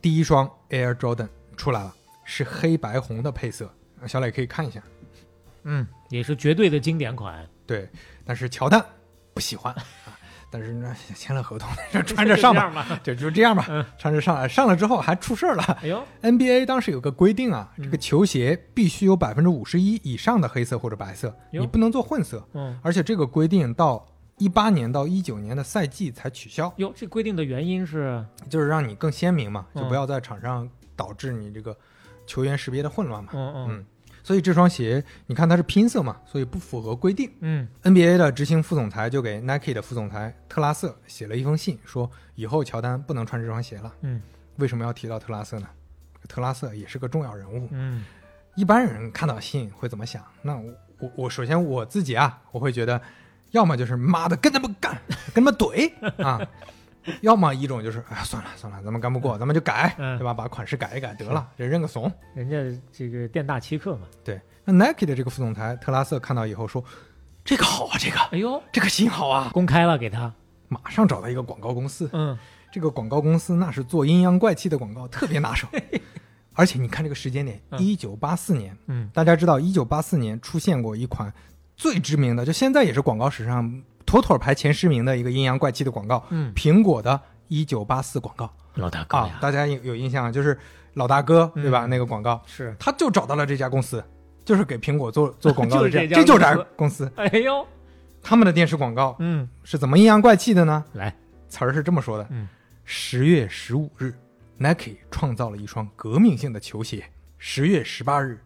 Speaker 3: 第一双 Air Jordan 出来了，是黑白红的配色，小磊可以看一下。
Speaker 4: 嗯，也是绝对的经 典款。
Speaker 3: 对，但是乔丹不喜欢啊，但是呢签了合同，穿着上
Speaker 4: 就这
Speaker 3: 吧，
Speaker 4: 样吧。
Speaker 3: 就就这样吧
Speaker 4: 嗯，
Speaker 3: 穿着上来上了之后还出事儿了。
Speaker 4: 哎呦，
Speaker 3: NBA 当时有个规定啊，
Speaker 4: 嗯
Speaker 3: 这个球鞋必须有百分之五十一以上的黑色或者白色，
Speaker 4: 哟
Speaker 3: 你不能做混色。
Speaker 4: 嗯，
Speaker 3: 而且这个规定到一八年到一九年的赛季才取消，
Speaker 4: 哟，这规定的原因是，
Speaker 3: 就是让你更鲜明嘛，
Speaker 4: 嗯
Speaker 3: 就不要在场上导致你这个球员识别的混乱嘛。
Speaker 4: 嗯嗯
Speaker 3: 嗯所以这双鞋，你看它是拼色嘛，所以不符合规定。
Speaker 4: 嗯
Speaker 3: NBA 的执行副总裁就给 Nike 的副总裁特拉瑟写了一封信，说以后乔丹不能穿这双鞋了。
Speaker 4: 嗯
Speaker 3: 为什么要提到特拉瑟呢？特拉瑟也是个重要人物。
Speaker 4: 嗯
Speaker 3: 一般人看到信会怎么想？那我我我首先我自己啊，我会觉得，要么就是妈的跟他们干，跟他们 怼啊，要么一种就是哎呀算了算了，咱们干不过，咱们就改，
Speaker 4: 嗯
Speaker 3: 对吧？把款式改一改得了，这认个怂。
Speaker 4: 人家这个店大欺客嘛。
Speaker 3: 对，那 Nike 的这个副总裁特拉瑟看到以后说，这个好啊，这个
Speaker 4: 哎呦，
Speaker 3: 这个新好啊，
Speaker 4: 公开了给他。
Speaker 3: 马上找到一个广告公司，
Speaker 4: 嗯
Speaker 3: 这个广告公司那是做阴阳怪气的广告，特别 拿手。而且你看这个时间点，
Speaker 4: 嗯
Speaker 3: 一九八四年，
Speaker 4: 嗯
Speaker 3: 大家知道，一九八四年出现过一款最知名的，就现在也是广告史上妥妥排前十名的一个阴阳怪气的广告，
Speaker 4: 嗯
Speaker 3: 苹果的“一九八四”广告
Speaker 1: 老大哥
Speaker 3: 啊
Speaker 1: 呀，，
Speaker 3: 大家有有印象，就是老大哥对
Speaker 4: 嗯
Speaker 3: 吧？那个广告，
Speaker 4: 是。
Speaker 3: 他就找到了这家公司，就是给苹果做做广告的
Speaker 4: 就是
Speaker 3: 这
Speaker 4: 这
Speaker 3: 家，这
Speaker 4: 家
Speaker 3: 就
Speaker 4: 公司
Speaker 3: 是这家公司，
Speaker 4: 哎呦，
Speaker 3: 他们的电视广告
Speaker 4: 嗯，
Speaker 3: 是怎么阴阳怪气的呢？
Speaker 4: 来，
Speaker 3: 词儿是这么说的：
Speaker 4: 嗯，
Speaker 3: 十月十五日，Nike 创造了一双革命性的球鞋；十月十八日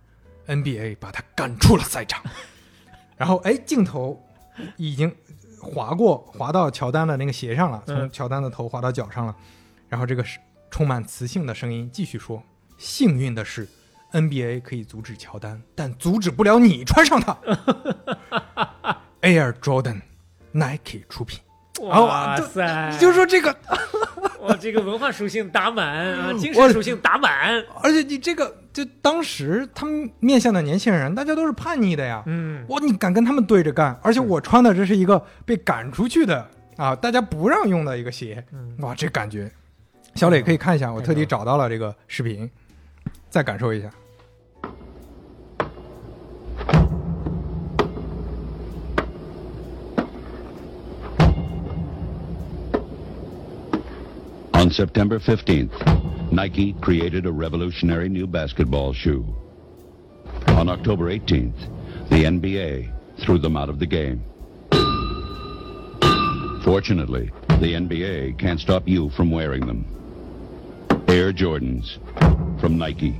Speaker 3: ，NBA 把他赶出了赛场。然后，哎，镜头已经划过，划到乔丹的那个鞋上了，从
Speaker 4: 嗯
Speaker 3: 乔丹的头划到脚上了。然后，这个是充满磁性的声音继续说：幸运的是。NBA 可以阻止乔丹，但阻止不了你穿上 它。Air Jordan Nike 出品，
Speaker 4: 哇塞，
Speaker 3: 就是哦说这个
Speaker 4: 我这个文化属性 打满啊，精
Speaker 3: 我
Speaker 4: 神属性打满。
Speaker 3: 而且你这个，就当时他们面向的年轻人，大家都是叛逆的呀。
Speaker 4: 嗯，
Speaker 3: 哇，你敢跟他们对着干？而且我穿的这是一个被赶出去的啊，大家不让用的一个鞋。哇，这感觉小磊可以看一下，我
Speaker 4: 嗯太
Speaker 3: 特地
Speaker 4: 棒
Speaker 3: 找到了这个视频，再感受一下。
Speaker 6: On September 15th, Nike created a revolutionary new basketball shoe. On October 18th, the NBA threw them out of the game. Fortunately, the NBA can't stop you from wearing them. Air Jordans from Nike.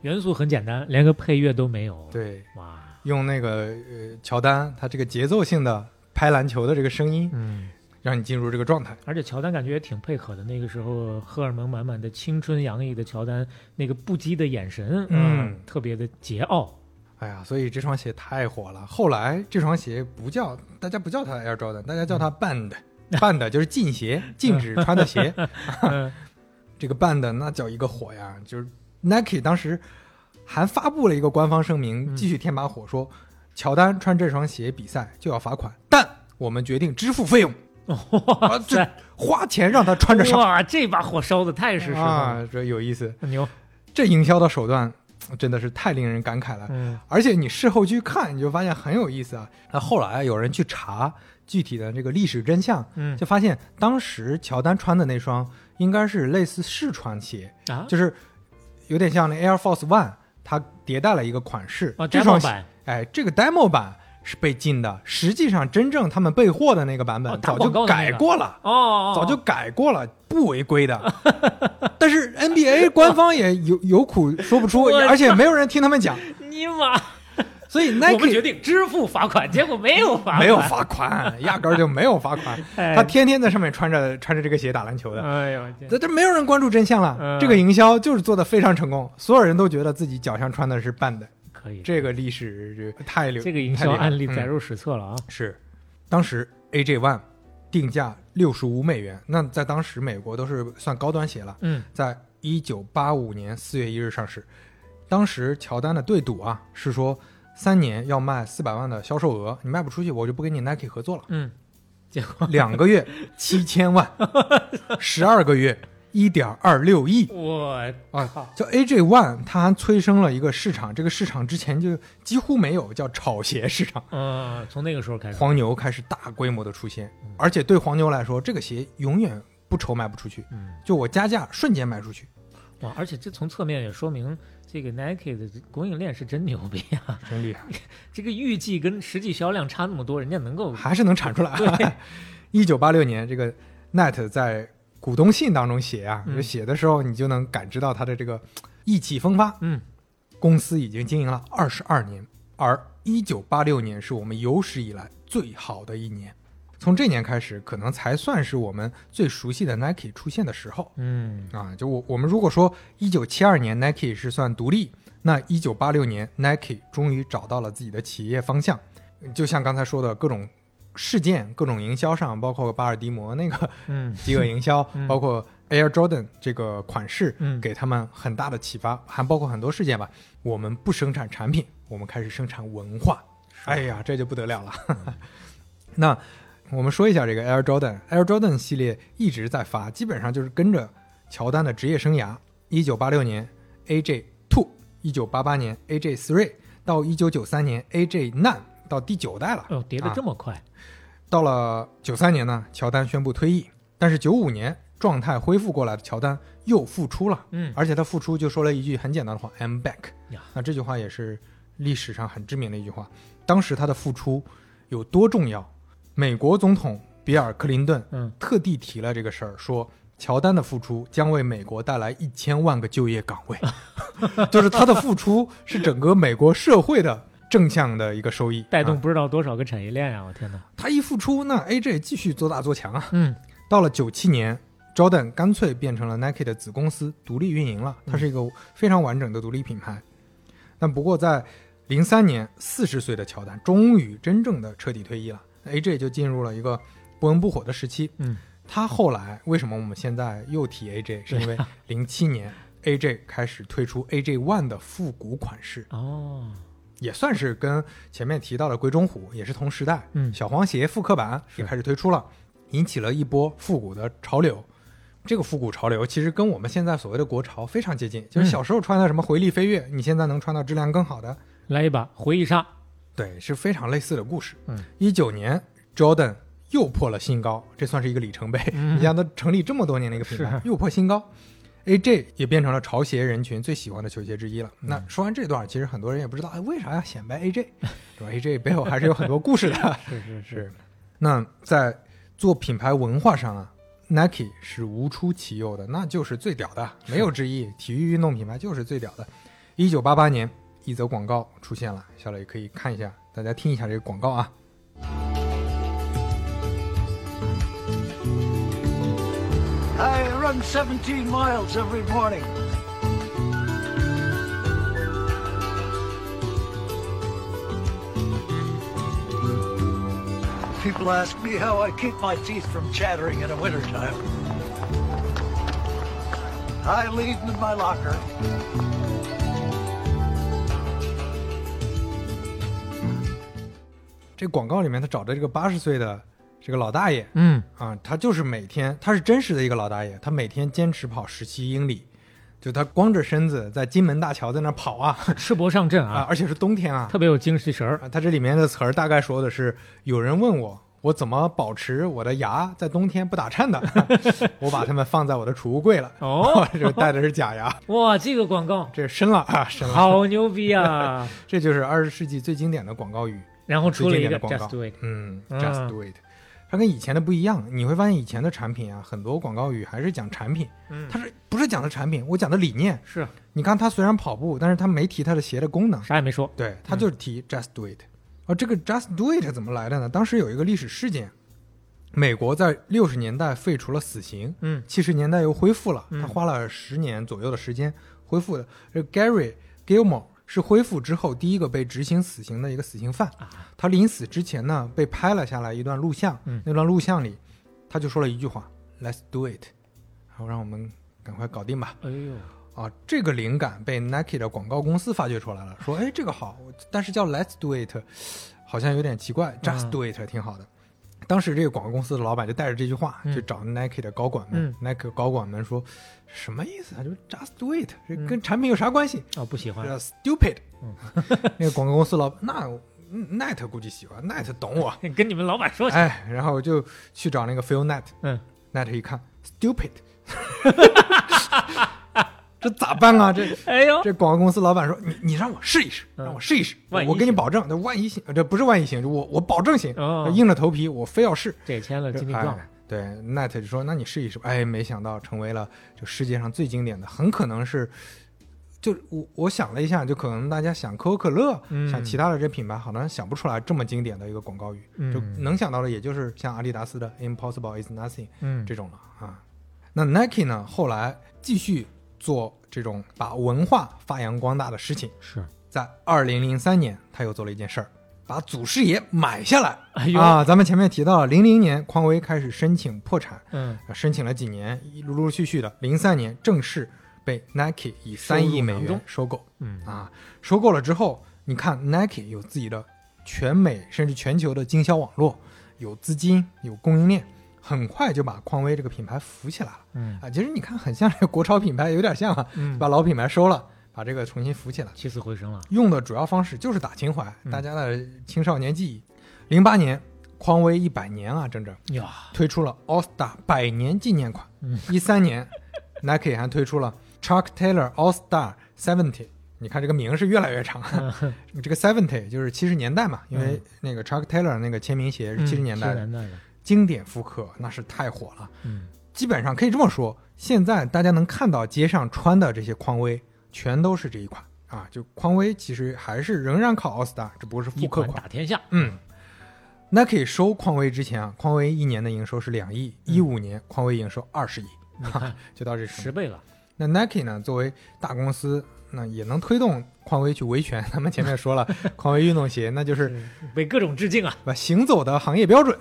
Speaker 4: 元素很简单，连个配乐都没有。，
Speaker 3: 对，
Speaker 4: 哇，
Speaker 3: 用那个呃乔丹他这个节奏性的拍篮球的这个声音，
Speaker 4: 嗯，
Speaker 3: 让你进入这个状态。
Speaker 4: 而且乔丹感觉也挺配合的。那个时候荷尔蒙满满的、青春洋溢的乔丹，那个不羁的眼神，啊
Speaker 3: 嗯
Speaker 4: 特别的桀骜。
Speaker 3: 哎呀，所以这双鞋太火了。后来这双鞋不叫大家不叫它 Air Jordan，大家叫它 Band。Band 就是禁鞋，禁止穿的 鞋。
Speaker 4: 嗯
Speaker 3: 这个 Band 那叫一个火呀！就是 Nike 当时还发布了一个官方声明，继续添把火说，乔丹穿这双鞋比赛就要罚款，但我们决定支付费用，
Speaker 4: 哇
Speaker 3: 啊，这
Speaker 4: 塞！
Speaker 3: 花钱让他穿着上
Speaker 4: 哇，这把火烧的太实实了，
Speaker 3: 啊，这有意思。
Speaker 4: 很牛。
Speaker 3: 这营销的手段真的是太令人感慨了。
Speaker 4: 嗯，
Speaker 3: 而且你事后去看，你就发现很有意思啊。那后来有人去查具体的这个历史真相，
Speaker 4: 嗯
Speaker 3: 就发现当时乔丹穿的那双应该是类似试穿鞋，
Speaker 4: 啊，
Speaker 3: 就是有点像那 Air Force One，它迭代了一个款式。
Speaker 4: 啊
Speaker 3: 这双
Speaker 4: demo 版，
Speaker 3: 哎，这个 demo 版是被禁的，实际上真正他们备货的那个版本
Speaker 4: 哦打
Speaker 3: 早就
Speaker 4: 广告的那
Speaker 3: 改
Speaker 4: 个
Speaker 3: 过了。
Speaker 4: 哦哦，哦
Speaker 3: 早就改过了，不违规的。 但是 NBA 官方也有有苦说不出，
Speaker 4: 我
Speaker 3: 而且没有人听他们讲，
Speaker 4: 尼玛，
Speaker 3: 所以
Speaker 4: 我们决
Speaker 3: Nike
Speaker 4: 定支付罚款，结果没有罚款，
Speaker 3: 没有。罚款，压根儿就没有罚款。
Speaker 4: 哎
Speaker 3: 他天天在上面穿着穿着这个鞋打篮球的，
Speaker 4: 哎呦，我天
Speaker 3: 这这没有人关注真相了。
Speaker 4: 嗯
Speaker 3: 这个营销就是做的非常成功，所有人都觉得自己脚上穿的是半的。
Speaker 4: 可以，
Speaker 3: 这个历史这太流，
Speaker 4: 这个营
Speaker 3: 太
Speaker 4: 销
Speaker 3: 厉害了
Speaker 4: 案例载
Speaker 3: 嗯
Speaker 4: 入史册了啊。
Speaker 3: 是，当时 AJ One 定价六十五美元，那在当时美国都是算高端鞋了。
Speaker 4: 嗯，。
Speaker 3: 在一九八五年四月一日上市，当时乔丹的对赌啊是说三年要卖四百万的销售额，你卖不出去我就不跟你 Nike 合作了
Speaker 4: 嗯，结果
Speaker 3: 两个 月七千万，十二个月一点二六亿。
Speaker 4: 我
Speaker 3: 啊，叫 AJ One，它还催生了一个市场，这个市场之前就几乎没有，叫炒鞋市场。
Speaker 4: 嗯，从那个时候开始，
Speaker 3: 黄牛开始大规模的出现，而且对黄牛来说，这个鞋永远不愁卖不出去，
Speaker 4: 嗯，
Speaker 3: 就我加价瞬间卖出去，
Speaker 4: 哇，而且这从侧面也说明这个 Nike 的供应链是真牛逼啊！
Speaker 3: 真厉害，
Speaker 4: 这个预计跟实际销量差那么多，人家能够
Speaker 3: 还是能产出来。 一九八六年，这个 Net 在股东信当中写啊，
Speaker 4: 嗯
Speaker 3: 就写的时候你就能感知到他的这个意气风发。
Speaker 4: 嗯，
Speaker 3: 公司已经经营了二十二年，而一九八六年是我们有史以来最好的一年。从这年开始，可能才算是我们最熟悉的 Nike 出现的时候。
Speaker 4: 嗯
Speaker 3: 啊，就我我们如果说一九七二年 Nike 是算独立，那一九八六年 Nike 终于找到了自己的企业方向，就像刚才说的各种事件、各种营销上，包括巴尔的摩那个
Speaker 4: 嗯
Speaker 3: 饥饿营销，
Speaker 4: 嗯
Speaker 3: 包括 Air Jordan 这个款式，
Speaker 4: 嗯
Speaker 3: 给他们很大的启发，还包括很多事件吧。我们不生产产品，我们开始生产文化。哎呀，这就不得了 了。那我们说一下这个 Air Jordan，Air Jordan 系列一直在发，基本上就是跟着乔丹的职业生涯。一九八六年 AJ Two，一九八八年 AJ Three，到一九九三年 AJ Nine，到第九代了。
Speaker 4: 哦，叠的
Speaker 3: 啊
Speaker 4: 这么快，
Speaker 3: 到了九三年呢，乔丹宣布退役，但是九五年状态恢复过来的乔丹又复出了，
Speaker 4: 嗯
Speaker 3: 而且他复出就说了一句很简单的话：“I'm back。
Speaker 4: 呀”
Speaker 3: 那这句话也是历史上很知名的一句话。当时他的复出有多重要？美国总统比尔·克林顿
Speaker 4: 嗯
Speaker 3: 特地提了这个事儿，说乔丹的付出将为美国带来一千万个就业岗位， 就是他的付出是整个美国社会的正向的一个收益，
Speaker 4: 带动
Speaker 3: 啊
Speaker 4: 不知道多少个产业链呀！啊我天哪，
Speaker 3: 他一付出，那 AJ 继续做大做强啊。
Speaker 4: 嗯
Speaker 3: 到了九七年，Jordan 干脆变成了 Nike 的子公司，独立运营了。
Speaker 4: 嗯
Speaker 3: 它是一个非常完整的独立品牌。但不过在零三年，四十岁的乔丹终于真正的彻底退役了，AJ 就进入了一个不温不火的时期。
Speaker 4: 嗯，
Speaker 3: 他后来为什么我们现在又提 AJ，是因 为零七年 AJ 开始推出 AJ One 的复古款式，
Speaker 4: 哦，
Speaker 3: 也算是跟前面提到的鬼冢虎也是同时代，
Speaker 4: 嗯
Speaker 3: 小黄鞋复刻版也开始推出了，引起了一波复古的潮流。这个复古潮流其实跟我们现在所谓的国潮非常接近，就是小时候穿的什么回力飞跃，你现在能穿到质量更好的，
Speaker 4: 来一把回忆杀，
Speaker 3: 对，是非常类似的故事。
Speaker 4: 嗯，
Speaker 3: 一九年，Jordan 又破了新高，这算是一个里程碑。
Speaker 4: 嗯
Speaker 3: 你想，他成立这么多年的一个品
Speaker 4: 啊
Speaker 3: 牌，又破新高，AJ 也变成了潮鞋人群最喜欢的球鞋之一了。那
Speaker 4: 嗯
Speaker 3: 说完这段，其实很多人也不知道，哎，为啥要显摆 AJ？说 AJ 背后还是有很多故事的。
Speaker 4: 是是
Speaker 3: 是，那在做品牌文化上啊，Nike 是无出其右的，那就是最屌的，没有之一。体育运动品牌就是最屌的。一九八八年，一则广告出现了，小磊可以看一下，大家听一下这个广告啊。
Speaker 7: I run 17 miles every morning. People ask me how I keep my teeth from chattering in the wintertime. I leave them in my locker.
Speaker 3: 这广告里面他找的这个八十岁的这个老大爷
Speaker 4: 嗯，
Speaker 3: 啊，他就是每天他是真实的一个老大爷，他每天坚持跑十七英里，就他光着身子在金门大桥在那儿跑啊
Speaker 4: 赤膊上阵
Speaker 3: 啊
Speaker 4: 啊，，
Speaker 3: 而且是冬天啊。
Speaker 4: 特别有精气神儿。
Speaker 3: 啊，它这里面的词儿大概说的是，有人问我，我怎么保持我的牙在冬天不打颤的？ 我把它们放在我的储物柜了。
Speaker 4: 哦
Speaker 3: 这带的是假牙，
Speaker 4: 哇，这个 广告
Speaker 3: 这深了啊，深了。
Speaker 4: 好牛 逼啊！
Speaker 3: 这就是二十世纪最经典的广告语。
Speaker 4: 然后出了
Speaker 3: 最经
Speaker 4: 一
Speaker 3: 典的广
Speaker 4: 个
Speaker 3: 告
Speaker 4: Just Do It，
Speaker 3: 嗯
Speaker 4: 嗯
Speaker 3: ，Just do it。它跟以前的不一样，你会发现以前的产品啊，很多广告语还是讲产品，
Speaker 4: 嗯
Speaker 3: 它是不是讲的产品？我讲的理念。
Speaker 4: 是
Speaker 3: 你看，它虽然跑步，但是它没提它的鞋的功能，
Speaker 4: 啥也没说。嗯
Speaker 3: 对，他就是提 Just Do It。而这个 Just Do It 怎么来的呢？当时有一个历史事件，美国在六十年代废除了死刑，
Speaker 4: 嗯
Speaker 3: 七十年代又恢复了，
Speaker 4: 嗯
Speaker 3: 他花了十年左右的时间恢复的。这 Gary Gilmore 是恢复之后第一个被执行死刑的一个死刑犯，
Speaker 4: 啊
Speaker 3: 他临死之前呢被拍了下来一段录像，
Speaker 4: 嗯
Speaker 3: 那段录像里他就说了一句话：“Let's do it”，然后让我们赶快搞定吧。
Speaker 4: 哎呦，
Speaker 3: 啊，这个灵感被 Nike 的广告公司发掘出来了，说哎这个好，但是叫 Let's Do It 好像有点奇怪，Just Do It 挺好的。当时这个广告公司的老板就带着这句话
Speaker 4: 嗯
Speaker 3: 去找 Nike 的高管们、n i k e 高管们说什么意思啊？就是 Just Do It 这跟产品有啥关系？
Speaker 4: 哦，不喜
Speaker 3: 这
Speaker 4: 欢
Speaker 3: 叫 Stupid。那个 广告公司老板那嗯 Net 估计喜欢，Net 懂我。
Speaker 4: 跟你们老板 说去。
Speaker 3: 哎，然后就去找那个 Phil Net，
Speaker 4: 嗯，
Speaker 3: Net 一看，Stupid，这咋办啊？这
Speaker 4: 哎呦，
Speaker 3: 这广告公司老板说：“你你让我试一试，让我试一试，
Speaker 4: 嗯万一
Speaker 3: 我给你
Speaker 4: 行
Speaker 3: 保证，这万一行，这不是万一行，我我保证行，
Speaker 4: 哦
Speaker 3: 硬着头皮我非要试。
Speaker 4: 这也签了
Speaker 3: 这
Speaker 4: 禁令状
Speaker 3: 哎。对，Net 就说：“那你试一试吧。”哎，没想到成为了就世界上最经典的，很可能是，就我我想了一下，就可能大家想可口可乐，
Speaker 4: 嗯
Speaker 3: 想其他的这品牌，好像想不出来这么经典的一个广告语，就
Speaker 4: 嗯
Speaker 3: 能想到的也就是像阿迪达斯的 “Impossible is nothing”，
Speaker 4: 嗯
Speaker 3: 这种了啊。那 Nike 呢，后来继续做这种把文化发扬光大的事情，
Speaker 4: 是
Speaker 3: 在二零零三年，他又做了一件事儿，把祖师爷买下来。
Speaker 4: 哎呦
Speaker 3: 啊，咱们前面提到了，零零年匡威开始申请破产，
Speaker 4: 嗯，
Speaker 3: 啊申请了几年，一陆陆续续的，零三年正式被 Nike 以三亿美元收购。
Speaker 4: 嗯
Speaker 3: 啊，收购了之后，你看 Nike 有自己的全美甚至全球的经销网络，有资金，有供应链，很快就把匡威这个品牌扶起来了。
Speaker 4: 嗯
Speaker 3: 啊，其实你看，很像这个国潮品牌，有点像啊，
Speaker 4: 嗯
Speaker 3: 把老品牌收了，把这个重新扶起来。
Speaker 4: 起死回生了。
Speaker 3: 用的主要方式就是打情怀，大家的青少年记忆。零八年，匡威一百年啊，整整
Speaker 4: 呀，
Speaker 3: 推出了 All Star 百年纪念款。一三、年，Nike 还推出了 Chuck Taylor All Star Seventy。你看这个名是越来越长， 这个 seventy 就是七十年代嘛，因为那个 Chuck Taylor 那个签名鞋是七十年代
Speaker 4: 70
Speaker 3: 的，
Speaker 4: 嗯年代的，
Speaker 3: 经典复刻那是太火了。
Speaker 4: 嗯，
Speaker 3: 基本上可以这么说，现在大家能看到街上穿的这些匡威，全都是这一款啊。就匡威其实还是仍然靠奥斯达，只不过是
Speaker 4: 一
Speaker 3: 复刻
Speaker 4: 款
Speaker 3: 款。
Speaker 4: 打天下。
Speaker 3: 嗯，Nike 收匡威之前啊，匡威一年的营收是两亿，一五年匡威营收二十亿，哈哈， 就到这
Speaker 4: 十
Speaker 3: 时。
Speaker 4: 倍了，
Speaker 3: 那 Nike 呢，作为大公司，那也能推动匡威去维权。咱们前面说了，匡威运动鞋那就是
Speaker 4: 为各种致敬啊！
Speaker 3: 把行走的行业标准。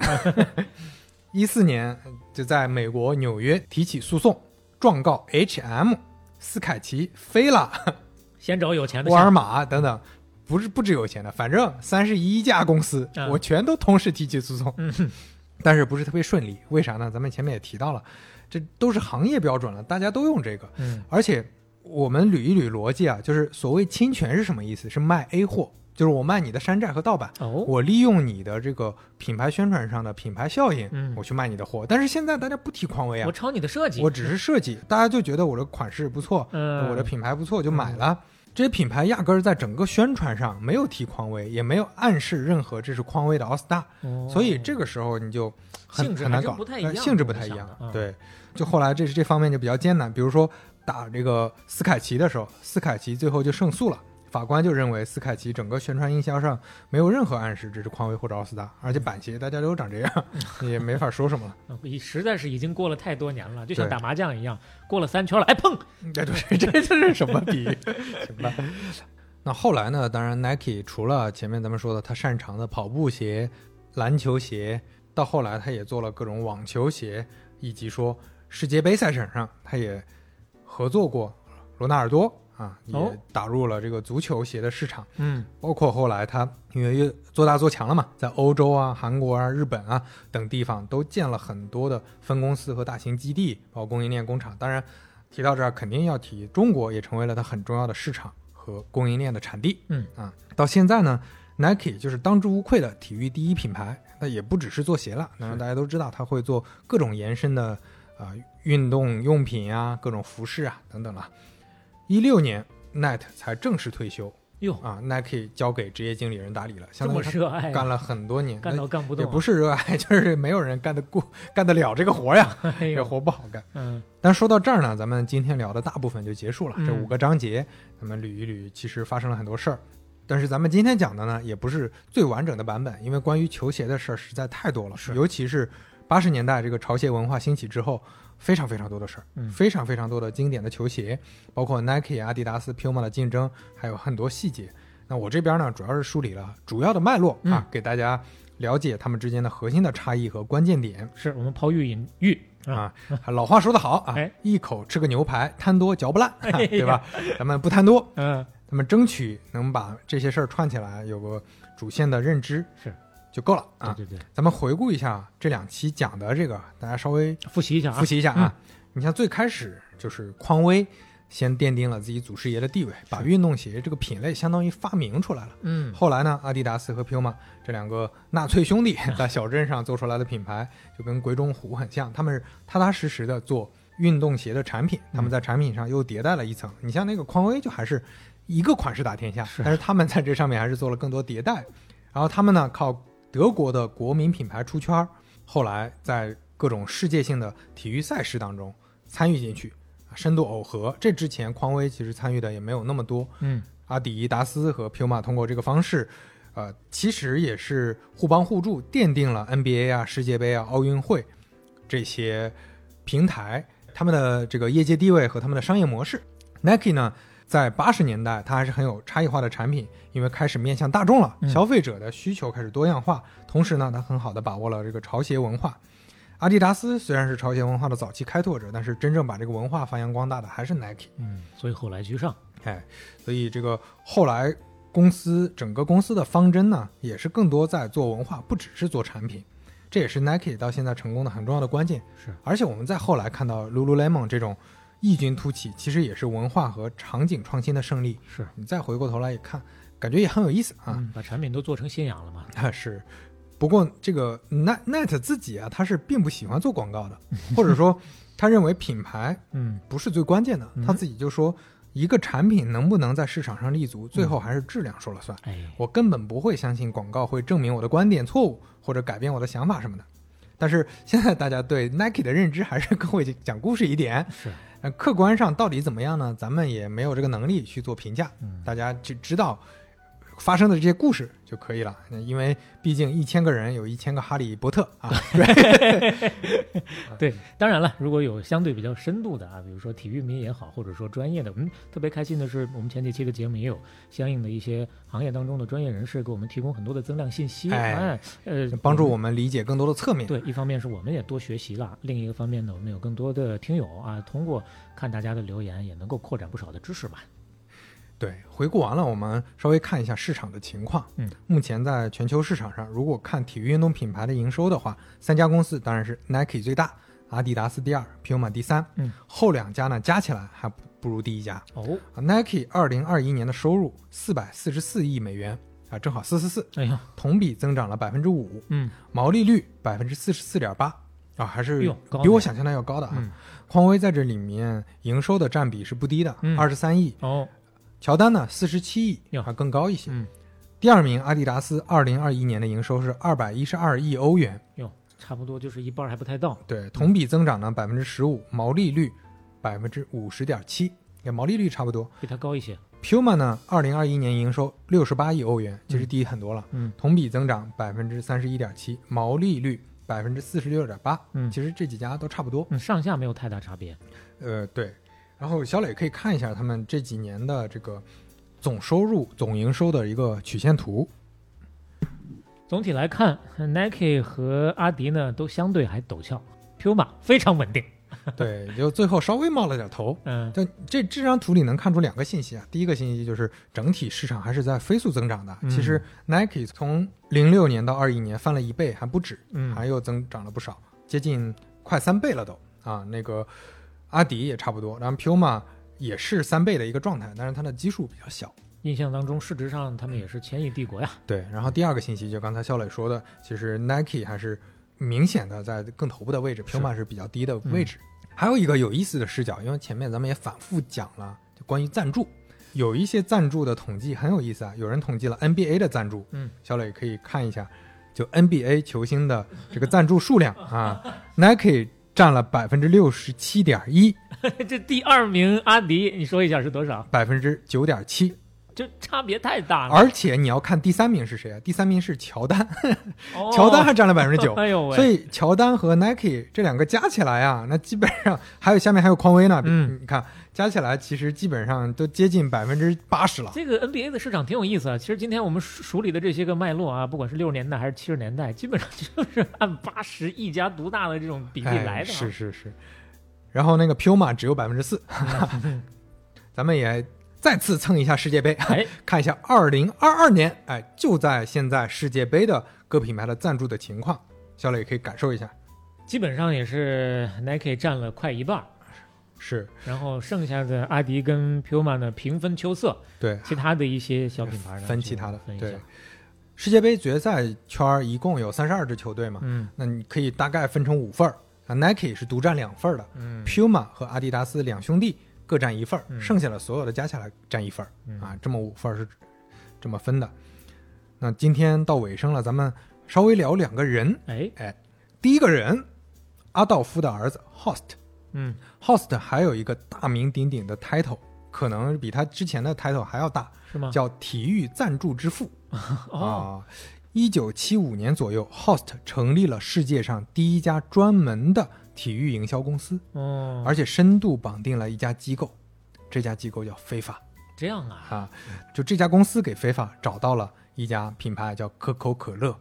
Speaker 3: 一四年就在美国纽约提起诉讼，状告 H&M、斯凯奇、菲拉、
Speaker 4: 先找有钱的
Speaker 3: 沃尔
Speaker 4: 先，
Speaker 3: 玛等等，不是不只有钱的，反正三十一家公司，
Speaker 4: 嗯
Speaker 3: 我全都同时提起诉讼。但是不是特别顺利。为啥呢？咱们前面也提到了，这都是行业标准了，大家都用这个。
Speaker 4: 嗯
Speaker 3: 而且我们捋一捋逻辑啊，就是所谓侵权是什么意思？是卖 A 货，就是我卖你的山寨和盗版，
Speaker 4: 哦
Speaker 3: 我利用你的这个品牌宣传上的品牌效应，
Speaker 4: 嗯
Speaker 3: 我去卖你的货。但是现在大家不提匡威啊
Speaker 4: 我，抄你的设计，
Speaker 3: 我只是设计，大家就觉得我的款式不错，
Speaker 4: 嗯
Speaker 3: 我的品牌不错，就买了。这些品牌压根儿在整个宣传上没有提匡威，也没有暗示任何这是匡威的奥斯达，
Speaker 4: 哦
Speaker 3: 所以这个时候你就很
Speaker 4: 性质
Speaker 3: 很
Speaker 4: 还
Speaker 3: 难
Speaker 4: 真
Speaker 3: 搞，
Speaker 4: 不太
Speaker 3: 呃
Speaker 4: 一样
Speaker 3: 性质不太一样嗯
Speaker 4: 我。想的啊
Speaker 3: 对，就后来这这方面就比较艰难，比如说打这个斯凯奇的时候，斯凯奇最后就胜诉了。法官就认为斯凯奇整个宣传营销上没有任何暗示这是匡威或者奥斯达，而且板鞋大家都长这 样，也没法说什么了。
Speaker 4: 啊已实在是已经过了太多年了，就像
Speaker 3: 对
Speaker 4: 打麻将一样，过了三圈了，哎碰，
Speaker 3: 对对，这这是什么比喻？行吧。那后来呢？当然，Nike 除了前面咱们说的他擅长的跑步鞋、篮球鞋，到后来他也做了各种网球鞋，以及说世界杯赛场上他也合作过罗纳尔多啊，
Speaker 4: 哦
Speaker 3: 也打入了这个足球鞋的市场。
Speaker 4: 嗯，
Speaker 3: 包括后来他因为越做大做强了嘛，在欧洲啊、韩国啊、日本啊等地方都建了很多的分公司和大型基地，包括供应链工厂。当然，提到这儿肯定要提中国，也成为了它很重要的市场和供应链的产地。
Speaker 4: 嗯
Speaker 3: 啊，到现在呢，Nike 就是当之无愧的体育第一品牌。那也不只是做鞋了，那大家都知道，它会做各种延伸的啊、运动用品啊、各种服饰啊等等了。一六年，Net 才正式退休，
Speaker 4: 哟，
Speaker 3: 啊，Nike 交给职业经理人打理了，
Speaker 4: 哎这
Speaker 3: 相当
Speaker 4: 么
Speaker 3: 于他
Speaker 4: 热爱啊，
Speaker 3: 干了很多年，
Speaker 4: 干到干不
Speaker 3: 也
Speaker 4: 动啊，
Speaker 3: 不是热爱， 就是没有人干得过、干得了这个活呀，
Speaker 4: 哎
Speaker 3: 这
Speaker 4: 呦，
Speaker 3: 活不好干。
Speaker 4: 嗯，
Speaker 3: 但说到这儿呢，咱们今天聊的大部分就结束了，这
Speaker 4: 嗯
Speaker 3: 五个章节，咱们捋一捋，其实发生了很多事儿。但是咱们今天讲的呢，也不是最完整的版本，因为关于球鞋的事儿实在太多了，尤其是八十年代这个潮鞋文化兴起之后，非常非常多的事儿，
Speaker 4: 嗯
Speaker 3: 非常非常多的经典的球鞋，包括 Nike、阿迪达斯、Puma 的竞争，还有很多细节。那我这边呢，主要是梳理了主要的脉络、
Speaker 4: 嗯
Speaker 3: 啊，给大家了解他们之间的核心的差异和关键点。
Speaker 4: 是我们抛玉引玉啊，
Speaker 3: 啊，老话说得好啊
Speaker 4: 哎，
Speaker 3: 一口吃个牛排，贪多嚼不烂，
Speaker 4: 哎呀
Speaker 3: 对吧？咱们不贪多，
Speaker 4: 嗯，
Speaker 3: 咱们争取能把这些事儿串起来，有个主线的认知
Speaker 4: 是
Speaker 3: 就够了
Speaker 4: 对
Speaker 3: 啊。
Speaker 4: 对对，
Speaker 3: 咱们回顾一下这两期讲的这个，大家稍微
Speaker 4: 复习一下啊，
Speaker 3: 复习一下啊。你像最开始就是匡威先奠定了自己祖师爷的地位，把运动鞋这个品类相当于发明出来了。
Speaker 4: 嗯，
Speaker 3: 后来呢，阿迪达斯和 Puma 这两个纳粹兄弟在小镇上做出来的品牌，就跟鬼冢虎很像，他们是踏踏实实的做运动鞋的产品，他们在产品上又迭代了一层。你像那个匡威就还是一个款式打天下，但是他们在这上面还是做了更多迭代。然后他们呢，靠德国的国民品牌出圈儿，后来在各种世界性的体育赛事当中参与进去，啊深度耦合。这之前匡威其实参与的也没有那么多，
Speaker 4: 嗯，
Speaker 3: 阿迪达斯和 Puma 通过这个方式，呃，其实也是互帮互助，奠定了 NBA 啊、世界杯啊、奥运会这些平台他们的这个业界地位和他们的商业模式。Nike 呢，在八十年代它还是很有差异化的产品，因为开始面向大众了，消费者的需求开始多样化，同时呢，它很好的把握了这个潮鞋文化。阿迪达斯虽然是潮鞋文化的早期开拓者，但是真正把这个文化发扬光大的还是 Nike。
Speaker 4: 嗯，所以后来居上，
Speaker 3: 哎，所以这个后来公司整个公司的方针呢，也是更多在做文化，不只是做产品。这也是 Nike 到现在成功的很重要的关键。
Speaker 4: 是，
Speaker 3: 而且我们在后来看到 Lululemon 这种异军突起，其实也是文化和场景创新的胜利。
Speaker 4: 是，
Speaker 3: 你再回过头来一看，感觉也很有意思啊。
Speaker 4: 嗯，把产品都做成信仰了嘛，
Speaker 3: 啊，是。不过这个 Net Net 自己啊，他是并不喜欢做广 告的，或者说他认为品牌
Speaker 4: 嗯，
Speaker 3: 不是最关键的，他自己就说，一个产品能不能在市场上立足，最后还是质量说了算。
Speaker 4: 哎，
Speaker 3: 我根本不会相信广告会证明我的观点错误或者改变我的想法什么的。但是现在大家对 Nike 的认知还是更会讲故事一点，
Speaker 4: 是，
Speaker 3: 呃，客观上到底怎么样呢？咱们也没有这个能力去做评价，大家只知道发生的这些故事就可以了。那因为毕竟一千个人有一千个哈利波特啊，
Speaker 4: 对，当然了，如果有相对比较深度的啊，比如说体育迷也好，或者说专业的，我们特别开心的是，我们前几期的节目也有相应的一些行业当中的专业人士给我们提供很多的增量信息，
Speaker 3: 哎
Speaker 4: 哎，呃，
Speaker 3: 帮助
Speaker 4: 我们
Speaker 3: 我们理解更多的侧面。
Speaker 4: 对，一方面是我们也多学习了，另一个方面呢，我们有更多的听友啊，通过看大家的留言，也能够扩展不少的知识吧。
Speaker 3: 对，回顾完了，我们稍微看一下市场的情况。
Speaker 4: 嗯，
Speaker 3: 目前在全球市场上，如果看体育运动品牌的营收的话，三家公司当然是 Nike 最大，阿迪达斯第二，Puma 第三。
Speaker 4: 嗯，
Speaker 3: 后两家呢加起来还不不如第一家。
Speaker 4: 哦，
Speaker 3: 啊 Nike 二零二一年的收入四百四十四亿美元啊，正好四四四，
Speaker 4: 哎呀，
Speaker 3: 同比增长了百分之五，
Speaker 4: 嗯，
Speaker 3: 毛利率百分之四十四点八啊，还是
Speaker 4: 哟高呢
Speaker 3: 比我想象的要高的啊。
Speaker 4: 嗯
Speaker 3: 匡威在这里面营收的占比是不低的，
Speaker 4: 嗯
Speaker 3: 二十三亿，
Speaker 4: 哦，
Speaker 3: 乔丹呢四十七亿，
Speaker 4: 哟
Speaker 3: 还更高一些。
Speaker 4: 嗯
Speaker 3: 第二名阿迪达斯二零二一年的营收是二百一十二亿欧元，
Speaker 4: 哟，差不多就是一半儿还不太到。
Speaker 3: 对，同比增长呢百分之十五，毛利率百分之五十点七，跟毛利率差不多。
Speaker 4: 比它高一些。
Speaker 3: Puma 呢，二零二一年营收六十八亿欧元，其实低很多了，
Speaker 4: 嗯，
Speaker 3: 同比增长百分之三十一点七，毛利率百分之四十六点八，
Speaker 4: 嗯
Speaker 3: 其实这几家都差不多，
Speaker 4: 嗯，上下没有太大差别。
Speaker 3: 呃，对。然后小磊可以看一下他们这几年的这个总收入、总营收的一个曲线图，
Speaker 4: 总体来看呃，Nike 和阿迪呢都相对还陡峭，Puma 非常稳定。
Speaker 3: 对，就最后稍微冒了点头。
Speaker 4: 嗯，
Speaker 3: 但这这张图里能看出两个信息啊，第一个信息就是整体市场还是在飞速增长的。
Speaker 4: 嗯
Speaker 3: 其实 Nike 从零六年到二一年翻了一倍还不止，
Speaker 4: 嗯
Speaker 3: 还又增长了不少，接近快三倍了都啊。那个阿迪也差不多，然后 Puma 也是三倍的一个状态，但是它的基数比较小。
Speaker 4: 印象当中市值上他们也是前一帝国呀。
Speaker 3: 对，然后第二个信息就刚才肖磊说的，其实 Nike 还是明显的在更头部的位置，Puma 是比较低的位置。还有一个有意思的视角，因为前面咱们也反复讲了，就关于赞助，有一些赞助的统计很有意思啊。有人统计了 NBA 的赞助，
Speaker 4: 嗯，
Speaker 3: 肖磊可以看一下，就 NBA 球星的这个赞助数量啊，Nike 占了百分之六十七点一，
Speaker 4: 这第二名阿迪，你说一下是多少？
Speaker 3: 百分之九点七，
Speaker 4: 这差别太大了。
Speaker 3: 而且你要看第三名是谁啊？第三名是乔丹，
Speaker 4: 哦
Speaker 3: 乔丹还占了百分之九，
Speaker 4: 哎呦喂
Speaker 3: 所以乔丹和 Nike 这两个加起来啊，那基本上还有下面还有匡威呢，
Speaker 4: 嗯，
Speaker 3: 你看加起来其实基本上都接近百分之八十了，
Speaker 4: 这个 NBA 的市场挺有意思啊。其实今天我们梳梳理的这些个脉络啊，不管是六十年代还是七十年代，基本上就是 按八十一家独大的这种比例
Speaker 3: 哎
Speaker 4: 来的、啊
Speaker 3: 是，是是。然后那个 Puma 只有百分之四， 咱们也再次蹭一下世界杯，
Speaker 4: 哎
Speaker 3: 看一下二零二二年，哎，就在现在世界杯的各品牌的赞助的情况，小磊可以感受一下，
Speaker 4: 基本上也是 Nike 占了快一半儿，
Speaker 3: 是
Speaker 4: 然后剩下的阿迪跟 Puma 呢平分秋色。
Speaker 3: 对，
Speaker 4: 其他的一些小品牌呢
Speaker 3: 分其他的
Speaker 4: 分一
Speaker 3: 对
Speaker 4: 下。。
Speaker 3: 世界杯决赛圈儿一共有三十二支球队嘛，
Speaker 4: 嗯
Speaker 3: 那你可以大概分成五份儿啊，Nike 是独占两份儿的、
Speaker 4: 嗯
Speaker 3: p u m a 和阿迪达斯两兄弟各占一份儿，
Speaker 4: 嗯
Speaker 3: 剩下的所有的加起来占一份儿、啊，这么五份儿是这么分的。那今天到尾声了，咱们稍微聊两个人，
Speaker 4: 哎，
Speaker 3: 哎，第一个人，阿道夫的儿子 Host，
Speaker 4: 嗯
Speaker 3: Host 还有一个大名鼎鼎的 title，可能比他之前的 title 还要大，
Speaker 4: 是吗
Speaker 3: 叫体育赞助之父。
Speaker 4: 哦，
Speaker 3: 啊，一九七五年左右，Host 成立了世界上第一家专门的体育营销公司，
Speaker 4: 哦，
Speaker 3: 而且深度绑定了一家机构，这家机构叫非法
Speaker 4: 这样啊，
Speaker 3: 啊，就这家公司给非法找到了一家品牌叫可口可乐，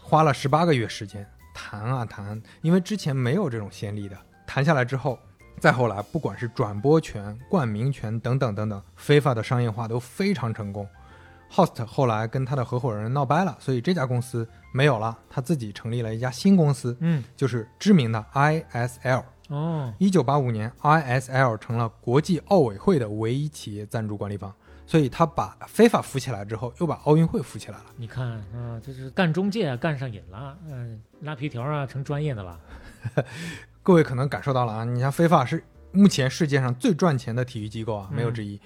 Speaker 3: 花了十八个月时间谈啊谈，因为之前没有这种先例的，谈下来之后。再后来，不管是转播权、冠名权等等等等，非法的商业化都非常成功。Host 后来跟他的合伙人闹掰了，所以这家公司没有了，他自己成立了一家新公司，
Speaker 4: 嗯，
Speaker 3: 就是知名的 ISL。
Speaker 4: 哦，
Speaker 3: 一九八五年，ISL 成了国际奥委会的唯一企业赞助管理方，所以他把非法扶起来之后，又把奥运会扶起来了。
Speaker 4: 你看啊，这是干中介啊，干上瘾了，嗯，拉皮条啊，成专业的了。
Speaker 3: 各位可能感受到了啊，你像非法是目前世界上最赚钱的体育机构啊，没有之一。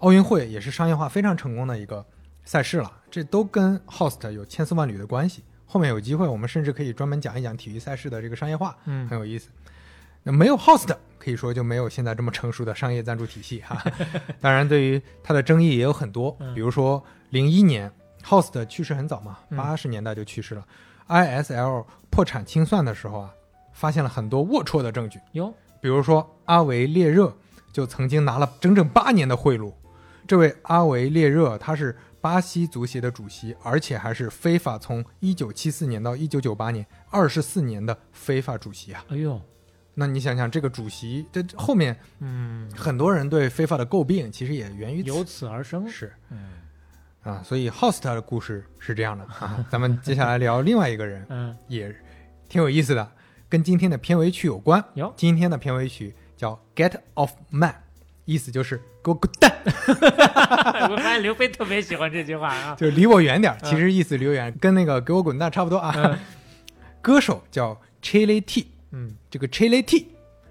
Speaker 3: 奥运会也是商业化非常成功的一个赛事了，这都跟 Host 有千丝万缕的关系。后面有机会我们甚至可以专门讲一讲体育赛事的这个商业化，
Speaker 4: 嗯
Speaker 3: 很有意思。那没有 Host，可以说就没有现在这么成熟的商业赞助体系哈、当然，对于它的争议也有很多，比如说零一年 Host 去世很早嘛，八十年代就去世了。ISL 破产清算的时候啊，发现了很多龌龊的证据，
Speaker 4: 哟，
Speaker 3: 比如说阿维列热就曾经拿了整整八年的贿赂。这位阿维列热他是巴西足协的主席，而且还是非法从1974年到1998年二十四年的非法主席啊。
Speaker 4: 哎呦，
Speaker 3: 那你想想，这个主席，这这后面
Speaker 4: 嗯，
Speaker 3: 很多人对 FIFA 的诟病，其实也源于此
Speaker 4: 由此而生
Speaker 3: 是，啊，所以 Host 的故事是这样的啊。咱们接下来聊另外一个人，
Speaker 4: 嗯，
Speaker 3: 也挺有意思的，跟今天的片尾曲有关。
Speaker 4: 哟
Speaker 3: 今天的片尾曲叫《Get Off Man》，意思就是给我滚蛋，
Speaker 4: 哎我发现刘飞特别喜欢这句话啊，
Speaker 3: 就是离我远点儿。其实意思离我远，跟那个给我滚蛋差不多啊。歌手叫 Chile T，
Speaker 4: 嗯
Speaker 3: 这个 Chile T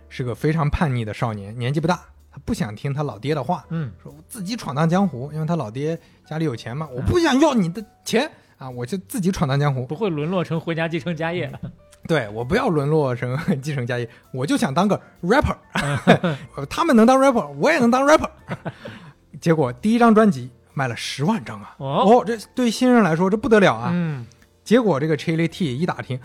Speaker 3: 是个非常叛逆的少年，年纪不大，他不想听他老爹的话，
Speaker 4: 嗯，
Speaker 3: 说我自己闯荡江湖，因为他老爹家里有钱嘛，我
Speaker 4: 嗯
Speaker 3: 不想要你的钱啊，我就自己闯荡江湖。
Speaker 4: 不会沦落成回家继承家业，
Speaker 3: 嗯对我不要沦落成 继承家业，我就想当个 rapper。呃他们能当 rapper，我也能当 rapper。结果第一张专辑卖了十万张啊！
Speaker 4: 哦
Speaker 3: 这对新人来说这不得了啊！
Speaker 4: 嗯，
Speaker 3: 结果这个 Chili T 一打听，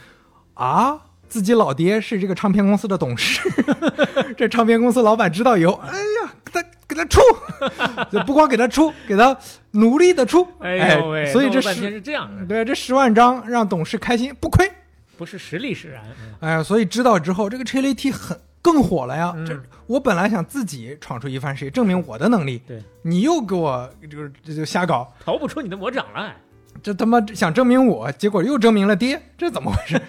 Speaker 3: 啊，自己老爹是这个唱片公司的董事， 这唱片公司老板知道以后，哎呀，给他给他出， 就不光给他出，给他努力的出，
Speaker 4: 哎呦喂，
Speaker 3: 所以
Speaker 4: 弄
Speaker 3: 这
Speaker 4: 了半天是
Speaker 3: 十
Speaker 4: 这样的，
Speaker 3: 对这十万张让董事开心，不亏。
Speaker 4: 不是实力使然，嗯
Speaker 3: 哎呀，所以知道之后，这个 Chili T 很更火了
Speaker 4: 嗯
Speaker 3: 呀。这我本来想自己闯出一番事业，证明我的能力，
Speaker 4: 对，
Speaker 3: 你又给我就是这就瞎搞，
Speaker 4: 逃不出你的魔掌哎来，
Speaker 3: 这他妈想证明我，结果又证明了爹，这怎么回 事？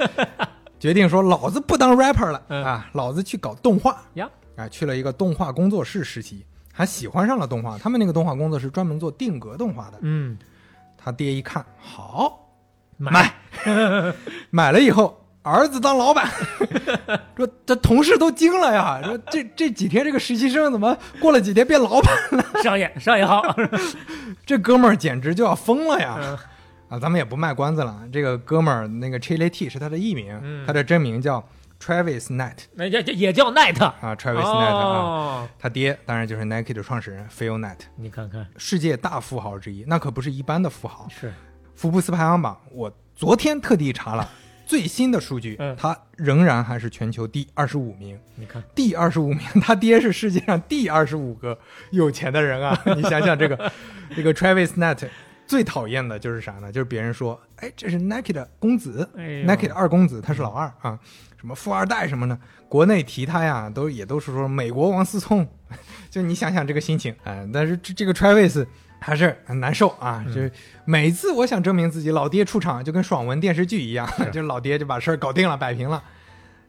Speaker 3: 决定说老子不当 rapper 了、
Speaker 4: 嗯
Speaker 3: 啊，老子去搞动画
Speaker 4: 呀，
Speaker 3: 啊，去了一个动画工作室实习，还喜欢上了动画。他们那个动画工作室专门做定格动画的。
Speaker 4: 嗯，
Speaker 3: 他爹一看，好，
Speaker 4: 买，
Speaker 3: 买 了以后，儿子当老 板，说这同事都惊了呀，说这这几天这个实习生怎么过了几天变老板了？
Speaker 4: 上也上也好，
Speaker 3: 这哥们儿简直就要疯了呀！
Speaker 4: 嗯
Speaker 3: 啊，咱们也不卖关子了，这个哥们儿那个 Chile T 是他的艺名，
Speaker 4: 嗯
Speaker 3: 他的真名叫 Travis Knight
Speaker 4: 那也也也叫 Night
Speaker 3: 啊，Travis Knight 啊，
Speaker 4: 哦，
Speaker 3: 他爹当然就是 Nike 的创始人 Phil Knight，
Speaker 4: 你看看，
Speaker 3: 世界大富豪之一，那可不是一般的富豪。
Speaker 4: 是
Speaker 3: 福布斯排行榜，我昨天特地查了最新的数据
Speaker 4: 嗯，
Speaker 3: 他仍然还是全球第二十五名。
Speaker 4: 你看，
Speaker 3: 第二十五名， 他爹是世界上第二十五个有钱的人 啊！你想想这个，这个 Travis Knight 最讨厌的就是啥呢？就是别人说，哎，这是 Nike 的公子、
Speaker 4: 哎呦
Speaker 3: n i k e 的二公子，他是老二啊，什么富二代什么的，国内提他呀，都也都是说美国王思聪， 就你想想这个心情，哎，但是这这个 Travis。还是很难受啊！
Speaker 4: 嗯
Speaker 3: 就是每次我想证明自己，老爹出场就跟爽文电视剧一样， 就老爹就把事儿搞定了，摆平了。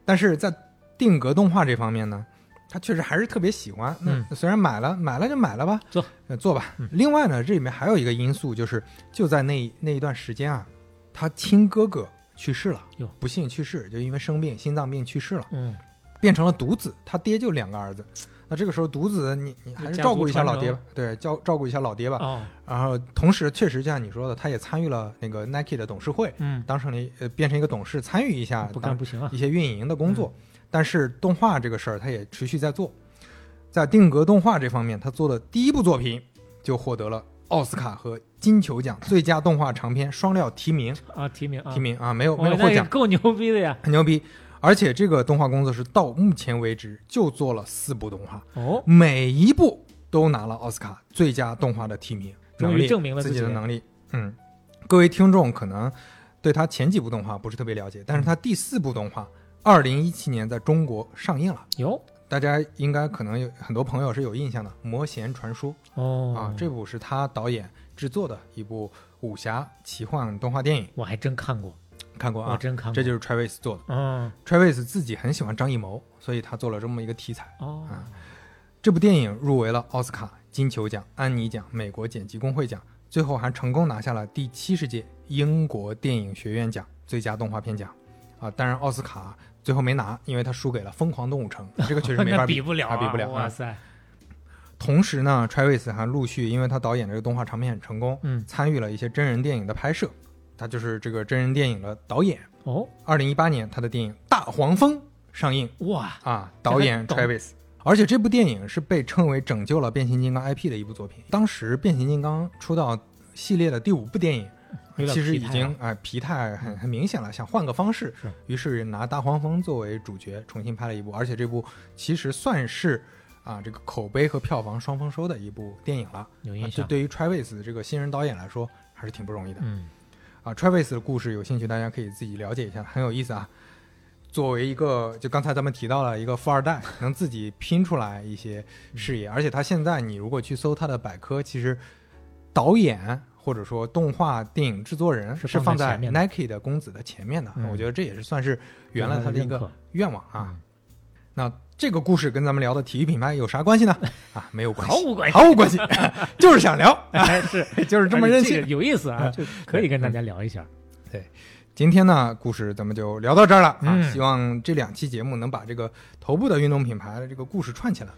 Speaker 3: 但是在定格动画这方面呢，他确实还是特别喜欢。
Speaker 4: 嗯，
Speaker 3: 虽然买了，买了就买了吧，
Speaker 4: 做
Speaker 3: 呃做吧。另外呢，这里面还有一个因素，就是就在那那一段时间啊，他亲哥哥去世了
Speaker 4: 哟，
Speaker 3: 不幸去世，就因为生病心脏病去世了，
Speaker 4: 嗯，
Speaker 3: 变成了独子。他爹就两个儿子，那这个时候独子你你还是
Speaker 4: 家族
Speaker 3: 照顾一下
Speaker 4: 传承
Speaker 3: 老爹吧，对，照照顾一下老爹吧。
Speaker 4: 哦，
Speaker 3: 然后同时，确实就像你说的，他也参与了那个 Nike 的董事会，
Speaker 4: 嗯
Speaker 3: 当成了一呃变成一个董事，参与一下
Speaker 4: 不干
Speaker 3: 当
Speaker 4: 不行啊嗯
Speaker 3: 一些运营的工作。但是动画这个事儿，他也持续在做，在定格动画这方面，他做的第一部作品就获得了奥斯卡和金球奖最佳动画长片双料提名，
Speaker 4: 啊，提名啊，
Speaker 3: 提名啊，没有
Speaker 4: 哦，
Speaker 3: 没有
Speaker 4: 那
Speaker 3: 获
Speaker 4: 也
Speaker 3: 奖，
Speaker 4: 够牛逼的呀，
Speaker 3: 很牛逼。而且这个动画工作室到目前为止就做了四部动画，
Speaker 4: 哦，
Speaker 3: 每一部都拿了奥斯卡最佳动画的提名，
Speaker 4: 终于
Speaker 3: 能力
Speaker 4: 证明了
Speaker 3: 自
Speaker 4: 自己
Speaker 3: 的能力。嗯，各位听众可能对他前几部动画不是特别了解，但是他第四部动画，二零一七年在中国上映了，
Speaker 4: 有，
Speaker 3: 大家应该可能有很多朋友是有印象的，《魔弦传说》
Speaker 4: 哦，
Speaker 3: 啊，这部是他导演制作的一部武侠奇幻动画电影，
Speaker 4: 我还真看过，
Speaker 3: 看过啊？
Speaker 4: 我真看过
Speaker 3: 这就是 Travis 做的。
Speaker 4: 嗯，
Speaker 3: Travis 自己很喜欢张艺谋，所以他做了这么一个题材。
Speaker 4: 哦，
Speaker 3: 这部电影入围了奥斯卡、金球奖、安妮奖、美国剪辑工会奖，最后还成功拿下了第七十届英国电影学院奖最佳动画片奖。啊，当然奥斯卡最后没拿，因为他输给了《疯狂动物城》，这个确实没 法
Speaker 4: 那比不了、
Speaker 3: 啊，
Speaker 4: 啊，
Speaker 3: 比不了
Speaker 4: 哇
Speaker 3: 啊。
Speaker 4: 塞，
Speaker 3: 同时呢，Travis 还陆续，因为他导演这个动画长片很成功，
Speaker 4: 嗯
Speaker 3: 参与了一些真人电影的拍摄，他就是这个真人电影的导演。
Speaker 4: 哦，
Speaker 3: 二零一八年，他的电影《大黄蜂》上映，
Speaker 4: 哇，
Speaker 3: 啊，导演
Speaker 4: 这还懂
Speaker 3: Travis。而且这部电影是被称为拯救了变形金刚 IP 的一部作品。当时变形金刚出道系列的第五部电影，
Speaker 4: 有点
Speaker 3: 其实
Speaker 4: 疲
Speaker 3: 已
Speaker 4: 态
Speaker 3: 经
Speaker 4: 了
Speaker 3: 啊、呃疲态很很明显了，想换个方式，
Speaker 4: 是
Speaker 3: 于是拿大黄蜂作为主角重新拍了一部，而且这部其实算是啊这个口碑和票房双丰收的一部电影了。
Speaker 4: 有印
Speaker 3: 啊这
Speaker 4: 象
Speaker 3: 对于 Travis 这个新人导演来说还是挺不容易的。
Speaker 4: 嗯
Speaker 3: 啊，Travis 的故事有兴趣大家可以自己了解一下，很有意思啊。作为一个，就刚才咱们提到了一个富二 代，能自己拼出来一些事
Speaker 4: 嗯
Speaker 3: 业，而且他现在你如果去搜他的百科，其实导演或者说动画电影制作人
Speaker 4: 是
Speaker 3: 是
Speaker 4: 放
Speaker 3: 放
Speaker 4: 在
Speaker 3: 在
Speaker 4: 前面的
Speaker 3: Nike 的公子的前面的，
Speaker 4: 嗯
Speaker 3: 我觉得这也是算是圆了他的一
Speaker 4: 原来的认
Speaker 3: 个
Speaker 4: 可嗯
Speaker 3: 愿望啊。那这个故事跟咱们聊的体育品牌有啥关系呢？啊，没有关系，
Speaker 4: 毫无关系
Speaker 3: 毫无关系，就是想聊，
Speaker 4: 哎是
Speaker 3: 就是这么任
Speaker 4: 这
Speaker 3: 性嗯
Speaker 4: 个。有意 思啊，就可以跟大家聊一下。
Speaker 3: 今天呢，故事咱们就聊到这儿了啊！
Speaker 4: 嗯
Speaker 3: 希望这两期节目能把这个头部的运动品牌的这个故事串起来。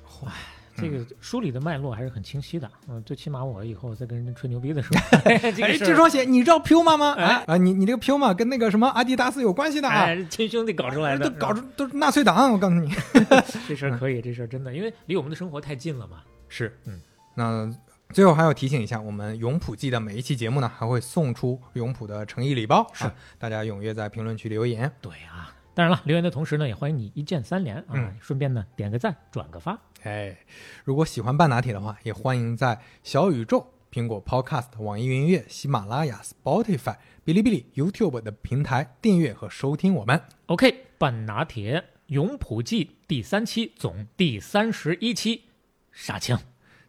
Speaker 4: 这个
Speaker 3: 嗯
Speaker 4: 梳理的脉络还是很清晰的，嗯，最起码我以后在跟人家吹牛逼的时 候， 哎，
Speaker 3: 哎，
Speaker 4: 这
Speaker 3: 这双鞋你知道 Puma 吗？
Speaker 4: 哎
Speaker 3: 啊，你你这个 Puma 跟那个什么阿迪达斯有关系的啊？
Speaker 4: 哎，亲兄弟搞出来的，啊
Speaker 3: 都搞出嗯都是纳粹党，我告诉你。
Speaker 4: 这事儿可以，这事儿真的，因为离我们的生活太近了嘛。
Speaker 3: 是，
Speaker 4: 嗯。
Speaker 3: 那最后还要提醒一下，我们永璞记的每一期节目呢，还会送出永璞的诚意礼包，是、大家踊跃在评论区留言。
Speaker 4: 对啊，当然了，留言的同时呢，也欢迎你一键三连啊，
Speaker 3: 嗯
Speaker 4: 顺便呢点个赞，转个发。
Speaker 3: 哎，如果喜欢半拿铁的话，也欢迎在小宇宙、苹果 Podcast、网易云音乐、喜马拉雅、Spotify、哔哩哔哩、YouTube 的平台订阅和收听我们。
Speaker 4: OK，半拿铁永璞记第三期，总第三十一期，杀青。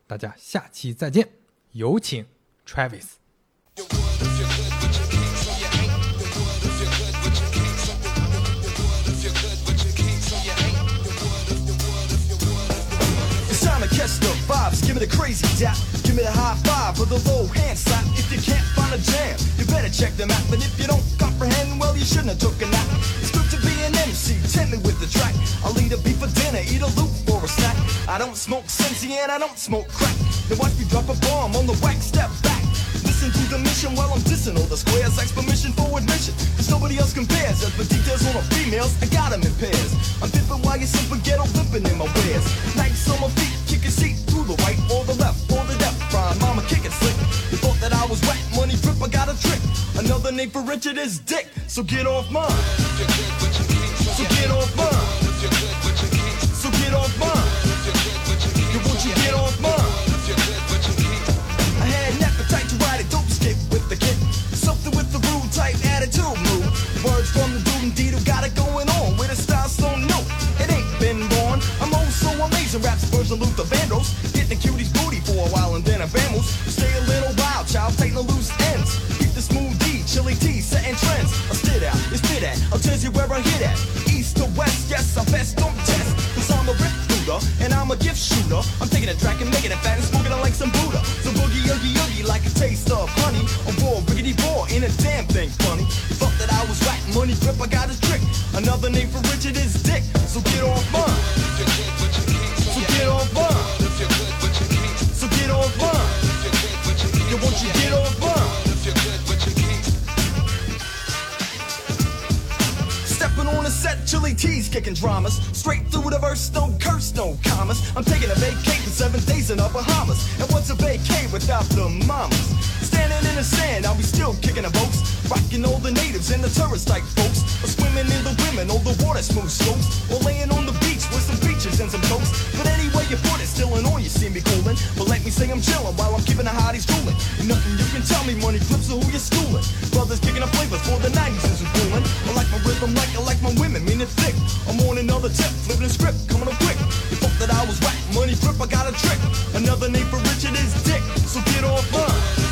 Speaker 3: 大家下期再见，有请 Travis。
Speaker 8: It's time to catch the vibes. Give me the crazy dap. Give me the high five or the low hand slap. If you can't find a jam, you better check the map. And if you don't comprehend, well, you shouldn't have took a nap. It's good to be an MC. Tempt me with the track. I'll eat a beat for dinner, eat a loop for a snack. I don't smoke Cincy and I don't smoke crack. Then watch me drop a bomb on the whack. Step back. Listen to the mission while I'm dissing all the squares. Ask permission for admission, cause nobody else compares. As for details on the females, I got 'em in pairs. I'm dipping while you're sipping, ghetto limping in my wares. Nights on my feet, kick a seat through the right or the left or the left. Prime mama kicking slick. You thought that I was whack, money grip, I got a trick. Another name for Richard is Dick, so get off mine. So get off mine. So get off mine. You won't you get off mine? I had an appetite to ride a dope stick with the kid. Something with the rude type attitude move. Words from the dude indeed who got it going on with a style so no, it ain't been born. I'm old so amazing, raps version Luther Vandross. Getting a cutie's booty for a while and then a bambles. Stay a little wild, child, take no loose ends. Keep the smooth D, chili tea, setting trends. I spit out, you spit at, I'll tell you where I hit at. East to west, yes, I best don't test. Cause I'm a rip shooter, and I'm a gift shooter. I'm taking a track and making it fat and smoking it like some Buddha. So boogie oogie oogie like a taste of honey. A raw riggedy boy in a damn thing funny. You thought that I was whack, money grip, I got a trick. Another name for Richard is Dick. So get off mine. So get off mine. So get off mine. Yeah, won't you get off mine? Stepping on a set, chili tees, kicking dramas. Straight through the verse, no curse, no commas. I'm taking a vacation, seven days in the Bahamas. And what's a vacay without the mamas? Standing in the sand, I'll be still kicking the boats. Rocking all the natives and the tourist type folks. Or swimming in the women, all the water smooth slopes. Or laying on the beach with some beaches and some jokes. But anyway, you put it, still an all you see me cooling. But let me say I'm chilling while I'm keeping the hotties drooling. Nothing you can tell me, money flips or who you're schooling. Brothers kicking up flavors for the 90s is ruling. I like my rhythm, like I like my women, mean it thick. I'm on another tip, flipping the script, coming up quick. You thought that I was whack, money grip, I got a trick. Another name for Richard is Dick, so get off mine.